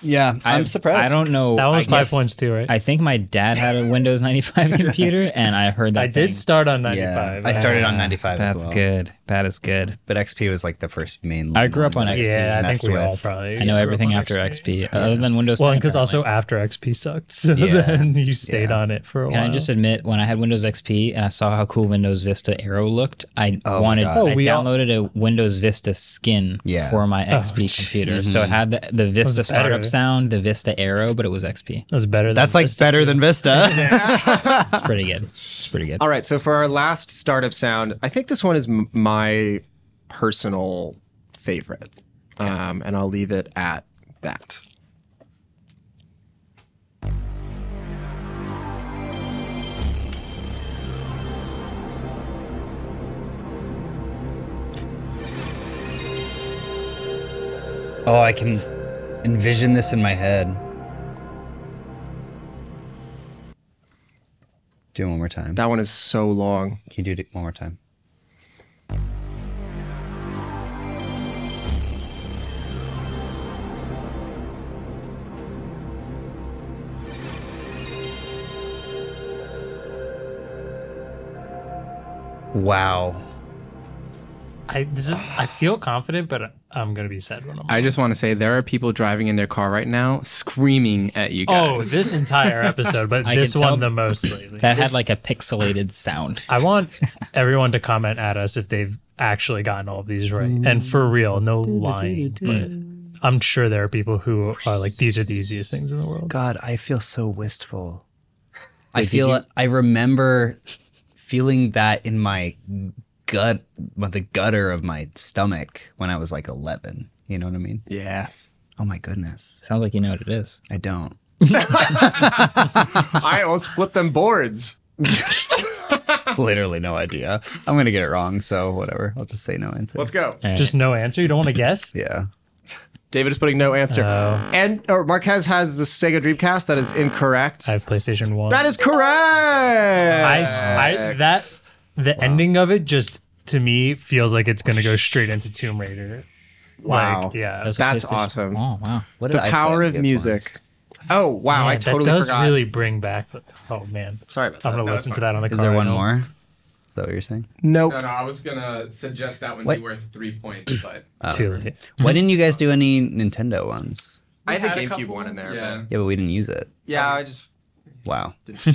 Speaker 4: Yeah, I'm,
Speaker 2: I've- I don't know.
Speaker 3: That one was
Speaker 2: I
Speaker 3: five
Speaker 2: guess-
Speaker 3: points too, right? I,
Speaker 2: I think my dad had a Windows 95 computer, and I heard that. thing.
Speaker 3: did start on
Speaker 4: Yeah,
Speaker 3: 95.
Speaker 4: I started on
Speaker 2: Ah,
Speaker 4: 95
Speaker 2: That's
Speaker 4: as well.
Speaker 2: good. That is good.
Speaker 4: But XP was like the first main.
Speaker 2: I grew up on XP.
Speaker 3: yeah, I
Speaker 4: messed
Speaker 3: think we all
Speaker 4: with.
Speaker 3: probably.
Speaker 2: I know
Speaker 3: grew
Speaker 2: everything
Speaker 3: up on
Speaker 2: after XP, other than Windows.
Speaker 3: Well,
Speaker 2: 10,
Speaker 3: because also
Speaker 2: apparently.
Speaker 3: after XP sucked, so
Speaker 4: Yeah.
Speaker 3: then you stayed on it for a
Speaker 2: Can
Speaker 3: while.
Speaker 2: I just admit, when I had Windows XP and I saw how cool Windows Vista Arrow looked, I
Speaker 4: my
Speaker 2: wanted,
Speaker 4: God.
Speaker 3: Oh,
Speaker 2: I
Speaker 3: we all- Oh,
Speaker 2: downloaded a Windows Vista skin
Speaker 4: Yeah. Mm-hmm.
Speaker 2: for my XP computer. So it had the, the Vista startup
Speaker 3: better.
Speaker 2: sound, the Vista Arrow, but it was XP.
Speaker 3: That was better.
Speaker 4: That's
Speaker 3: than
Speaker 4: like
Speaker 3: Vista.
Speaker 4: better than Vista.
Speaker 2: It's pretty good. It's pretty good.
Speaker 5: All right. So for our last startup sound, I think this one is m- my personal favorite, um, and I'll leave it at that.
Speaker 4: Oh, I can envision this in my head. Do it one more time. That
Speaker 5: one is so long.
Speaker 4: Can you do it one more time? Wow.
Speaker 3: I this is I feel confident, but I'm gonna be sad when I'm.
Speaker 6: I just want to say there are people driving in their car right now screaming at you guys.
Speaker 3: Oh, this entire episode, but
Speaker 6: I
Speaker 3: this
Speaker 6: can
Speaker 3: one
Speaker 6: tell
Speaker 3: the most lately.
Speaker 2: That had
Speaker 3: This-
Speaker 2: like a pixelated sound.
Speaker 3: I want everyone to comment at us if they've actually gotten all of these right and for real, no lying. But I'm sure there are people who are like, these are the easiest things in the world.
Speaker 4: God, I feel so wistful. I
Speaker 3: Wait, did
Speaker 4: feel
Speaker 3: you-
Speaker 4: I remember feeling that in my gut, well, the gutter of my stomach when I was like 11. You know what I mean?
Speaker 5: Yeah.
Speaker 4: Oh my goodness.
Speaker 2: Sounds like you know what it is.
Speaker 4: I don't.
Speaker 5: All right, let's flip them boards.
Speaker 4: Literally no idea. I'm going to get it wrong. So whatever. I'll just say no answer.
Speaker 5: Let's go.
Speaker 3: Just no answer. You don't want to guess?
Speaker 4: yeah.
Speaker 5: David is putting no answer. And or Marquez has the Sega Dreamcast. That is incorrect. I
Speaker 3: have PlayStation 1.
Speaker 5: That is correct.
Speaker 3: I, I that the ending of it just to me feels like it's gonna go straight into Tomb Raider.
Speaker 5: Wow.
Speaker 3: Like, yeah,
Speaker 5: That's That's awesome.
Speaker 2: Oh wow,
Speaker 5: the power of music. Oh wow, I totally
Speaker 3: that does
Speaker 5: forgot.
Speaker 3: really bring back. The, oh man,
Speaker 5: sorry about
Speaker 3: I'm gonna
Speaker 6: No,
Speaker 3: listen
Speaker 6: it's
Speaker 3: to
Speaker 6: fine.
Speaker 3: that on the.
Speaker 4: Is
Speaker 3: car
Speaker 4: there
Speaker 3: ride
Speaker 4: one
Speaker 3: home.
Speaker 4: more? Is that what you're saying?
Speaker 5: Nope.
Speaker 6: No, no, I was gonna suggest that one
Speaker 4: What?
Speaker 6: be worth three points, but
Speaker 4: Oh.
Speaker 3: Too late.
Speaker 4: Why didn't you guys do any Nintendo ones?
Speaker 5: I had the
Speaker 6: Had a
Speaker 5: GameCube
Speaker 6: couple,
Speaker 5: one in there.
Speaker 6: yeah.
Speaker 5: but-
Speaker 4: Yeah, but we didn't use it.
Speaker 5: yeah I just
Speaker 4: Wow.
Speaker 5: didn't.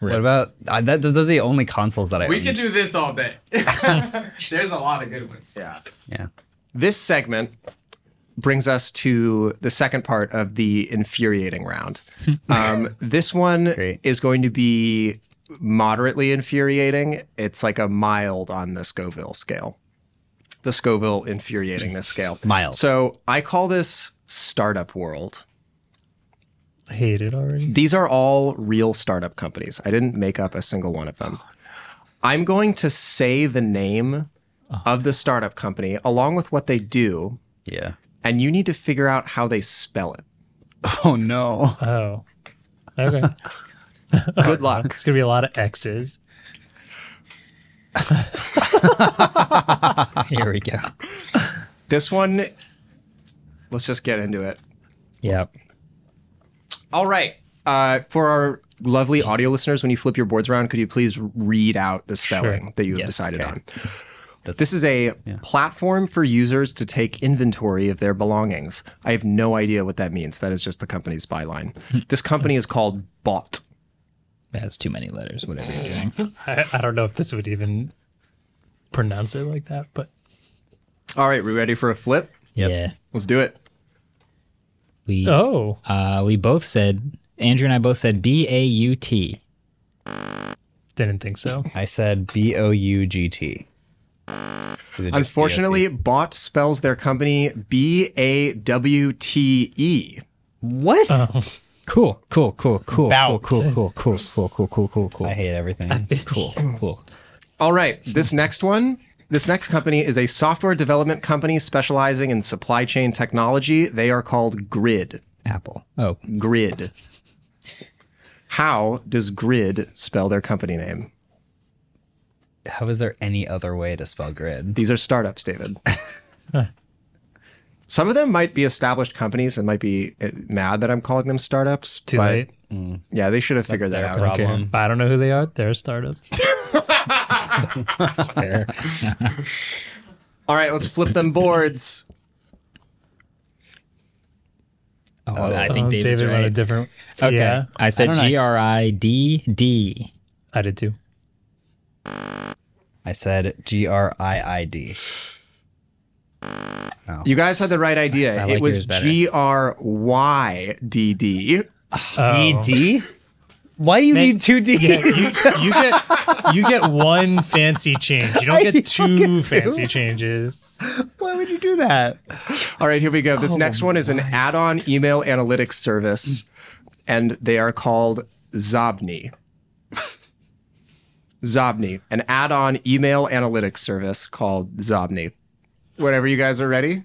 Speaker 4: What about uh, that? Those are the only consoles that I
Speaker 6: we
Speaker 4: own.
Speaker 6: could do this all day. There's a lot of good ones.
Speaker 5: Yeah.
Speaker 4: Yeah.
Speaker 5: This segment brings us to the second part of the infuriating round. Um, this one is going to be moderately infuriating. It's like a mild on the Scoville scale, the Scoville infuriatingness scale.
Speaker 4: Mild.
Speaker 5: So I call this startup world.
Speaker 3: I hate it already.
Speaker 5: These are all real startup companies. I didn't make up a single one of them. I'm going to say the name of the startup company along with what they do.
Speaker 4: Yeah.
Speaker 5: And you need to figure out how they spell it.
Speaker 4: Oh no.
Speaker 3: Oh, okay.
Speaker 5: Good luck.
Speaker 3: it's gonna be a lot of X's.
Speaker 2: Here we go.
Speaker 5: This one, let's just get into it.
Speaker 2: Yep.
Speaker 5: All right. Uh, for our lovely audio listeners, when you flip your boards around, could you please read out the spelling that you have
Speaker 4: Yes.
Speaker 5: decided
Speaker 4: Okay.
Speaker 5: on? this is a platform for users to take inventory of their belongings. I have no idea what that means. That is just the company's byline. this company is called Bot.
Speaker 2: That's too many letters. Whatever you're doing.
Speaker 3: I, I don't know if this would even pronounce it like that, but
Speaker 5: All right, we ready for a flip?
Speaker 2: Yeah.
Speaker 5: Let's do it.
Speaker 2: We
Speaker 3: oh
Speaker 2: uh, we both said Andrew and I both said B A U T.
Speaker 3: didn't think so.
Speaker 4: I said B O U G T.
Speaker 5: Unfortunately, Bot spells their company B A W T E.
Speaker 4: What?
Speaker 3: Oh.
Speaker 2: Cool. Cool. Cool. Cool.
Speaker 4: Bout.
Speaker 2: Cool. Cool. Cool. Cool. Cool. Cool. Cool. Cool.
Speaker 4: I hate everything.
Speaker 2: Cool. Cool.
Speaker 5: All right, this next one. This next company is a software development company specializing in supply chain technology. They are called Grid.
Speaker 2: Apple. Oh,
Speaker 5: Grid. How does Grid spell their company name?
Speaker 4: How is there any other way to spell grid?
Speaker 5: These are startups, David. Some of them might be established companies and might be uh, mad that I'm calling them startups.
Speaker 3: Too
Speaker 5: but
Speaker 3: late.
Speaker 5: Yeah, they should have figured that out.
Speaker 4: their
Speaker 3: Okay.
Speaker 4: Problem.
Speaker 3: I don't know who they are. They're a startup.
Speaker 2: there.
Speaker 5: All right, let's flip them boards.
Speaker 2: Oh, I think
Speaker 3: Oh,
Speaker 2: David's
Speaker 3: David went a
Speaker 2: right.
Speaker 3: different.
Speaker 2: Okay.
Speaker 3: Yeah,
Speaker 2: I said
Speaker 4: I don't know.
Speaker 2: G R I D E D.
Speaker 3: I did too.
Speaker 4: I said G R I I D.
Speaker 5: You guys had the right idea.
Speaker 2: I
Speaker 5: it
Speaker 2: like
Speaker 5: was
Speaker 2: yours better.
Speaker 5: G R Y D D.
Speaker 3: Oh.
Speaker 4: D? Why do you need two Ds?
Speaker 3: you, you get you get one fancy change. You don't get, two, fancy changes.
Speaker 4: Why would you do that?
Speaker 5: All right, here we go. This next one is an add on email analytics service, and they are called Zobni. Zobni, an add on email analytics service called Zobni. Whenever you guys are ready,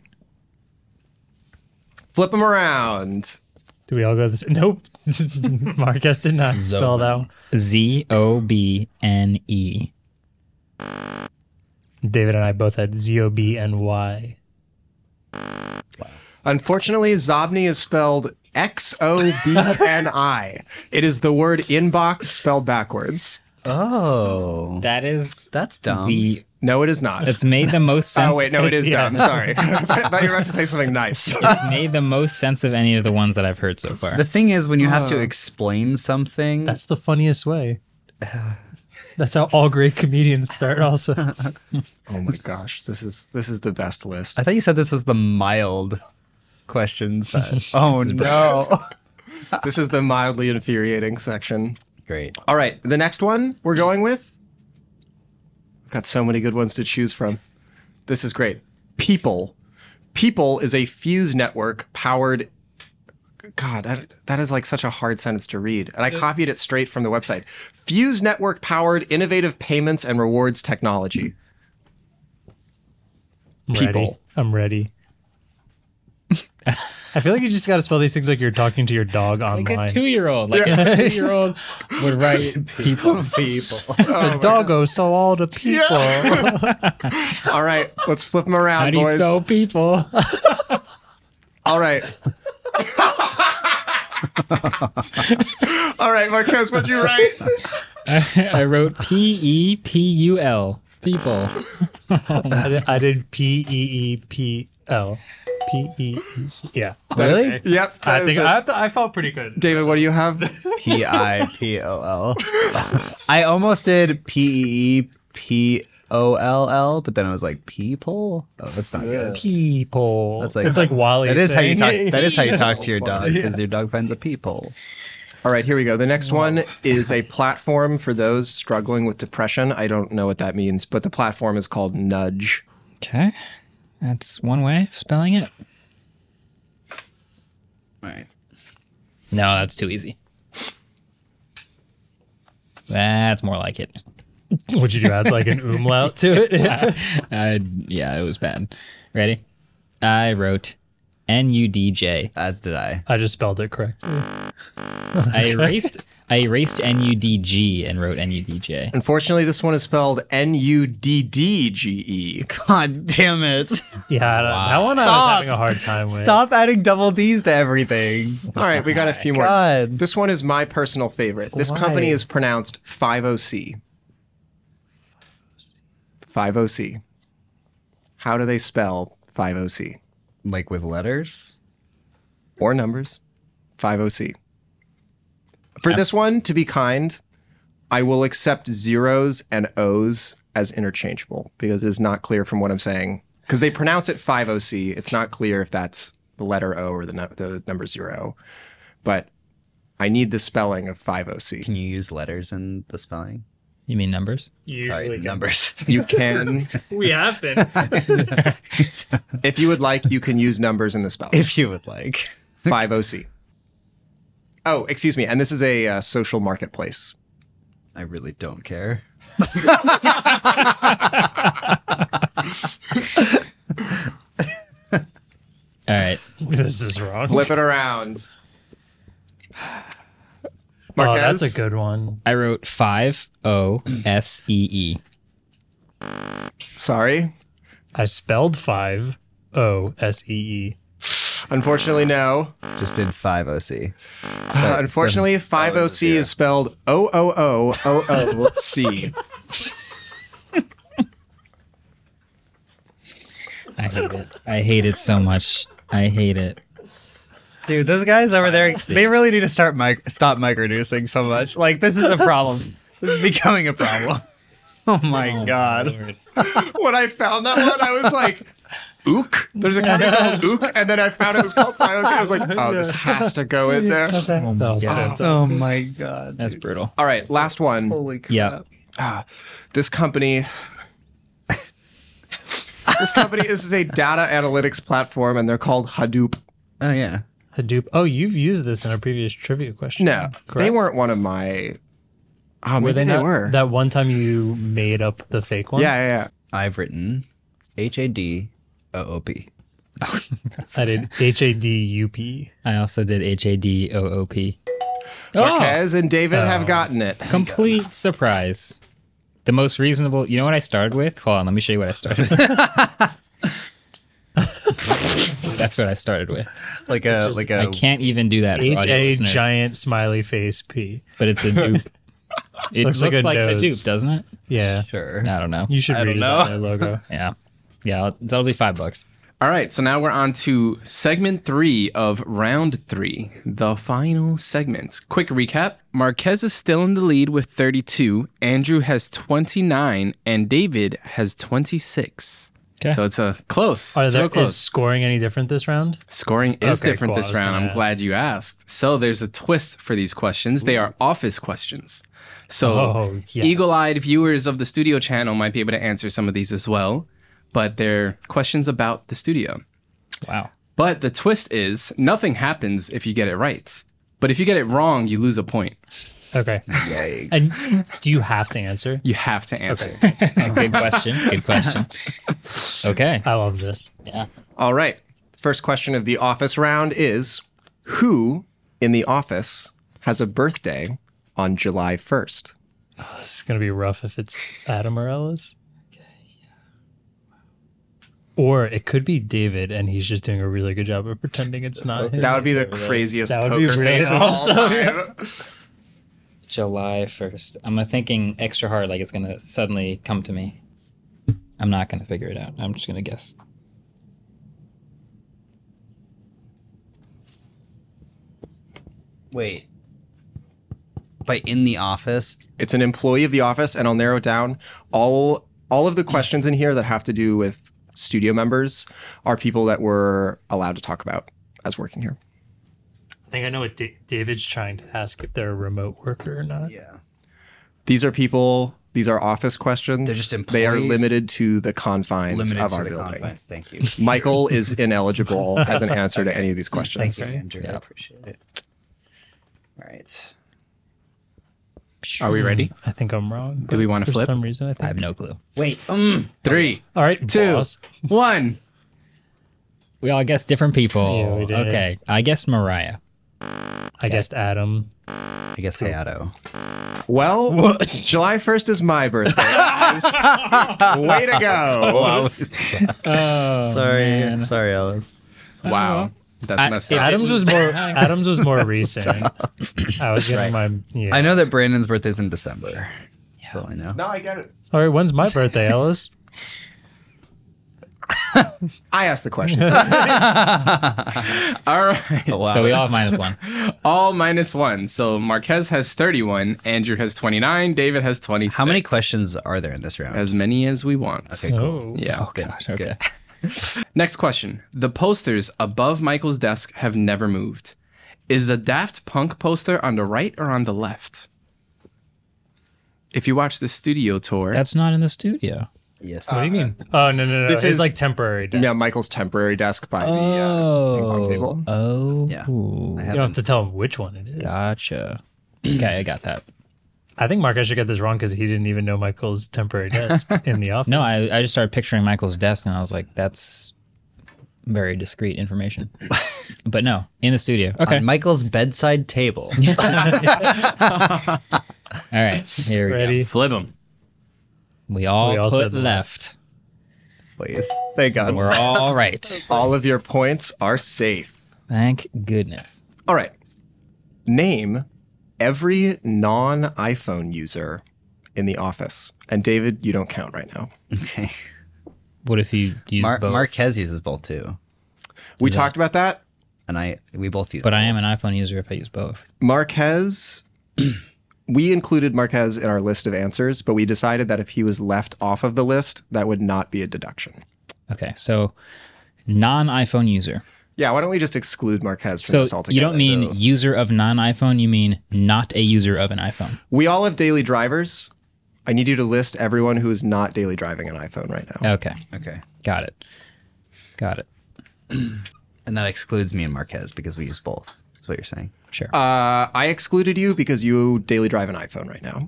Speaker 5: flip them around.
Speaker 3: Do we all go this? Nope. Marcus did not spell that. one.
Speaker 2: Z O B N E.
Speaker 3: David and I both had Z O B N Y.
Speaker 5: Unfortunately, Zobni is spelled X O B N I. It is the word inbox spelled backwards.
Speaker 4: Oh.
Speaker 2: That is
Speaker 4: that's dumb.
Speaker 2: the
Speaker 5: No, it is not.
Speaker 2: it's made the most sense.
Speaker 5: Oh wait, no, it is
Speaker 3: Yeah.
Speaker 5: dumb. Sorry, I thought you were about to say something nice. Oh
Speaker 2: It's made the most sense of any of the ones that I've heard so far.
Speaker 4: The thing is, when you have
Speaker 2: Uh.
Speaker 4: to explain something,
Speaker 3: That's the funniest way. That's how all great comedians start. Also,
Speaker 5: Oh my gosh, this is this is the best list.
Speaker 4: I thought you said this was the mild questions. oh no.
Speaker 5: This is the mildly infuriating section.
Speaker 4: Great.
Speaker 5: All right, the next one we're going with. I've got so many good ones to choose from. This is great. People. People is a fuse network powered. God, that, that is like such a hard sentence to read. And I copied it straight from the website. Fuse network powered innovative payments and rewards technology.
Speaker 3: I'm Ready.
Speaker 5: People.
Speaker 3: I'm ready. I feel like you just got to spell these things like you're talking to your dog online.
Speaker 2: like a two-year-old, like a two-year-old would write people. people.
Speaker 3: the doggo saw all the people.
Speaker 5: All right, let's flip them around,
Speaker 2: How do
Speaker 5: boys.
Speaker 2: you spell people?
Speaker 5: All right. All right, Marquez, what'd you write?
Speaker 2: I wrote P E P U L. People.
Speaker 3: I did, I did P E E P L. P E. Yeah.
Speaker 4: Really?
Speaker 5: Yep. that
Speaker 3: I
Speaker 5: is
Speaker 3: think
Speaker 5: it.
Speaker 3: I, I felt pretty good.
Speaker 5: David, what do you have?
Speaker 4: P I P O L. I almost did P E E P O L L, but then I was like, people? Oh, that's not good.
Speaker 3: People.
Speaker 4: That's
Speaker 3: it's like Wally.
Speaker 4: That is how you talk.
Speaker 3: saying- Oh,
Speaker 4: That is how you talk to your dog because your dog finds a peephole.
Speaker 5: All right, here we go. The next one is a platform for those struggling with depression. I don't know what that means, but the platform is called Nudge.
Speaker 2: Okay. That's one way of spelling it.
Speaker 4: Right.
Speaker 2: No, that's too easy. That's more like it.
Speaker 3: Would you do? Add like an umlaut to it?
Speaker 2: I, yeah, it was bad. Ready? I wrote N U D J.
Speaker 4: As did I.
Speaker 3: I just spelled it correctly.
Speaker 2: I erased I erased N U D G and wrote N U D J.
Speaker 5: Unfortunately, this one is spelled N U D D G E.
Speaker 4: God damn it!
Speaker 3: Yeah. I don't- That one I was
Speaker 4: Stop.
Speaker 3: having a hard time with.
Speaker 4: Stop adding double D's to everything.
Speaker 5: All right, we got a few more.
Speaker 4: God.
Speaker 5: This one is my personal favorite. This
Speaker 3: Why?
Speaker 5: company is pronounced 50C. 50C. How do they spell 50C?
Speaker 4: Like with letters.
Speaker 5: or numbers 50C. For this one, to be kind, I will accept zeros and O's as interchangeable because it is not clear from what I'm saying. Because they pronounce it 50C. It's not clear if that's the letter O or the, nu- the number zero. But I need the spelling of 50C.
Speaker 4: Can you use letters in the spelling?
Speaker 2: You mean numbers?
Speaker 4: Sorry,
Speaker 3: Usually
Speaker 4: numbers.
Speaker 5: You can,
Speaker 3: we have been.
Speaker 5: if you would like, you can use numbers in the spelling.
Speaker 4: if you would like.
Speaker 5: 50C. Oh, excuse me. And this is a uh, social marketplace.
Speaker 4: I really don't care.
Speaker 2: All right.
Speaker 3: this is wrong.
Speaker 5: Flip it around.
Speaker 3: oh,
Speaker 5: Marquez?
Speaker 3: that's a good one.
Speaker 2: I wrote five O S E E.
Speaker 5: Sorry.
Speaker 3: I spelled five O S E E.
Speaker 5: Unfortunately, no.
Speaker 4: Just did five OC.
Speaker 5: Unfortunately,
Speaker 4: doesn't- that
Speaker 5: 50C
Speaker 4: was a zero.
Speaker 5: is spelled O O O O O C.
Speaker 2: I hate it. I hate it so much. I hate it.
Speaker 4: Dude, those guys over there, they really need to start mic- stop microducing so much. Like, this is a problem. this is becoming a problem. Oh my god.
Speaker 5: When I found that one, I was like, Ook. There's a company called Ook, and then I found it was called Files. I was like, oh, this has to go in there.
Speaker 4: Oh my god. Oh my god.
Speaker 2: That's brutal.
Speaker 5: All right, last one.
Speaker 4: Holy crap.
Speaker 2: Yeah.
Speaker 5: Ah, this company. this company this is a data analytics platform, and they're called Hadoop.
Speaker 4: Oh yeah.
Speaker 3: Hadoop. Oh, you've used this in a previous trivia question.
Speaker 5: No, they
Speaker 3: Correct.
Speaker 5: weren't one of my. Oh, maybe
Speaker 3: were
Speaker 5: they,
Speaker 3: they, not-
Speaker 5: were.
Speaker 3: That one time you made up the fake ones.
Speaker 5: yeah, yeah, yeah.
Speaker 4: I've written H A D O O P.
Speaker 3: I did H A D U P.
Speaker 2: I also did H A D O O P.
Speaker 3: Oh,
Speaker 4: Oh.
Speaker 2: Oh,
Speaker 5: Marquez and David have gotten it.
Speaker 2: Complete surprise. The most reasonable. You know what I started with? Hold on, let me show you what I started. with. That's what I started with.
Speaker 4: Like a like a
Speaker 2: I can't even do that. For
Speaker 3: Oh. E. H
Speaker 2: audio
Speaker 3: A
Speaker 2: listeners,
Speaker 3: giant smiley face P.
Speaker 2: but it's a dupe. It looks
Speaker 3: Looks like
Speaker 2: like,
Speaker 3: a
Speaker 2: a
Speaker 3: nose.
Speaker 2: dupe, doesn't it?
Speaker 3: Yeah.
Speaker 4: sure.
Speaker 2: I don't know.
Speaker 3: You should
Speaker 4: I don't
Speaker 3: read
Speaker 4: know.
Speaker 3: their logo.
Speaker 2: Yeah, yeah. I'll- That'll be five bucks.
Speaker 6: All right, so now we're on to segment three of round three, the final segment. Quick recap Marquez is still in the lead with 32, Andrew has 29, and David has 26.
Speaker 2: Okay.
Speaker 6: So it's a close.
Speaker 3: Are
Speaker 6: it's
Speaker 3: Oh, there,
Speaker 6: real close.
Speaker 3: is scoring any different this round?
Speaker 6: Scoring is
Speaker 3: Okay,
Speaker 6: different
Speaker 3: cool. I
Speaker 6: this
Speaker 3: was
Speaker 6: round.
Speaker 3: gonna
Speaker 6: I'm
Speaker 3: ask.
Speaker 6: glad you asked. So there's a twist for these questions. They are office questions. So
Speaker 3: Oh, yes.
Speaker 6: eagle-eyed viewers of the studio channel might be able to answer some of these as well, but they're questions about the studio.
Speaker 2: Wow.
Speaker 6: But the twist is nothing happens if you get it right. But if you get it wrong, you lose a point.
Speaker 3: Okay. And do you have to answer?
Speaker 6: You have to answer.
Speaker 2: Oh, Good question. Good question. Okay.
Speaker 3: I love this.
Speaker 5: All right. First question of the office round is Who in the office has a birthday on July 1st?
Speaker 3: This is gonna be rough if it's Adam or Ellis. Or it could be David, and he's just doing a really good job of pretending it's not him.
Speaker 5: That would be the craziest
Speaker 3: That would
Speaker 5: poker
Speaker 3: be really
Speaker 5: face of all
Speaker 3: awesome, yeah.
Speaker 5: time.
Speaker 2: July first. I'm thinking extra hard, like it's gonna suddenly come to me. I'm not gonna figure it out. I'm just gonna guess.
Speaker 4: Wait. By in the office.
Speaker 5: It's an employee of the office, and I'll narrow it down. All all of the questions in here that have to do with studio members are people that we're allowed to talk about as working here.
Speaker 3: I think I know what D- David's trying to ask if they're a remote worker or not.
Speaker 4: Yeah.
Speaker 5: These are people. These are office questions.
Speaker 4: They're just
Speaker 5: They are
Speaker 4: employees?
Speaker 5: limited to the confines
Speaker 4: Limited
Speaker 5: of
Speaker 4: to
Speaker 5: our
Speaker 4: the
Speaker 5: building.
Speaker 4: confines. Thank you.
Speaker 5: Michael is ineligible as an answer to any of these questions.
Speaker 4: Thank you, Andrew. I
Speaker 2: Yeah.
Speaker 4: appreciate it. All right.
Speaker 6: Are we ready?
Speaker 3: I think I'm wrong.
Speaker 6: Do we
Speaker 3: but
Speaker 6: wanna
Speaker 3: for
Speaker 6: flip?
Speaker 3: some reason, I think.
Speaker 2: I have no clue.
Speaker 4: Wait. Um.
Speaker 6: Three,
Speaker 3: All right,
Speaker 6: two,
Speaker 3: boss.
Speaker 6: one.
Speaker 2: We all guessed different people.
Speaker 3: Yeah, we did.
Speaker 2: Okay. I guessed Mariah.
Speaker 3: I guessed Adam.
Speaker 4: I guess Hayato.
Speaker 5: Well, July 1st is my birthday. guys. Way to go.
Speaker 4: sorry. Sorry, Alice.
Speaker 6: Wow. That's messed up.
Speaker 3: Adams was more. Adams was more recent. I was getting my. Yeah.
Speaker 4: I know that Brandon's birthday's in December. That's all I know.
Speaker 5: No, I get it.
Speaker 3: All right, when's my birthday, Ellis?
Speaker 5: I asked the questions.
Speaker 6: All right.
Speaker 4: Oh, wow.
Speaker 2: So we all have minus one.
Speaker 6: All minus one. So Marquez has 31, Andrew has 29, David has 20.
Speaker 4: How many questions are there in this round?
Speaker 6: As many as we want. Okay.
Speaker 3: Oh,
Speaker 6: Yeah.
Speaker 4: Good,
Speaker 2: Okay.
Speaker 6: Next question. The posters above Michael's desk have never moved. Is the Daft Punk poster on the right or on the left? If you watch the studio tour,
Speaker 2: That's not in the studio.
Speaker 4: good. Yes.
Speaker 3: what do you mean? Oh no, no, no.
Speaker 5: this
Speaker 3: This is
Speaker 5: is-
Speaker 3: like temporering.
Speaker 5: yeah, Michael's temporary desk by the uh, ping pong
Speaker 2: Oh.
Speaker 5: table.
Speaker 2: Oh.
Speaker 4: Yeah.
Speaker 3: you don't have to tell him which one it is.
Speaker 2: Gotcha. Okay, I got that.
Speaker 3: I think Mark actually got this wrong because he didn't even know Michael's temporary desk in the office.
Speaker 2: No, I, I just started picturing Michael's desk and I was like, that's very discreet information. but no, in the studio. Okay.
Speaker 4: On Michael's bedside table.
Speaker 2: all right. Here we
Speaker 3: Ready?
Speaker 6: flip them.
Speaker 2: go. We all,
Speaker 3: We all
Speaker 2: put
Speaker 3: said
Speaker 2: left.
Speaker 4: Please. Thank God.
Speaker 2: We're all right.
Speaker 5: All of your points are safe.
Speaker 2: Thank goodness.
Speaker 5: All right. Name every non iPhone user in the office. And David, you don't count right now.
Speaker 4: Okay.
Speaker 2: What if you use
Speaker 4: Mar-
Speaker 2: both?
Speaker 4: Marquez uses both too,
Speaker 5: We talked about that.
Speaker 4: and I we both use.
Speaker 2: But I am
Speaker 4: both.
Speaker 2: an iPhone user if I use both.
Speaker 5: Marquez. we included Marquez in our list of answers, but we decided that if he was left off of the list, that would not be a deduction.
Speaker 2: Okay, so non-iPhone user.
Speaker 5: Yeah, why don't we just exclude Marquez from
Speaker 2: So
Speaker 5: this altogether?
Speaker 2: you don't mean user of non-iPhone. You mean not a user of an iPhone.
Speaker 5: we all have daily drivers. I need you to list everyone who is not daily driving an iPhone right now.
Speaker 2: Okay.
Speaker 4: Okay.
Speaker 2: Got it. Got it.
Speaker 4: and that excludes me and Marquez because we use both. Is what you're saying?
Speaker 2: Sure.
Speaker 5: Uh, I excluded you because you daily drive an iPhone right now.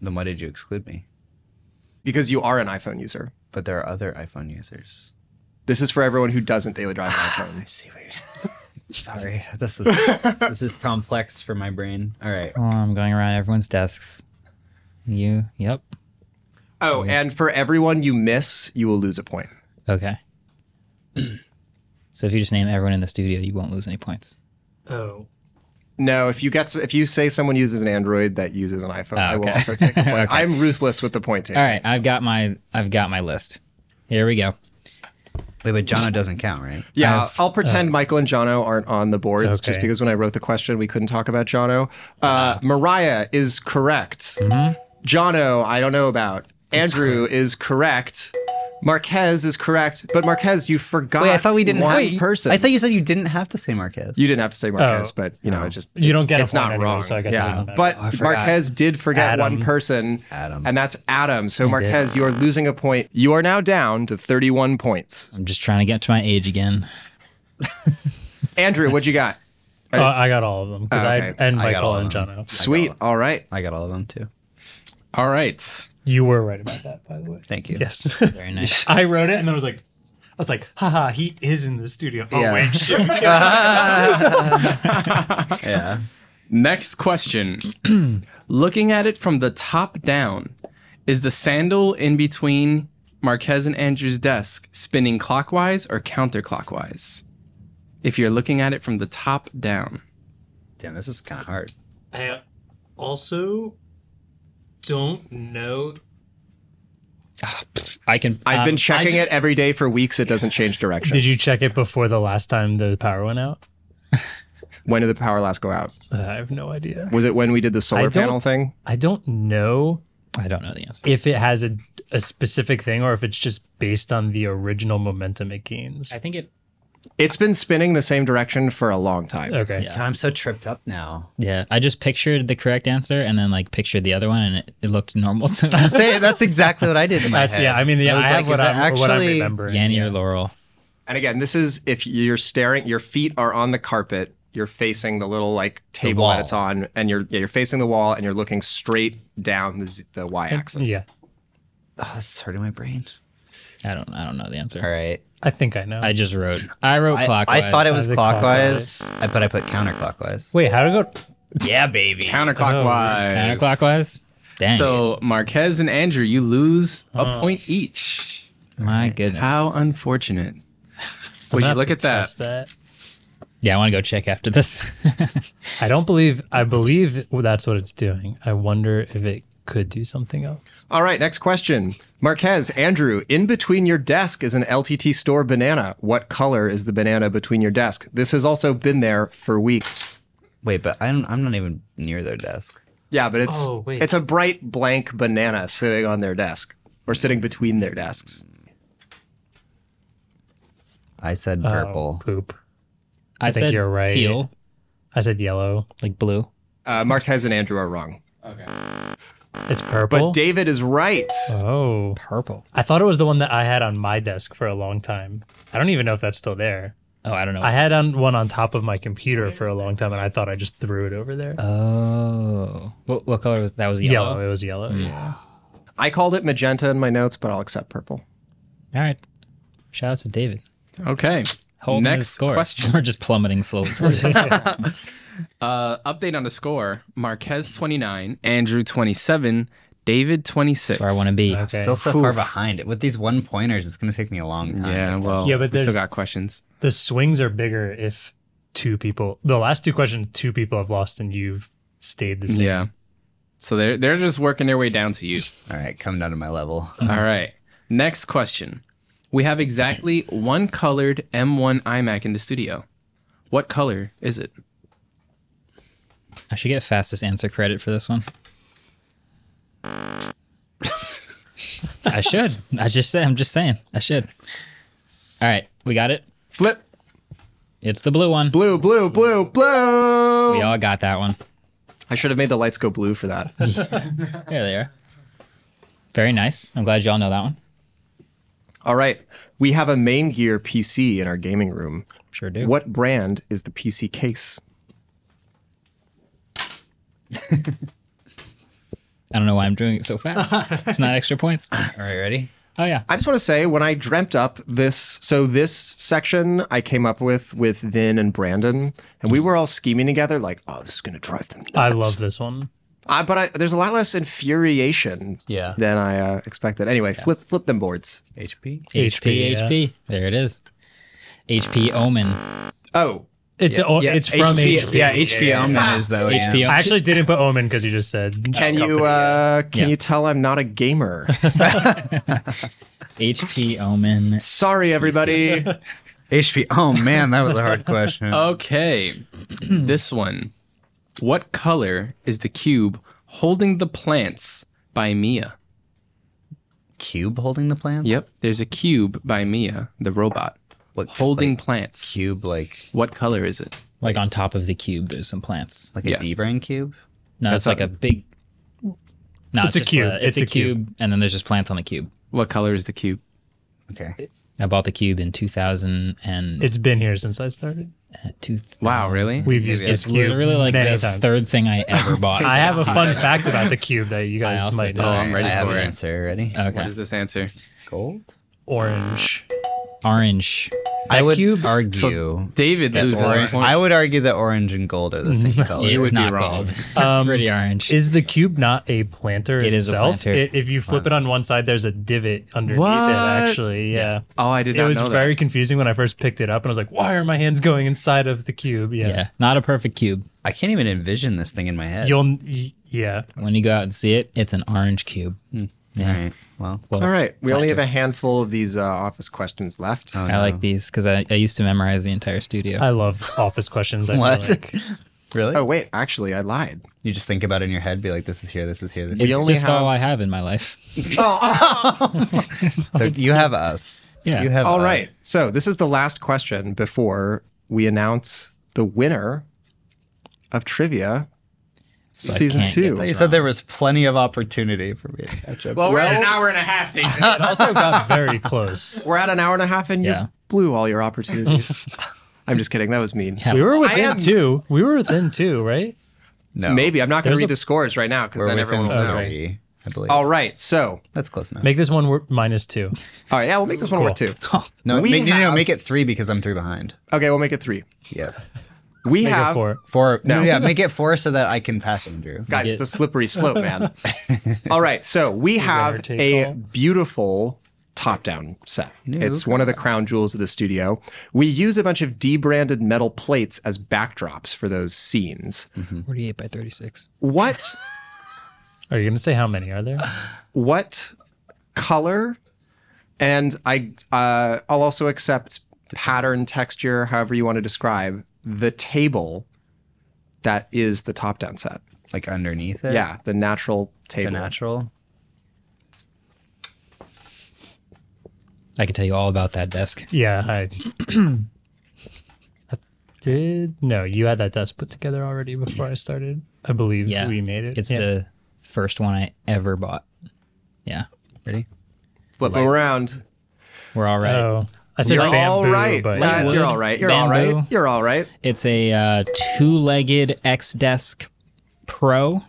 Speaker 4: Then why did you exclude me?
Speaker 5: Because you are an iPhone user.
Speaker 4: But there are other iPhone users.
Speaker 5: This is for everyone who doesn't daily drive an
Speaker 2: Ah,
Speaker 5: iPhone. I
Speaker 4: see what you're Sorry, this is this is complex for my brain. All right.
Speaker 2: Oh, I'm going around everyone's desks. You. Yep.
Speaker 5: Oh, and for everyone you miss, you will lose a point.
Speaker 2: Okay. so if you just name everyone in the studio, you won't lose any points.
Speaker 3: Oh.
Speaker 5: No, if you get if you say someone uses an Android that uses an iPhone,
Speaker 4: Ah,
Speaker 5: I will
Speaker 2: okay.
Speaker 5: also take a point.
Speaker 2: Okay.
Speaker 5: I'm ruthless with the point taking.
Speaker 2: All right, I've got my I've got my list. Here we go.
Speaker 4: Wait, but Jono doesn't count, right?
Speaker 5: Yeah,
Speaker 2: I've-
Speaker 5: I'll
Speaker 4: uh,
Speaker 5: pretend Michael and Jono aren't on the boards
Speaker 2: Okay.
Speaker 5: just because when I wrote the question, we couldn't talk about Jono. Uh,
Speaker 4: Ah.
Speaker 5: Mariah is correct.
Speaker 4: Mm-hmm.
Speaker 5: Jono, I don't know about. Andrew is correct. Marquez is correct, but Marquez, you forgot.
Speaker 4: Wait, I thought we didn't
Speaker 5: one
Speaker 4: have Wait,
Speaker 5: person.
Speaker 4: I thought you said you didn't have to say Marquez.
Speaker 5: You didn't have to say Marquez,
Speaker 4: Oh.
Speaker 5: but you know,
Speaker 4: Oh.
Speaker 5: it just
Speaker 4: You don't get a
Speaker 5: it's
Speaker 4: point
Speaker 5: not
Speaker 4: anyway,
Speaker 5: wrong.
Speaker 4: so I guess it
Speaker 5: yeah,
Speaker 4: doesn't matter.
Speaker 5: but
Speaker 4: Oh, I forgot.
Speaker 5: Marquez did forget
Speaker 4: Adam.
Speaker 5: one person,
Speaker 4: Adam,
Speaker 5: and that's Adam. So
Speaker 2: I did.
Speaker 5: Marquez, you are losing a point. You are now down to thirty-one points.
Speaker 2: I'm just trying to get to my age again.
Speaker 5: Andrew, what you got?
Speaker 3: Uh, I got all of them because I and Michael and Jono.
Speaker 5: Sweet. All right.
Speaker 4: I got all of them too.
Speaker 6: All right.
Speaker 3: You were right about that, by the way.
Speaker 4: Thank you.
Speaker 3: Yes.
Speaker 2: Very nice.
Speaker 3: I wrote it and then I was like, I was like, haha, he is in the studio. Oh
Speaker 6: Yeah.
Speaker 3: wait, shit.
Speaker 4: yeah.
Speaker 6: Next question. Looking at it from the top down, is the sandal in between Marquez and Andrew's desk spinning clockwise or counterclockwise? If you're looking at it from the top down.
Speaker 4: Damn, this is kind of hard.
Speaker 12: I also don't know.
Speaker 2: I can. uh,
Speaker 5: I've
Speaker 3: Um,
Speaker 5: been
Speaker 3: I
Speaker 5: checking
Speaker 3: just-
Speaker 5: it every day for weeks. It doesn't change direction.
Speaker 3: Did you check it before the last time the power went out?
Speaker 5: When did the power last go out?
Speaker 3: Uh, I have no idea.
Speaker 5: Was it when we did the
Speaker 3: I
Speaker 5: solar
Speaker 3: don't-
Speaker 5: panel thing?
Speaker 3: I don't know
Speaker 2: I don't know the answer.
Speaker 3: if it has a, a specific thing or if it's just based on the original momentum it gains.
Speaker 2: I think it.
Speaker 5: It's been spinning the same direction for a long time.
Speaker 3: Okay.
Speaker 4: God, I'm so tripped up now.
Speaker 2: Yeah, I just pictured the correct answer and then like pictured the other one, and it, it looked normal to me.
Speaker 4: Say that's exactly what I did in my
Speaker 3: That's-
Speaker 4: head.
Speaker 3: yeah, I mean, yeah,
Speaker 4: was
Speaker 3: I have
Speaker 4: like,
Speaker 3: what
Speaker 4: is that
Speaker 3: I'm- what I'm
Speaker 4: actually-
Speaker 3: remembering.
Speaker 2: Yanni or Laurel.
Speaker 5: And again, this is if you're staring, your feet are on the carpet, you're facing the little like table that
Speaker 4: wall.
Speaker 5: it's on, and you're yeah, you're facing the wall, and you're looking straight down the, z- the y-axis.
Speaker 3: Yeah.
Speaker 4: Oh, this is hurting my brain.
Speaker 2: I don't. I don't know the answer.
Speaker 4: All right.
Speaker 3: I think I know.
Speaker 2: I just wrote. I wrote
Speaker 4: I,
Speaker 2: clockwise.
Speaker 4: I thought it was
Speaker 3: I did
Speaker 4: clockwise, I- but I put counterclockwise.
Speaker 3: Wait, how did it go?
Speaker 4: Yeah, baby.
Speaker 2: Oh,
Speaker 6: Counterclockwise.
Speaker 2: counterclockwise. Dang.
Speaker 6: So Marquez and Andrew, you lose
Speaker 4: Oh.
Speaker 6: a point each.
Speaker 2: My goodness.
Speaker 6: How unfortunate. Would you look at that?
Speaker 2: Yeah, I want to go check after this.
Speaker 3: I don't believe. I believe that's what it's doing. I wonder if it could do something else.
Speaker 5: All right, next question. Marquez, Andrew, in between your desk is an LTT store banana. What color is the banana between your desk? This has also been there for weeks.
Speaker 4: Wait, but I'm I'm not even near their desk.
Speaker 5: Yeah, but it's
Speaker 4: Oh, wait.
Speaker 5: it's a bright blank banana sitting on their desk or sitting between their desks.
Speaker 4: I said
Speaker 3: Oh,
Speaker 4: purple.
Speaker 3: poop.
Speaker 2: I
Speaker 3: think
Speaker 2: said
Speaker 3: you're right.
Speaker 2: teal.
Speaker 3: I said yellow.
Speaker 2: like blue.
Speaker 5: Uh, Marquez and Andrew are wrong.
Speaker 3: It's purple.
Speaker 5: But David is right.
Speaker 3: oh,
Speaker 2: purple.
Speaker 3: I thought it was the one that I had on my desk for a long time. I don't even know if that's still there.
Speaker 2: Oh, I don't know.
Speaker 3: I had on one on top of my computer for a long time, and I thought I just threw it over there.
Speaker 2: Oh, what, what color was that? Was
Speaker 3: yellow.
Speaker 2: yellow.
Speaker 3: It was yellow. Yeah.
Speaker 5: I called it magenta in my notes, but I'll accept purple.
Speaker 2: All right. Shout out to David.
Speaker 6: Okay.
Speaker 2: Holding his
Speaker 6: Next
Speaker 2: score.
Speaker 6: question.
Speaker 2: We're just plummeting slowly. towards it.
Speaker 6: Uh, update on the score: Marquez twenty nine, Andrew twenty seven, David twenty six.
Speaker 2: Where I want to be.
Speaker 4: Still so
Speaker 6: Oof.
Speaker 4: far behind. With these one pointers, it's gonna take me a long time.
Speaker 6: Yeah, well,
Speaker 3: Yeah, but
Speaker 6: we still
Speaker 3: there's-
Speaker 6: got questions.
Speaker 3: The swings are bigger if two people. The last two questions, two people have lost, and you've stayed the same.
Speaker 6: Yeah, so they're they're just working their way down to you.
Speaker 4: All right, come down to my level.
Speaker 6: All right. Next question: We have exactly one colored M1 iMac in the studio. What color is it?
Speaker 2: I should get fastest answer credit for this one. I should. I just said. I'm just saying. I should. All right, we got it. Flip. It's the blue one.
Speaker 5: Blue, blue, blue, blue.
Speaker 2: We all got that one.
Speaker 5: I should have made the lights go blue for that.
Speaker 2: There they are. Very nice. I'm glad you all know that one.
Speaker 5: All right. We have a main gear PC in our gaming room.
Speaker 2: Sure do.
Speaker 5: What brand is the PC case?
Speaker 2: I don't know why I'm doing it so fast. it's not extra points. All
Speaker 4: right, ready?
Speaker 2: Oh yeah.
Speaker 5: I just want to say when I dreamt up this, so this section I came up with with Vin and Brandon, and we were all scheming together, like, "Oh, this is gonna drive them." Nuts.
Speaker 3: I love this one.
Speaker 5: Uh, but I, there's a lot less infuriation
Speaker 2: Yeah.
Speaker 5: than I uh, expected. Anyway, flip flip them boards.
Speaker 4: HP.
Speaker 2: HP,
Speaker 3: yeah.
Speaker 2: HP. There it is. HP Omen.
Speaker 5: Oh,
Speaker 3: It's
Speaker 2: Yeah,
Speaker 3: o-
Speaker 2: yeah,
Speaker 3: it's from
Speaker 2: HP
Speaker 3: HP.
Speaker 2: yeah, HP Omen is though, yeah. HP
Speaker 3: I actually didn't put Omen because you just said.
Speaker 5: Can
Speaker 2: Oh,
Speaker 5: you uh, can you tell I'm not a gamer?
Speaker 2: HP Omen.
Speaker 5: Sorry, everybody.
Speaker 4: HP. Oh man, that was a hard question.
Speaker 6: Oh. Okay. this one. What color is the cube holding the plants by Mia?
Speaker 4: Cube holding the plants?
Speaker 6: Yep. There's a cube by Mia, the robot. holding plants.
Speaker 4: Cube like
Speaker 6: What color is it?
Speaker 2: Like on top of the cube, there's some plants.
Speaker 4: Like
Speaker 6: Yes.
Speaker 4: a D-brain cube?
Speaker 2: No, it's
Speaker 6: That's
Speaker 2: like
Speaker 6: a-
Speaker 2: a big. No, it's,
Speaker 3: It's a
Speaker 2: just uh,
Speaker 3: cube.
Speaker 2: it's, a, cube, and then there's just plants on the cube.
Speaker 6: What color is the cube?
Speaker 4: Okay.
Speaker 2: I bought the cube in 2000 and
Speaker 3: It's been here since I started.
Speaker 2: two.
Speaker 6: Wow, really?
Speaker 3: We've used
Speaker 2: It's
Speaker 3: this cube
Speaker 2: literally like
Speaker 3: many
Speaker 2: the
Speaker 3: times.
Speaker 2: third thing I ever bought.
Speaker 3: I have a fun fact about the cube that you guys
Speaker 2: also
Speaker 3: might
Speaker 2: do.
Speaker 3: know.
Speaker 6: Oh, I'm ready
Speaker 4: I have
Speaker 6: for
Speaker 4: an
Speaker 6: it.
Speaker 4: answer. Ready?
Speaker 6: What
Speaker 2: Okay,
Speaker 6: is this answer?
Speaker 4: Gold?
Speaker 3: Orange.
Speaker 2: orange.
Speaker 4: I would
Speaker 3: cube-
Speaker 4: argue.
Speaker 6: David
Speaker 4: that
Speaker 6: loses
Speaker 4: orange-
Speaker 6: a point.
Speaker 4: I would argue that orange and gold are the same color.
Speaker 2: it's
Speaker 6: would be
Speaker 2: not
Speaker 6: wrong.
Speaker 2: gold. it's
Speaker 3: Um,
Speaker 2: pretty orange.
Speaker 3: Is the cube not a planter
Speaker 2: It is a
Speaker 3: itself?
Speaker 2: planter.
Speaker 3: It- if you flip it on one side, there's a divot underneath
Speaker 6: What?
Speaker 3: it. Actually, yeah.
Speaker 6: oh, I did
Speaker 3: It
Speaker 6: not
Speaker 3: was
Speaker 6: know that.
Speaker 3: very confusing when I first picked it up, and I was like, "Why are my hands going inside of the cube?" Yeah,
Speaker 2: yeah, not a perfect cube.
Speaker 4: I can't even envision this thing in my head.
Speaker 3: you'll, y- yeah.
Speaker 2: When you go out and see it, it's an orange cube.
Speaker 4: All right. Well,
Speaker 5: All right, we only have a handful of these uh, office questions left.
Speaker 2: I like these because I, I used to memorize the entire studio.
Speaker 3: I love office questions. I feel
Speaker 4: what?
Speaker 3: like.
Speaker 4: really?
Speaker 5: oh wait, actually, I lied.
Speaker 4: You just think about it in your head, be like, this is here, this is here, this
Speaker 2: it's
Speaker 4: is here.
Speaker 5: only
Speaker 2: just
Speaker 5: have-
Speaker 2: all I have in my life.
Speaker 4: So you have us.
Speaker 2: Yeah.
Speaker 4: You have
Speaker 5: All
Speaker 4: us.
Speaker 5: right. So this is the last question before we announce the winner of trivia
Speaker 2: So I
Speaker 5: season
Speaker 2: can't get
Speaker 5: two.
Speaker 4: I thought you said there was plenty of opportunity for me to catch up.
Speaker 6: well, we're at an
Speaker 5: Well-
Speaker 6: hour and a half, David.
Speaker 3: It also got very close.
Speaker 5: We're at an hour and a half, and
Speaker 2: Yeah.
Speaker 5: you blew all your opportunities. I'm just kidding. That was mean.
Speaker 2: Yeah.
Speaker 3: We were
Speaker 5: I
Speaker 3: within
Speaker 5: am-
Speaker 3: two. We were within two, right?
Speaker 4: no.
Speaker 5: Maybe I'm not going
Speaker 3: There's
Speaker 5: to read
Speaker 3: a-
Speaker 5: the scores right now because
Speaker 4: We're
Speaker 5: then
Speaker 4: within
Speaker 5: everyone will know.
Speaker 4: three, I believe.
Speaker 5: All right. So
Speaker 4: That's close enough.
Speaker 3: Make this one wor- minus two.
Speaker 5: all right. Yeah, we'll make this one
Speaker 3: Cool.
Speaker 5: over two.
Speaker 4: no,
Speaker 5: we
Speaker 4: make, no, no, no,
Speaker 5: have-
Speaker 4: make it three because I'm three behind.
Speaker 5: Okay, we'll make it three.
Speaker 4: Yes.
Speaker 5: We
Speaker 3: Make
Speaker 5: have
Speaker 3: it four.
Speaker 4: Four.
Speaker 5: No.
Speaker 4: No. Yeah, make it four so that I can pass Andrew.
Speaker 5: guys. It's a slippery slope, man. all right. So we
Speaker 3: winner
Speaker 5: have
Speaker 3: take
Speaker 5: a
Speaker 3: all.
Speaker 5: beautiful top-down set. it's one of the crown jewels of the studio. We use a bunch of debranded metal plates as backdrops for those scenes.
Speaker 3: Mm-hmm.
Speaker 2: 48 by 36.
Speaker 5: What?
Speaker 3: Are you going to say how many are there?
Speaker 5: what color and i uh, i'll also accept pattern texture however you want to describe the table that is the top down set
Speaker 4: Like underneath it.
Speaker 5: yeah the natural
Speaker 4: The
Speaker 5: table
Speaker 4: natural.
Speaker 2: I could tell you all about that desk.
Speaker 3: Yeah, I, I did. No, you had that desk put together already before I started. I believe
Speaker 2: Yeah.
Speaker 3: we made it.
Speaker 2: It's
Speaker 3: Yeah.
Speaker 2: the first one I ever bought. Yeah. Ready?
Speaker 5: flip them around
Speaker 2: We're all right.
Speaker 3: Oh, I said
Speaker 5: you're
Speaker 3: bamboo,
Speaker 5: all right
Speaker 3: but
Speaker 5: Matt,
Speaker 2: Wood,
Speaker 5: you're all right you're all right
Speaker 2: bamboo.
Speaker 5: you're all right
Speaker 2: It's a uh, two legged X Desk Pro.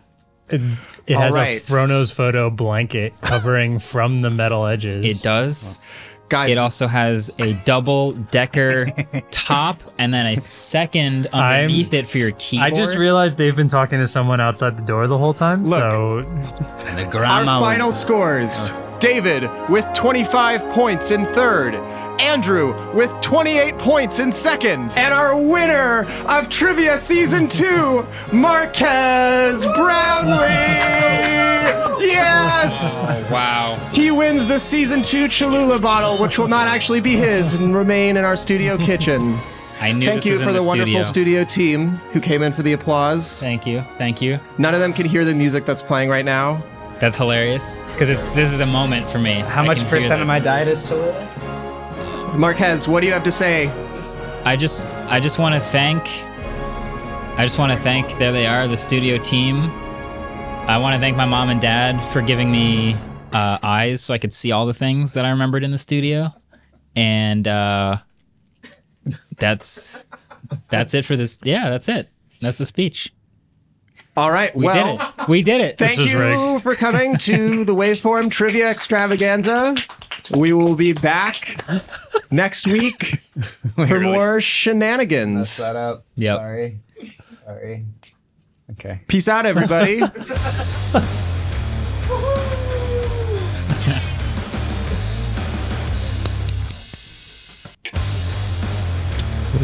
Speaker 3: it
Speaker 5: all
Speaker 3: has
Speaker 5: right.
Speaker 3: a Frono's photo blanket covering from the metal edges.
Speaker 2: It does.
Speaker 5: guys
Speaker 2: It also has a double decker top and then a second
Speaker 3: I'm-
Speaker 2: underneath it for your keyboard.
Speaker 3: I just realized they've been talking to someone outside the door the whole time. so
Speaker 4: And the
Speaker 5: our
Speaker 4: grandma.
Speaker 5: final scores David with 25 points in third, Andrew with 28 points in second, and our winner of Trivia Season 2, Marquez Brownlee! Yes!
Speaker 2: Wow.
Speaker 5: He wins the Season 2 Cholula bottle, which will not actually be his and remain in our studio kitchen.
Speaker 2: I knew
Speaker 5: Thank
Speaker 2: this
Speaker 5: you
Speaker 2: was
Speaker 5: for
Speaker 2: in
Speaker 5: the,
Speaker 2: the
Speaker 5: wonderful
Speaker 2: studio.
Speaker 5: studio team who came in for the applause.
Speaker 2: Thank you. Thank you.
Speaker 5: None of them can hear the music that's playing right now,
Speaker 2: That's hilarious because it's this is a moment for me. How
Speaker 4: much percent of my diet is chili?
Speaker 2: Marquez, what do you have to say? I just I just want to thank I just want to thank there they are the studio team. I want to thank my mom and dad for giving me uh, eyes so I could see all the things that I remembered in the studio, and uh, that's that's it for this. Yeah, that's it. That's the speech.
Speaker 5: All right,
Speaker 2: we
Speaker 5: well,
Speaker 2: did it. We did it.
Speaker 5: Thank you for coming to the Waveform Trivia Extravaganza. We will be back next week for more shenanigans.
Speaker 4: Messed that up.
Speaker 5: Yep.
Speaker 4: Sorry. Sorry. Okay.
Speaker 5: Peace out, everybody.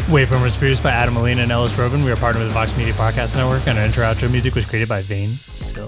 Speaker 3: Waveform was produced by Adam Molina and Ellis Robin. We are partnered with the Vox Media Podcast Network, and our intro outro music was created by Vane Sill.